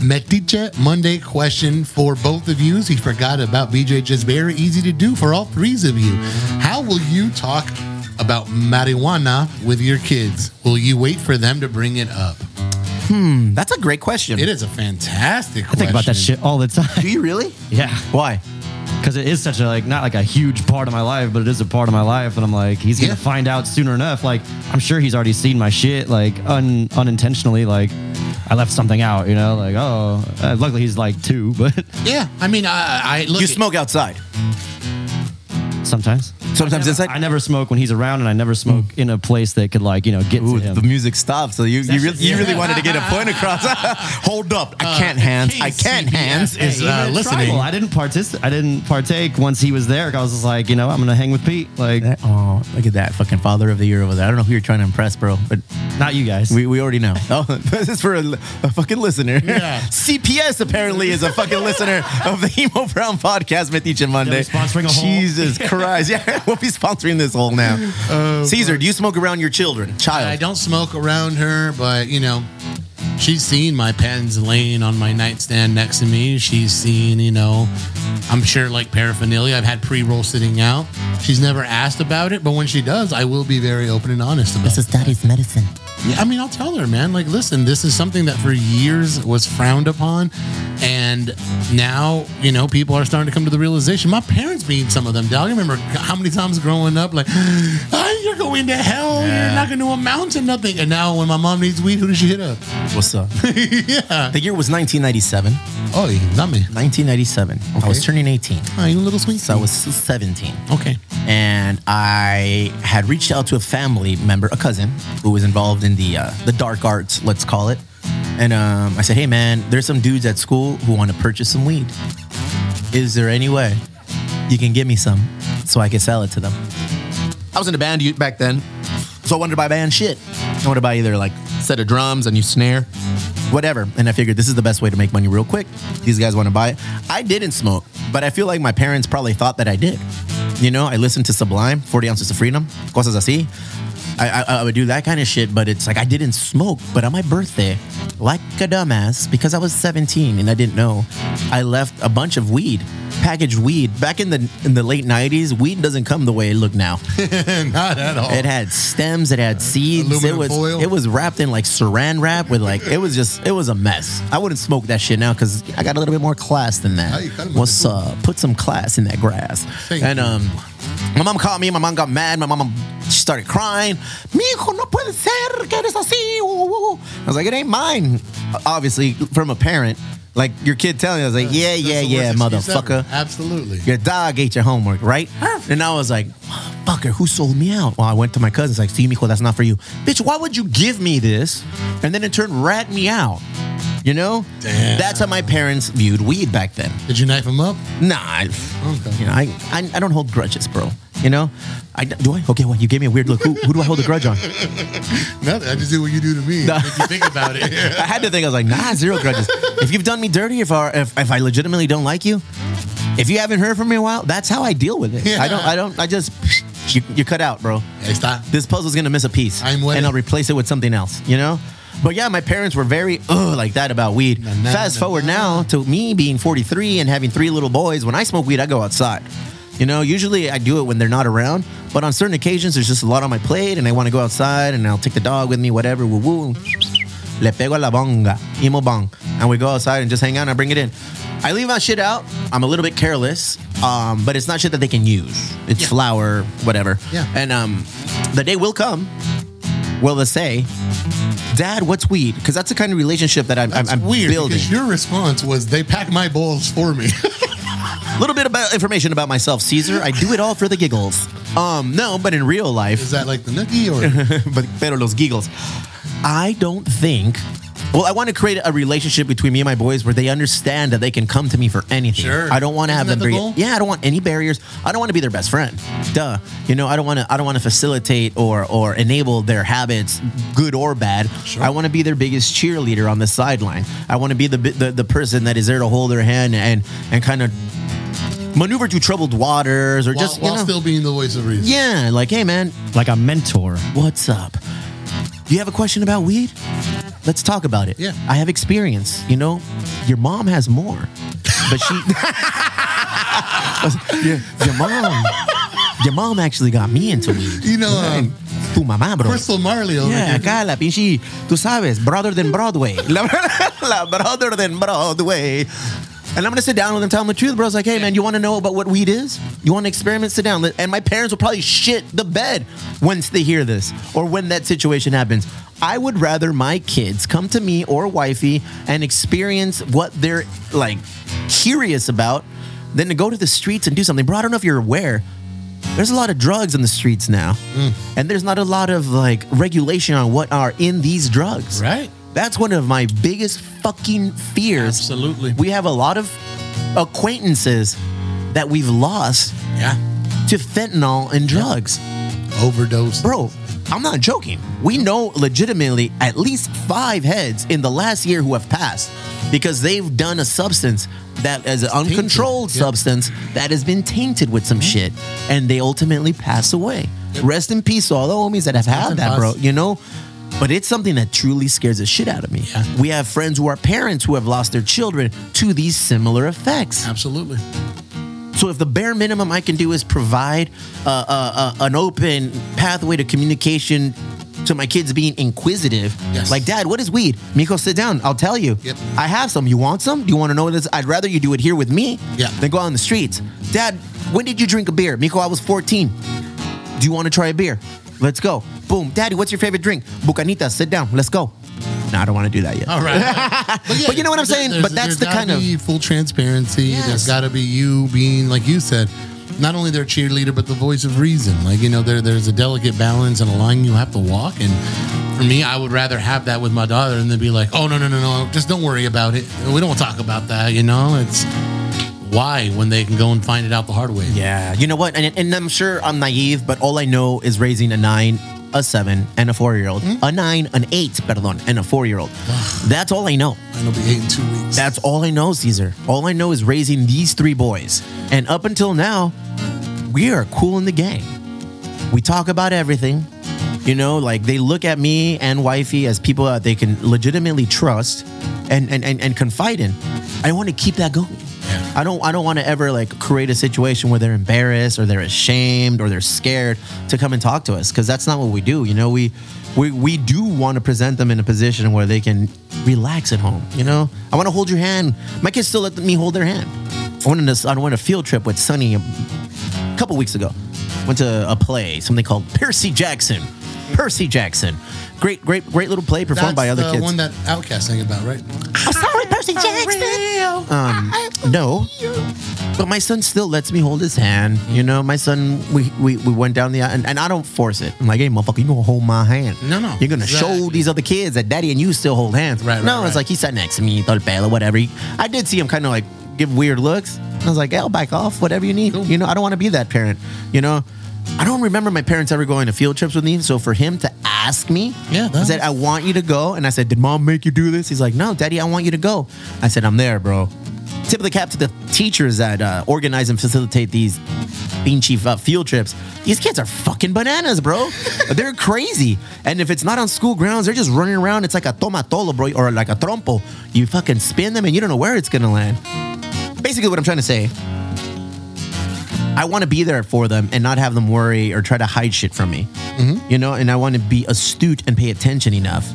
E: Metiche Monday question for both of you. He forgot about BJ, just very easy to do for all threes of you. How will you talk about marijuana with your kids? Will you wait for them to bring it up?
C: That's a great question.
E: It is a fantastic
F: I
E: question.
F: think about that shit all the
C: Do
F: time.
C: you really?
F: Yeah.
C: Why?
F: because it is such a like not like a huge part of my life, but it is a part of my life, and I'm like, he's gonna
E: Yeah.
F: find out sooner enough. Like, I'm sure he's already seen my shit, like un unintentionally, like I left something out, you know, like oh, uh, luckily he's like two, but
E: Yeah, I mean, I, I look.
C: you smoke outside.
F: sometimes.
C: Sometimes inside.
F: I never smoke when he's around, and I never smoke in a place that could like you know get
C: Ooh,
F: to him.
C: the music stopped. So you you,
F: Session,
C: really, you
F: yeah.
C: really wanted to get a point across. Hold up, I can't hands. I can't hands.
E: is
F: Even
E: uh,
F: in
E: listening.
F: tribal, I didn't participate. I didn't partake once he was there. 'cause I was just like, you know, I'm gonna hang with Pete. Like,
C: Oh, look at that fucking father of the year over there. I don't know who you're trying to impress, bro, but
F: not you guys.
C: we, we already know. Oh, this is for a, a fucking listener. CPS apparently is a fucking listener of the Emo Brown podcast with each and Monday.
F: They'll be sponsoring a hole.
C: Jesus Christ. Yeah, we'll be sponsoring this whole now. Caesar, do you smoke around your children? Child.
E: I don't smoke around her, but you know, she's seen my pens laying on my nightstand next to me. She's seen, you know, I'm sure like paraphernalia. I've had pre roll sitting out. She's never asked about it, but when she does, I will be very open and honest about it.
C: daddy's medicine.
E: Yeah, I mean, I'll tell her, man. Like, listen, this is something that for years was frowned upon, and now you know people are starting to come to the realization. My parents being some of them, dog. I remember how many times growing up, like, "Ah, you're going to hell. You're not going to amount to nothing. And now, when my mom needs weed, who does she hit up?
C: What's up?
E: yeah.
C: The year was 1997.
E: Oh, not me.
C: 1997. I was
E: Okay.
C: turning 18.
E: Oh, you little sweet.
C: So I was 17.
E: okay.
C: And I had reached out to a family member, a cousin, who was involved in the uh, the dark arts, let's call it. And um, I said, hey, man, there's some dudes at school who want to purchase some weed. Is there any way you can give me some so I can sell it to them? I was in a band you- back then, so I wanted to buy band shit. I wanted to buy either like set of drums, a new snare, whatever. And I figured this is the best way to make money real quick. These guys want to buy it. I didn't smoke, but I feel like my parents probably thought that I did. You know, I listened to Sublime, 40 Ounces of Freedom, cosas así. I, I, I would do that kind of shit, but it's like I didn't smoke. But on my birthday, like a dumbass, because I was 17 and I didn't know, I left a bunch of weed, packaged weed. Back in the in the late 90s, weed doesn't come the way it looked now.
E: not at all.
C: It had stems. It had seeds.
E: Aluminum
C: it was
E: foil.
C: it was wrapped in like Saran wrap with like it was just it was a mess. I wouldn't smoke that shit now because I got a little bit more class than that.
E: Ay, calma,
C: What's up? Put some class in that grass.
E: Thank
C: and
E: you.
C: um, my mom caught me. My mom got mad. My mom she started crying. Mijo, no puede ser que eres así. Ooh, ooh, ooh. I was like, it ain't mine. Obviously, from a parent, like your kid telling you, I was like, yeah, yeah,
E: That's the
C: yeah,
E: worst excuse
C: motherfucker.
E: ever. Absolutely.
C: Your dog ate your homework, right? And I was like, fucker, who sold me out? Well, I went to my cousin's like, see, Mijo, that's not for you. Bitch, why would you give me this? And then in turn, rat me out. You know?
E: Damn.
C: That's how my parents viewed weed back then.
E: Did you knife him up?
C: Nah, I,
E: Okay.
C: you know, I, I I don't hold grudges, bro. You know? I, do I? Okay, well, you gave me a weird look. Who, who do I hold a grudge on?
E: Nothing. I just did what you do to me. Make you think about it.
C: I had to think. I was like, nah, zero grudges. if you've done me dirty, if, I, if if I legitimately don't like you, if you haven't heard from me in a while, that's how I deal with it.
E: Yeah.
C: I don't. I don't. I just you, you're cut out, bro.
E: Ahí está.
C: This puzzle's gonna miss a piece,
E: I'm with
C: and
E: it.
C: I'll replace it with something else. You know. But yeah, my parents were very ugh like that about weed.
E: Na, na,
C: Fast
E: na,
C: forward now
E: na.
C: to me being 43 and having three little boys. When I smoke weed, I go outside. You know, usually I do it when they're not around, but on certain occasions, there's just a lot on my plate, and I want to go outside, and I'll take the dog with me, whatever. Woo woo. Le pego a la bonga, emo bong. And we go outside and just hang out and I bring it in. I leave my shit out. I'm a little bit careless, um, but it's not shit that they can use. It's flour, whatever.
E: Yeah.
C: And um, the day will come. Will they say, Dad, what's weed? Because that's the kind of relationship that I'm, I'm,
E: That's
C: I'm
E: weird
C: building.
E: because your response was they pack my bowls for me.
C: A little bit about information about myself, Caesar. I do it all for the giggles. Um, no, but in real life,
E: Is that like the nookie or
C: but pero los giggles. I don't think. Well, I want to create a relationship between me and my boys where they understand that they can come to me for anything.
E: Sure.
C: I don't want to have
E: Isn't
C: them.
E: that the
C: bring-
E: goal?
C: yeah, I don't want any barriers. I don't want to be their best friend. Duh. You know, I don't want to. I don't want to facilitate or or enable their habits, good or bad.
E: Sure.
C: I want to be their biggest cheerleader on the sideline. I want to be the, bi- the the person that is there to hold their hand and and kind of maneuver through troubled waters or
E: while,
C: just you
E: while
C: know,
E: still being the voice of reason?
C: yeah, like hey man,
F: like a mentor.
C: What's up? You have a question about weed? Let's talk about it.
E: Yeah.
C: I have experience, you know? Your mom has more. But she your, your mom. Your mom actually got me into weed.
E: You know, um,
C: Tu mamá, bro.
E: Crystal Marley over
C: Yeah,
E: here.
C: acá la pinche, tú sabes, brother than Broadway. La, la brother than Broadway. And I'm gonna sit down with them, tell them the truth, bro. It's like, hey, man, you want to know about what weed is? You want to experiment? Sit down. And my parents will probably shit the bed once they hear this or when that situation happens. I would rather my kids come to me or wifey and experience what they're like curious about than to go to the streets and do something. Bro, I don't know if you're aware. There's a lot of drugs in the streets now,
E: Mm.
C: and there's not a lot of like regulation on what are in these drugs.
E: Right.
C: That's one of my biggest fucking fears.
E: Absolutely.
C: We have a lot of acquaintances that we've lost
E: Yeah.
C: to fentanyl and drugs.
E: Overdose.
C: Bro, I'm not joking. We know legitimately at least five heads in the last year who have passed because they've done a substance that is an uncontrolled
E: tainted, yeah. Mm-hmm.
C: substance that has been tainted with some shit and they ultimately pass away. Rest in peace to all the homies that have had
E: in
C: that,
E: peace.
C: bro. You know? But it's something that truly scares the shit out of me.
E: Yeah.
C: We have friends who are parents who have lost their children to these similar effects.
E: Absolutely.
C: So if the bare minimum I can do is provide uh, uh, uh, an open pathway to communication to my kids being inquisitive,
E: Yes.
C: like Dad, what is weed? Miko, sit down. I'll tell you.
E: Yep.
C: I have some. You want some? Do you want to know what this? I'd rather you do it here with me
E: Yeah.
C: than go out on the streets. Dad, when did you drink a beer? Miko, I was 14. Do you want to try a beer? Let's go. Boom. Daddy, what's your favorite drink? Bucanita. Sit down. Let's go. No, I don't want to do that yet.
E: All right. yeah,
C: But you know what I'm saying?
E: there's-
C: But that's
E: there's
C: the
E: gotta
C: kind of-
E: be full transparency.
C: Yes.
E: There's got to be you being, like you said, not only their cheerleader but the voice of reason. Like you know, there there's a delicate balance and a line you have to walk. And for me, I would rather have that with my daughter than to be like, oh no no no no, just don't worry about it. We don't talk about that. You know, it's why when they can go and find it out the hard way.
C: Yeah, you know what? And, and I'm sure I'm naive, but all I know is raising a nine, a seven, and a four year old. A nine, an eight, perdón, and a four year old. That's all I know.
E: And it'll be eight in two weeks.
C: That's all I know, Caesar. All I know is raising these three boys. And up until now, we are cool in the gang. We talk about everything. You know, like they look at me and wifey as people that they can legitimately trust and and, and, and confide in. I want to keep that going. I don't I don't want to ever like create a situation where they're embarrassed or they're ashamed or they're scared to come and talk to us because that's not what we do. You know, we we we do want to present them in a position where they can relax at home. You know, I want to hold your hand. My kids still let me hold their hand. I went on this I went on a field trip with Sonny a couple weeks ago. Went to a play, something called Percy Jackson. Percy Jackson. Great, great, great little play
E: That's
C: performed by other
E: the
C: kids.
E: one that Outcast sang about, right?
C: I'm sorry, Percy Jackson. Um, no, but my son still lets me hold his hand. You know, my son, we we, we went down the aisle, and, and I don't force it. I'm like, hey, motherfucker, you gonna hold my hand?
E: No, no,
C: You're gonna show
E: exactly.
C: these other kids that daddy and you still hold hands.
E: Right, right,
C: No, it's
E: right.
C: like he sat next to me, thought bad or whatever. He- I did see him kind of like give weird looks. I was like, yeah, I'll back off, whatever you need. You know, I don't want to be that parent. You know. I don't remember my parents ever going to field trips with me. So for him to ask me,
E: Yeah,
C: I
E: that-
C: said, I want you to go. And I said, Did mom make you do this? He's like, No, daddy, I want you to go. I said, I'm there, bro. Tip of the cap to the teachers that uh, organize and facilitate these bean chief uh, field trips. These kids are fucking bananas, bro. they're crazy. And if it's not on school grounds, they're just running around. It's like a tomatolo, bro, or like a trompo. You fucking spin them and you don't know where it's gonna land. Basically, what I'm trying to say I want to be there for them and not have them worry or try to hide shit from me.
E: Mm-hmm.
C: You know, and I want to be astute and pay attention enough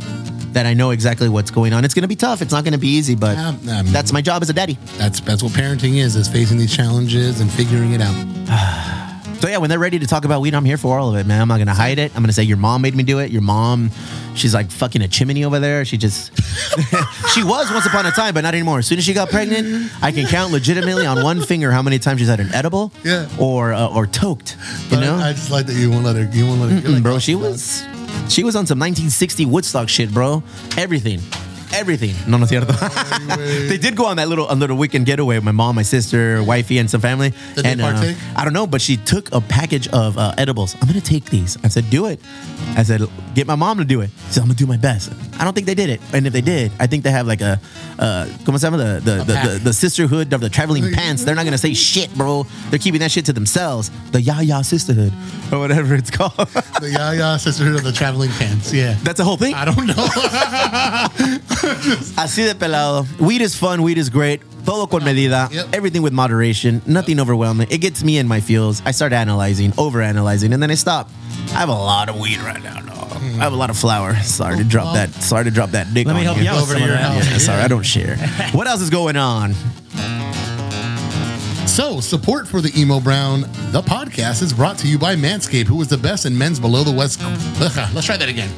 C: that I know exactly what's going on. It's going to be tough. It's not going to be easy, but
E: Um, I mean,
C: that's my job as a daddy.
E: that's that's what parenting is: is facing these challenges and figuring it out.
C: So yeah, when they're ready to talk about weed, I'm here for all of it, man. I'm not gonna hide it. I'm gonna say your mom made me do it. Your mom, she's like fucking a chimney over there. She just, she was once upon a time, but not anymore. As soon as she got pregnant, I can count legitimately on one finger how many times she's had an edible,
E: Yeah.
C: or uh, or toked, you
E: But
C: know.
E: I just like that you won't let her. You won't let her. you're like,
C: bro. She was she was on some 1960 Woodstock shit, bro. Everything. Everything. No, no, es cierto. they did go on that little a little weekend getaway. with My mom, my sister, wifey, and some family.
E: Did they
C: and uh,
E: partake?
C: I don't know, but she took a package of uh, edibles. I'm gonna take these. I said, do it. I said, get my mom to do it. She said, I'm gonna do my best. I don't think they did it, and if they did, I think they have like a, uh, como se llama the the, the, the the sisterhood of the traveling pants. They're not gonna say shit, bro. They're keeping that shit to themselves. The Yaya sisterhood or whatever it's called.
E: the Yaya Sisterhood of the Traveling Pants. Yeah,
C: That's the whole thing.
E: I don't know.
C: Así de pelado. Weed is fun. Weed is great. Todo con medida.
E: Yep.
C: Everything with moderation. Nothing overwhelming. It gets me in my feels. I start analyzing, overanalyzing, and then I stop. I have a lot of weed right now. dog. I have a lot of flour. Sorry to drop that. Sorry to drop that dick.
F: Mm. Let me
C: on
F: help you out with
E: Over
F: some
E: to
F: of
E: your house.
F: that.
C: Yeah, sorry, I don't share. What else is going on?
E: So, support for the Emo Brown, the podcast, is brought to you by Manscaped, who is the best in men's below the West. Ugh, let's try that again.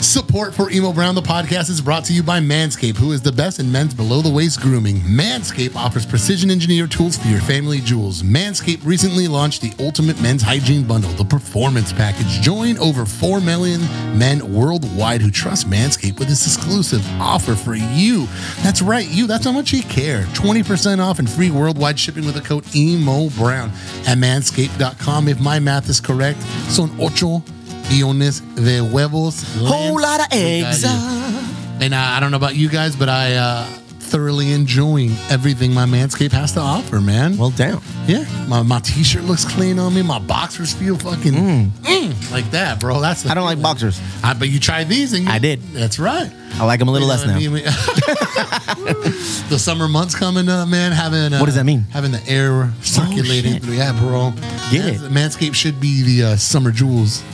E: Support for Emo Brown, the podcast, is brought to you by Manscaped, who is the best in men's below the waist grooming. Manscaped offers precision engineered tools for your family jewels. Manscaped recently launched the Ultimate Men's Hygiene Bundle, the Performance Package. Join over 4 million men worldwide who trust Manscaped with this exclusive offer for you. That's right, you. That's how much you care. 20% off and free worldwide shipping with the code EMO Brown at manscaped.com if my math is correct. Son ocho guiones de huevos.
C: Whole
E: Lance.
C: lot of eggs.
E: And uh, I don't know about you guys, but I uh, thoroughly enjoying everything my Manscaped has to offer, man.
C: Well, damn.
E: yeah, my, my t-shirt looks clean on me. My boxers feel fucking mm, like that, bro. That's the
C: I don't like
E: feeling.
C: boxers.
E: I, but you tried these and you,
C: I did.
E: That's right.
C: I like them a little less now.
E: You know what I mean? the summer months coming up, man. Having uh,
F: What does that mean?
E: Having the air circulating
F: shit.
E: through, yeah, bro.
C: Oh, Get
E: Mans-
C: it.
E: Manscaped should be the uh, summer jewels.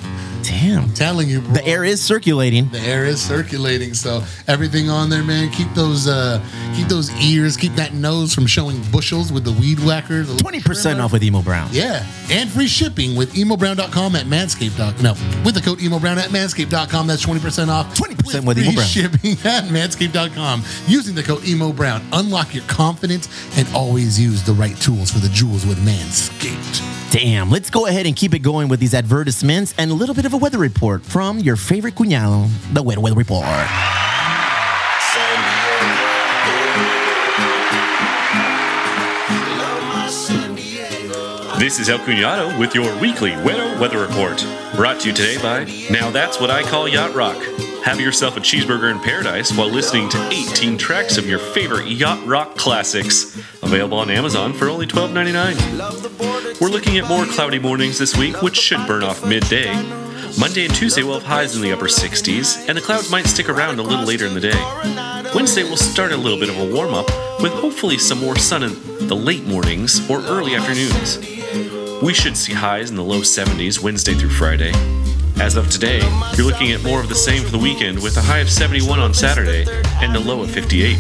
C: Damn.
E: Telling you, bro.
C: The air is circulating.
E: The air is circulating, so everything on there, man. Keep those, uh, keep those ears, keep that nose from showing bushels with the weed whacker. the little
C: 20%
E: trimmer.
C: off with Emo Brown.
E: Yeah, and free shipping with emobrown.com at manscaped.com. No, with the code emobrown at manscaped.com. That's 20% off.
C: 20% with Emo
E: free
C: Brown.
E: shipping at manscaped.com. Using the code emobrown, unlock your confidence and always use the right tools for the jewels with Manscaped.
C: Damn. Let's go ahead and keep it going with these advertisements and a little bit of a weather report from your favorite cuñado, the Weather Weather Report.
J: This is El Cunado with your weekly Weather Weather Report, brought to you today by Now That's What I Call Yacht Rock. Have yourself a cheeseburger in paradise while listening to 18 tracks of your favorite yacht rock classics. Available on Amazon for only $12.99. We're looking at more cloudy mornings this week, which should burn off midday. Monday and Tuesday will have highs in the upper 60s, and the clouds might stick around a little later in the day. Wednesday will start a little bit of a warm up, with hopefully some more sun in the late mornings or early afternoons. We should see highs in the low 70s Wednesday through Friday. As of today, you're looking at more of the same for the weekend with a high of 71 on Saturday and a low of 58.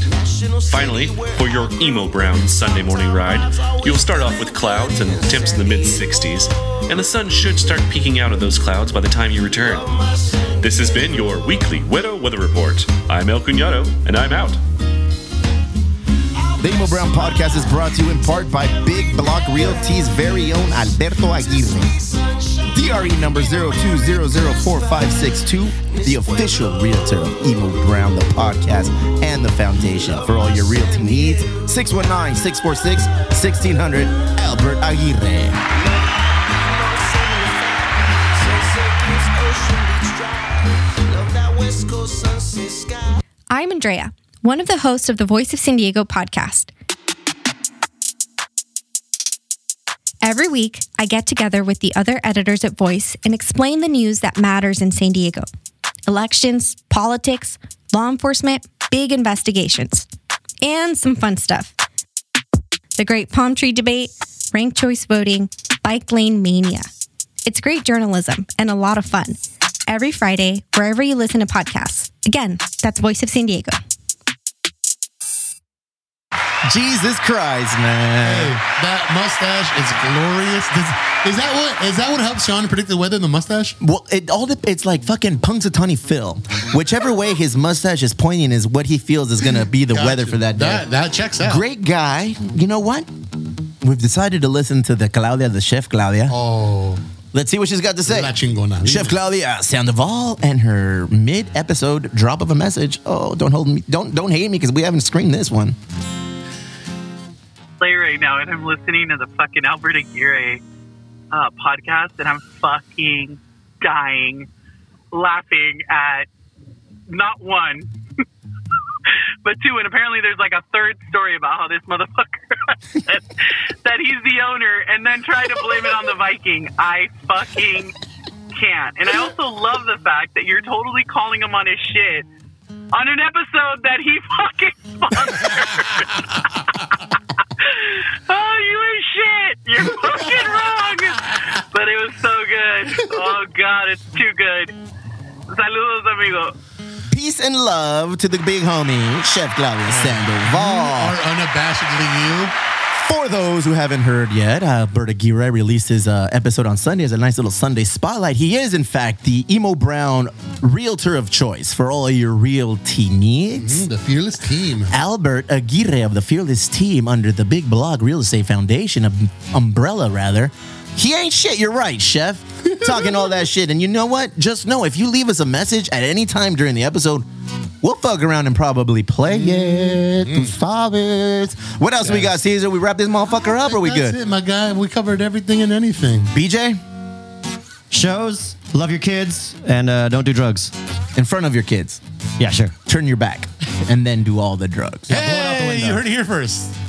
J: Finally, for your emo brown Sunday morning ride, you'll start off with clouds and temps in the mid 60s, and the sun should start peeking out of those clouds by the time you return. This has been your weekly Widow Weather Report. I'm El Cunado, and I'm out.
C: The Emo Brown podcast is brought to you in part by Big Block Realty's very own Alberto Aguirre. DRE number 02004562, the official realtor of Emo Brown, the podcast, and the foundation for all your realty needs. 619 646 1600, Albert Aguirre.
K: I'm Andrea, one of the hosts of the Voice of San Diego podcast. Every week, I get together with the other editors at Voice and explain the news that matters in San Diego elections, politics, law enforcement, big investigations, and some fun stuff. The Great Palm Tree Debate, ranked choice voting, bike lane mania. It's great journalism and a lot of fun. Every Friday, wherever you listen to podcasts. Again, that's Voice of San Diego.
C: Jesus Christ, man.
E: That mustache is glorious. Does- is that what is that what helps Sean predict the weather? The mustache?
C: Well, it all dep it's like fucking Punxsutawney Phil. Whichever way his mustache is pointing is what he feels is gonna be the weather for that day.
E: That, that checks out.
C: Great guy. You know what? We've decided to listen to the Claudia, the chef Claudia.
E: Oh,
C: Let's see what she's got to say.
E: la chingona.
C: Chef Claudia Sandoval and her mid-episode drop of a message. Oh, don't hold me, don't don't hate me because we haven't screened this one.
L: play right now, and I'm listening to the fucking Albert Aguirre uh, podcast, and I'm fucking dying, laughing at not one, but two. And apparently, there's like a third story about how this motherfucker said that he's the owner, and then try to blame it on the Viking. I fucking can't. And I also love the fact that you're totally calling him on his shit. On an episode that he fucking sponsored. Oh, you ain't shit. You're fucking wrong. But it was so good. Oh, God, it's too good. Saludos, amigo.
C: Peace and love to the big homie, Chef Claudia Sandoval.
E: Are unabashedly you.
C: For those who haven't heard yet, uh, Bert Aguirre released his uh, episode on Sunday as a nice little Sunday spotlight. He is, in fact, the Emo Brown realtor of choice for all your realty needs.
E: The fearless team.
C: Albert Aguirre of the Fearless Team under the Big Blog Real Estate Foundation um, umbrella, rather. He ain't shit. You're right, Chef. Talking all that shit. And you know what? Just know if you leave us a message at any time during the episode, we'll fuck around and probably play it. to Stop it. What else we got, Caesar? We wrap this motherfucker up or we
E: That's
C: good?
E: it, my guy. We covered everything and anything.
C: BJ,
F: Shows, love your kids, and uh, don't do drugs.
C: in front of your kids,
F: Yeah, sure.
C: turn your back and then do all the drugs.
F: blow it out the
E: Hey, you
F: window.
E: heard it here first.